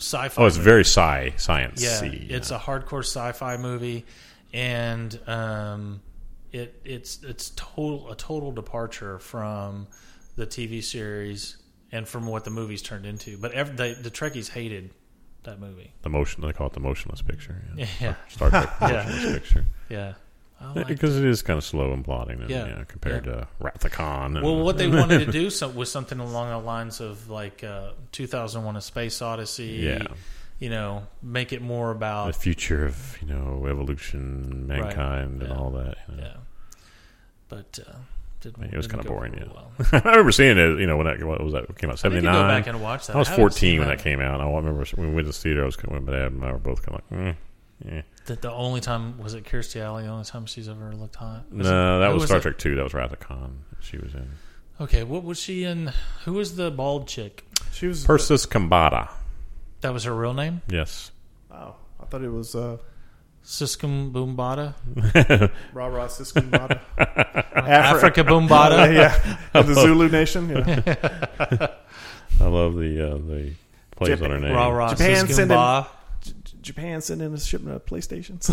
[SPEAKER 1] sci-fi.
[SPEAKER 3] Oh, it's
[SPEAKER 1] movie.
[SPEAKER 3] very sci science.
[SPEAKER 1] yeah, it's a hardcore sci-fi movie, and um, it it's it's total a total departure from the TV series and from what the movies turned into. But ev the, the Trekkies hated that movie.
[SPEAKER 3] The motion they call it the motionless picture. Yeah.
[SPEAKER 1] Yeah.
[SPEAKER 3] Star Trek
[SPEAKER 1] Yeah.
[SPEAKER 3] motionless picture.
[SPEAKER 1] Yeah. I like
[SPEAKER 3] Because Mm-hmm. it is kind of slow and plodding, and,
[SPEAKER 1] Yeah.
[SPEAKER 3] you know, compared to Wrath of Khan. and-
[SPEAKER 1] Well, what they wanted to do so, was something along the lines of like uh, 2001: A Space Odyssey.
[SPEAKER 3] yeah,
[SPEAKER 1] You know, make it more
[SPEAKER 3] the
[SPEAKER 1] about
[SPEAKER 3] future of you know evolution,
[SPEAKER 1] uh, Right.
[SPEAKER 3] mankind, and
[SPEAKER 1] Yeah.
[SPEAKER 3] all that. you know.
[SPEAKER 1] yeah. But uh, didn't,
[SPEAKER 3] It was
[SPEAKER 1] didn't
[SPEAKER 3] kinda
[SPEAKER 1] go
[SPEAKER 3] boring,
[SPEAKER 1] real
[SPEAKER 3] yeah.
[SPEAKER 1] well.
[SPEAKER 3] I remember seeing it. You know, when that what was that came out
[SPEAKER 1] I need
[SPEAKER 3] seventy
[SPEAKER 1] to go back
[SPEAKER 3] nine.
[SPEAKER 1] and watch that.
[SPEAKER 3] I was
[SPEAKER 1] haven't
[SPEAKER 3] fourteen
[SPEAKER 1] seen
[SPEAKER 3] when that came out. I remember when we went to the theater. I was kind of, my dad and I were both kind of like, eh, yeah.
[SPEAKER 1] That the only time was it Kirstie Alley. The only time she's ever looked hot. Was
[SPEAKER 3] No,
[SPEAKER 1] it-
[SPEAKER 3] that
[SPEAKER 1] who
[SPEAKER 3] was, Star
[SPEAKER 1] it?
[SPEAKER 3] Trek Two. That was Wrath of Khan. that She was in
[SPEAKER 1] Okay, what was she in? Who was the bald chick?
[SPEAKER 2] She was.
[SPEAKER 3] Persis Combata.
[SPEAKER 1] That was her real name,
[SPEAKER 3] Yes,
[SPEAKER 2] oh, I thought it was uh,
[SPEAKER 1] Siskum Boombada,
[SPEAKER 2] Ra Ra Siskin Bada.
[SPEAKER 1] Africa
[SPEAKER 2] Uh,
[SPEAKER 1] Boombada.
[SPEAKER 2] yeah, Of the Zulu Nation. Yeah.
[SPEAKER 3] I love the uh, the plays on her name.
[SPEAKER 1] Rah rah
[SPEAKER 2] Japan
[SPEAKER 1] Siskum
[SPEAKER 2] send in-
[SPEAKER 1] Ba.
[SPEAKER 2] J- J- Japan sending a shipment of PlayStations.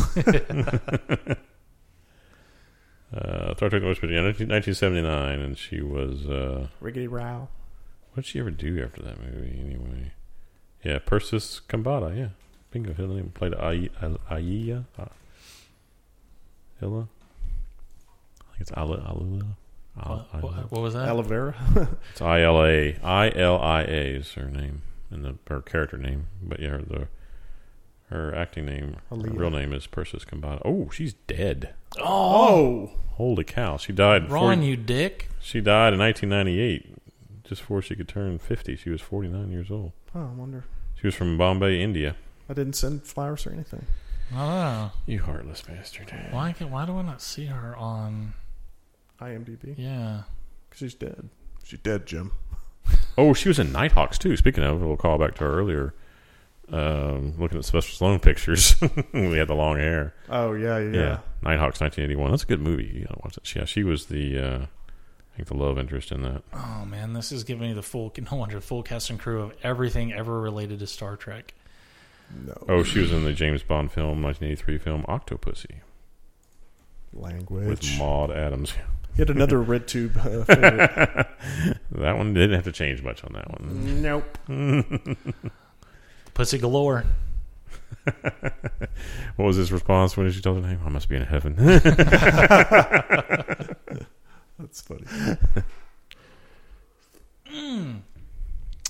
[SPEAKER 3] Uh, Star Trek: The Next Generation, 1979, and she was. Uh,
[SPEAKER 2] Riggedy Row.
[SPEAKER 3] what did she ever do after that movie anyway? Yeah, Persis Combata. Yeah, bingo. Helen even played Ai- Ai- Aiya. Uh, Hilla. I think it's Ala- Alula. Al-
[SPEAKER 1] What,
[SPEAKER 3] Ila.
[SPEAKER 1] what, what was that?
[SPEAKER 2] Aloe Vera.
[SPEAKER 3] It's I L A I L I A is her name and the her character name, but yeah, her, the her acting name, her
[SPEAKER 2] Aaliyah.
[SPEAKER 3] real name is Persis Combata. Oh, she's dead.
[SPEAKER 2] Oh.
[SPEAKER 3] Holy cow! She died. before-
[SPEAKER 1] Ron, you dick.
[SPEAKER 3] She died in 1998, just before she could turn 50. She was 49 years old.
[SPEAKER 2] Oh, I wonder.
[SPEAKER 3] She was from Bombay, India.
[SPEAKER 2] I didn't send flowers or anything.
[SPEAKER 1] I don't know.
[SPEAKER 3] You heartless bastard.
[SPEAKER 1] Oh. Why? can- Why do I not see her on?
[SPEAKER 2] IMDb.
[SPEAKER 1] Yeah.
[SPEAKER 2] She's dead.
[SPEAKER 5] She's dead, Jim.
[SPEAKER 3] Oh, she was in Nighthawks too. Speaking of, we'll call back to her earlier. Um, looking at Sylvester Stallone pictures, we had the long hair.
[SPEAKER 2] Oh yeah, yeah.
[SPEAKER 3] Yeah. Nighthawks, 1981. That's a good movie. You gotta watch it. Yeah, she was the, uh, I think, the love interest in that.
[SPEAKER 1] Oh man, this is giving me the full. No wonder full cast and crew of everything ever related to Star Trek.
[SPEAKER 5] No.
[SPEAKER 3] Oh, she was in the James Bond film, 1983 film, Octopussy,
[SPEAKER 5] Language.
[SPEAKER 3] with Maude Adams.
[SPEAKER 2] Yet another red tube. Uh, favorite.
[SPEAKER 3] That one didn't have to change much on that one.
[SPEAKER 2] nope.
[SPEAKER 1] Pussy galore.
[SPEAKER 3] What was his response when she told her name? I must be in heaven.
[SPEAKER 2] That's funny.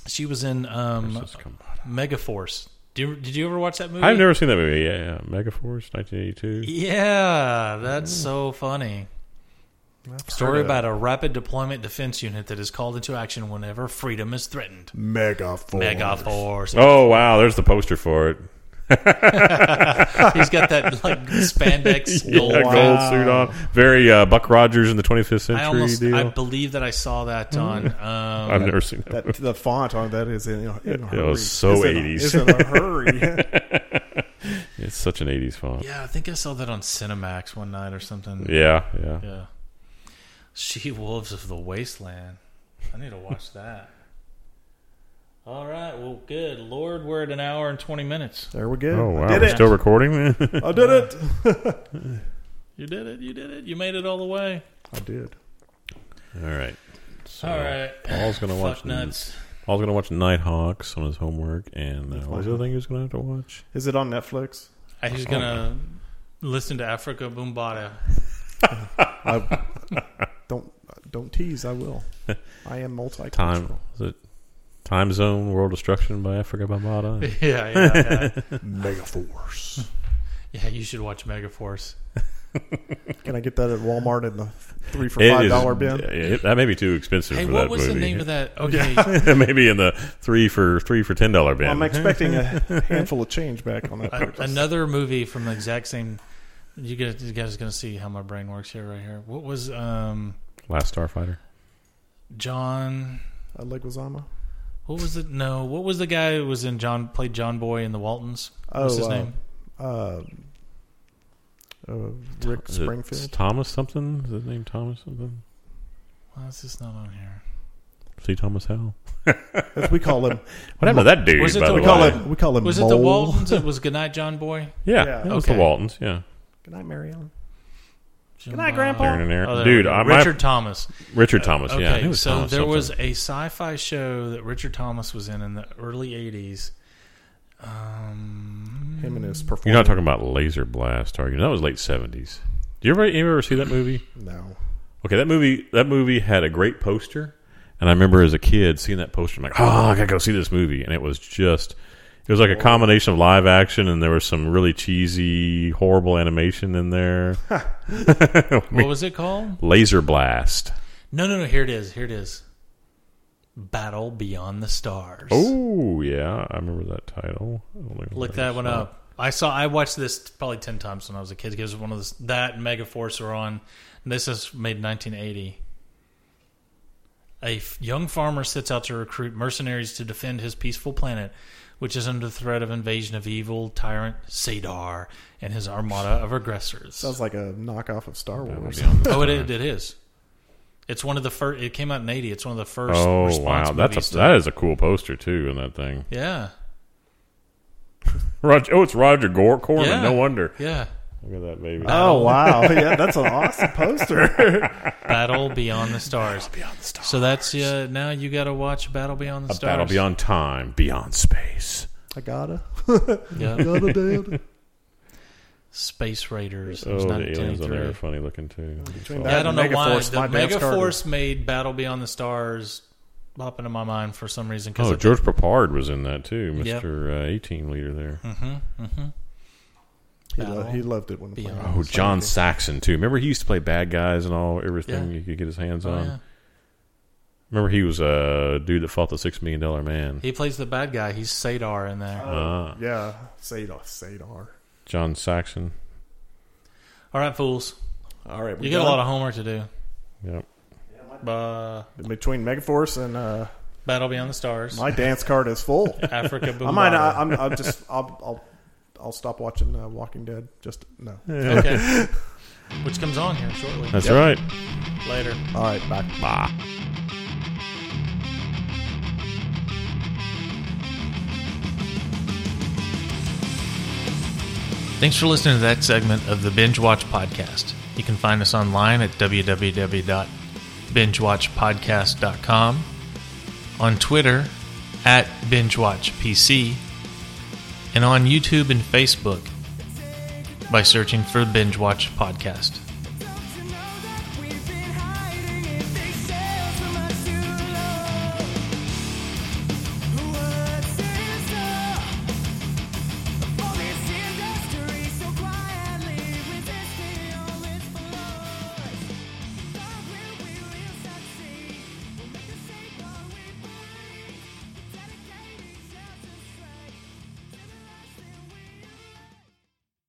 [SPEAKER 1] She was in um,
[SPEAKER 3] Versus Combata.
[SPEAKER 1] Megaforce. Did you, did you ever watch that movie?
[SPEAKER 3] I've never seen that movie. Yeah, yeah. Megaforce, 1982.
[SPEAKER 1] Yeah, that's
[SPEAKER 3] Mm.
[SPEAKER 1] so funny.
[SPEAKER 2] I've
[SPEAKER 1] Story
[SPEAKER 2] heard of
[SPEAKER 1] about a rapid deployment defense unit that is called into action whenever freedom is threatened.
[SPEAKER 5] Mega Force.
[SPEAKER 1] Megaforce.
[SPEAKER 3] Oh, wow. There's the poster for it.
[SPEAKER 1] He's got that like spandex
[SPEAKER 3] Yeah,
[SPEAKER 1] gold.
[SPEAKER 3] gold suit on. Very uh, Buck Rogers in the 25th century
[SPEAKER 1] I almost,
[SPEAKER 3] deal. Mm.
[SPEAKER 1] I believe that I saw that on. Um,
[SPEAKER 3] I've never seen that.
[SPEAKER 2] that the font on that is in, in a hurry.
[SPEAKER 3] was so
[SPEAKER 2] Is in a-
[SPEAKER 3] 80s.
[SPEAKER 2] Is in a hurry.
[SPEAKER 3] It's such an 80s font.
[SPEAKER 1] yeah, I think I saw that on Cinemax one night or something.
[SPEAKER 3] Yeah, yeah.
[SPEAKER 1] Yeah. She Wolves of the Wasteland. I need to watch that. All right. Well, good. Lord, we're at an hour and 20 minutes.
[SPEAKER 2] there we go.
[SPEAKER 3] Oh wow,
[SPEAKER 2] I
[SPEAKER 3] we're
[SPEAKER 2] did it.
[SPEAKER 3] still recording.
[SPEAKER 2] I did it.
[SPEAKER 1] You did it. You did it. You made it all the way.
[SPEAKER 2] I did.
[SPEAKER 3] All right. So
[SPEAKER 1] All right.
[SPEAKER 3] Paul's gonna watch
[SPEAKER 1] Fuck nuts.
[SPEAKER 3] Paul's gonna watch Nighthawks on his homework, and uh, what was the
[SPEAKER 2] Nighthawk.
[SPEAKER 3] other thing he was gonna have to watch?
[SPEAKER 2] Is it on Netflix?
[SPEAKER 1] I just gonna listen to Africa Boombata.
[SPEAKER 2] I don't don't tease. I will. I am multicultural.
[SPEAKER 3] Time was it? Time Zone World Destruction by Africa Bambata.
[SPEAKER 1] yeah, yeah, yeah.
[SPEAKER 5] Mega Force.
[SPEAKER 1] yeah. You should watch Megaforce.
[SPEAKER 2] Can I get that at Walmart in the three for
[SPEAKER 3] It
[SPEAKER 2] five
[SPEAKER 3] is-
[SPEAKER 2] dollar bin?
[SPEAKER 3] it- that may be too expensive
[SPEAKER 1] Hey,
[SPEAKER 3] for
[SPEAKER 1] what
[SPEAKER 3] that
[SPEAKER 1] was
[SPEAKER 3] movie.
[SPEAKER 1] the name of that? Okay,
[SPEAKER 3] Maybe in the three for three for ten dollar bin.
[SPEAKER 2] I'm expecting a handful of change back on that.
[SPEAKER 1] a-
[SPEAKER 2] purchase.
[SPEAKER 1] another movie from the exact same. You guys, you guys are gonna see how my brain works here, right here. What was um
[SPEAKER 3] Last Starfighter.
[SPEAKER 1] John?
[SPEAKER 2] A Uh, Leguizamo.
[SPEAKER 1] What was it? No, what was the guy who was in John played John Boy in the Waltons?
[SPEAKER 2] Oh,
[SPEAKER 1] What's his
[SPEAKER 2] uh,
[SPEAKER 1] name?
[SPEAKER 2] Uh, uh, Rick
[SPEAKER 3] Is it
[SPEAKER 2] Springfield.
[SPEAKER 3] Thomas something. Is his name Thomas something?
[SPEAKER 1] Why is this not on here?
[SPEAKER 3] See Thomas Howell.
[SPEAKER 2] As we call him.
[SPEAKER 3] What happened to that dude?
[SPEAKER 1] Was it
[SPEAKER 3] by
[SPEAKER 1] the-
[SPEAKER 3] the
[SPEAKER 1] We
[SPEAKER 2] We
[SPEAKER 3] way,
[SPEAKER 2] call him. We call him.
[SPEAKER 1] Was it
[SPEAKER 2] Mole.
[SPEAKER 1] the Waltons? It was Goodnight John Boy.
[SPEAKER 2] Yeah.
[SPEAKER 3] yeah, that was
[SPEAKER 1] Okay.
[SPEAKER 3] the Waltons. Yeah,
[SPEAKER 2] Good night, Marion.
[SPEAKER 1] Jim
[SPEAKER 2] Good night,
[SPEAKER 1] Bob.
[SPEAKER 2] Grandpa.
[SPEAKER 3] Darn it, Aaron.
[SPEAKER 1] Oh, there we
[SPEAKER 3] Dude,
[SPEAKER 1] go.
[SPEAKER 3] I, my-
[SPEAKER 1] Richard Thomas.
[SPEAKER 3] Richard Thomas. yeah, I
[SPEAKER 1] Okay,
[SPEAKER 3] think it was
[SPEAKER 1] so
[SPEAKER 3] Thomas
[SPEAKER 1] there
[SPEAKER 3] something.
[SPEAKER 1] was a sci-fi show that Richard Thomas was in in the early '80s. Um,
[SPEAKER 2] Him and his
[SPEAKER 3] You're
[SPEAKER 2] performance.
[SPEAKER 3] not talking about Laser Blast, are you? That was late '70s. Do you ever, you ever see that movie?
[SPEAKER 2] No.
[SPEAKER 3] Okay, that movie that movie had a great poster, and I remember as a kid seeing that poster. I'm like, oh, I gotta go see this movie, and it was just it was like a combination of live action and there was some really cheesy, horrible animation in there. I
[SPEAKER 1] what
[SPEAKER 3] mean,
[SPEAKER 1] was it called?
[SPEAKER 3] Laser Blast.
[SPEAKER 1] No, no, no. Here it is. Here it is. Battle Beyond the Stars.
[SPEAKER 3] Oh yeah, I remember that title. I don't think I
[SPEAKER 1] look
[SPEAKER 3] ever
[SPEAKER 1] that one
[SPEAKER 3] saw
[SPEAKER 1] up. I saw. I watched this probably ten times when I was a kid because one of those that and Megaforce were on. And this is made 1980. A f- young farmer sets out to recruit mercenaries to defend his peaceful planet, which is under the threat of invasion of evil tyrant Sadar and his armada of aggressors.
[SPEAKER 2] Sounds like a knockoff of Star
[SPEAKER 3] it.
[SPEAKER 2] Wars.
[SPEAKER 3] Beyond the
[SPEAKER 1] oh, it,
[SPEAKER 3] Stars.
[SPEAKER 1] it, it is. It's one of the first. It came out in 80. It's one of the first.
[SPEAKER 3] Oh
[SPEAKER 1] response
[SPEAKER 3] wow, that's
[SPEAKER 1] movies
[SPEAKER 3] a,
[SPEAKER 1] to-
[SPEAKER 3] that is a cool poster too in that thing.
[SPEAKER 1] Yeah,
[SPEAKER 3] Roger, oh, it's Roger Gore Corman.
[SPEAKER 1] Yeah. Uh,
[SPEAKER 3] No wonder.
[SPEAKER 1] yeah.
[SPEAKER 3] Look at that baby.
[SPEAKER 2] Oh wow! Yeah, that's an awesome poster.
[SPEAKER 1] Battle Beyond the Stars. So that's uh, now you got to watch Battle Beyond the
[SPEAKER 3] a
[SPEAKER 1] Stars.
[SPEAKER 3] battle beyond time, beyond space.
[SPEAKER 2] I gotta,
[SPEAKER 1] Yeah.
[SPEAKER 2] gotta, dude.
[SPEAKER 1] Space Raiders. It
[SPEAKER 3] Oh,
[SPEAKER 1] was
[SPEAKER 3] the
[SPEAKER 1] 1983.
[SPEAKER 3] aliens on there are funny looking too.
[SPEAKER 2] Between
[SPEAKER 3] Oh,
[SPEAKER 1] Yeah, I
[SPEAKER 2] that
[SPEAKER 1] don't
[SPEAKER 2] and
[SPEAKER 1] know why
[SPEAKER 2] Megaforce,
[SPEAKER 1] the
[SPEAKER 2] my band's Carter.
[SPEAKER 1] Megaforce made Battle Beyond the Stars pop into my mind for some reason.
[SPEAKER 3] Oh,
[SPEAKER 1] I-
[SPEAKER 3] George Papard was in that too,
[SPEAKER 1] Yep. Hmm.
[SPEAKER 3] Mister uh, A Team leader there.
[SPEAKER 2] He, lo- he loved it when.
[SPEAKER 1] Beyond.
[SPEAKER 3] Oh, John Saxon too. Remember he used to play bad guys and all everything
[SPEAKER 1] Yeah.
[SPEAKER 3] he could get his hands
[SPEAKER 1] Oh,
[SPEAKER 3] on.
[SPEAKER 1] yeah.
[SPEAKER 3] Remember he was a dude that fought the six million dollar man.
[SPEAKER 1] He plays the bad guy. He's Sadar in there.
[SPEAKER 3] Ah,
[SPEAKER 2] Yeah, Sadar. Sadar.
[SPEAKER 3] John Saxon.
[SPEAKER 1] All right, fools.
[SPEAKER 2] All right, we
[SPEAKER 1] You got a
[SPEAKER 2] done?
[SPEAKER 1] lot of homework to do.
[SPEAKER 3] Yep.
[SPEAKER 1] Uh,
[SPEAKER 2] between Megaforce and uh,
[SPEAKER 1] Battle Beyond the Stars.
[SPEAKER 2] my dance card is full.
[SPEAKER 1] Africa Boom.
[SPEAKER 2] I might. I, I'm. I'm just. I'll. I'll I'll stop watching uh, Walking Dead. Just no.
[SPEAKER 1] okay. Which comes on here shortly.
[SPEAKER 3] That's right.
[SPEAKER 1] Later.
[SPEAKER 2] All right, bye.
[SPEAKER 3] Bah.
[SPEAKER 4] Thanks for listening to that segment of the Binge Watch Podcast. You can find us online at www.bingewatchpodcast.com, on Twitter at BingeWatchPC, and on YouTube and Facebook by searching for Binge Watch Podcast.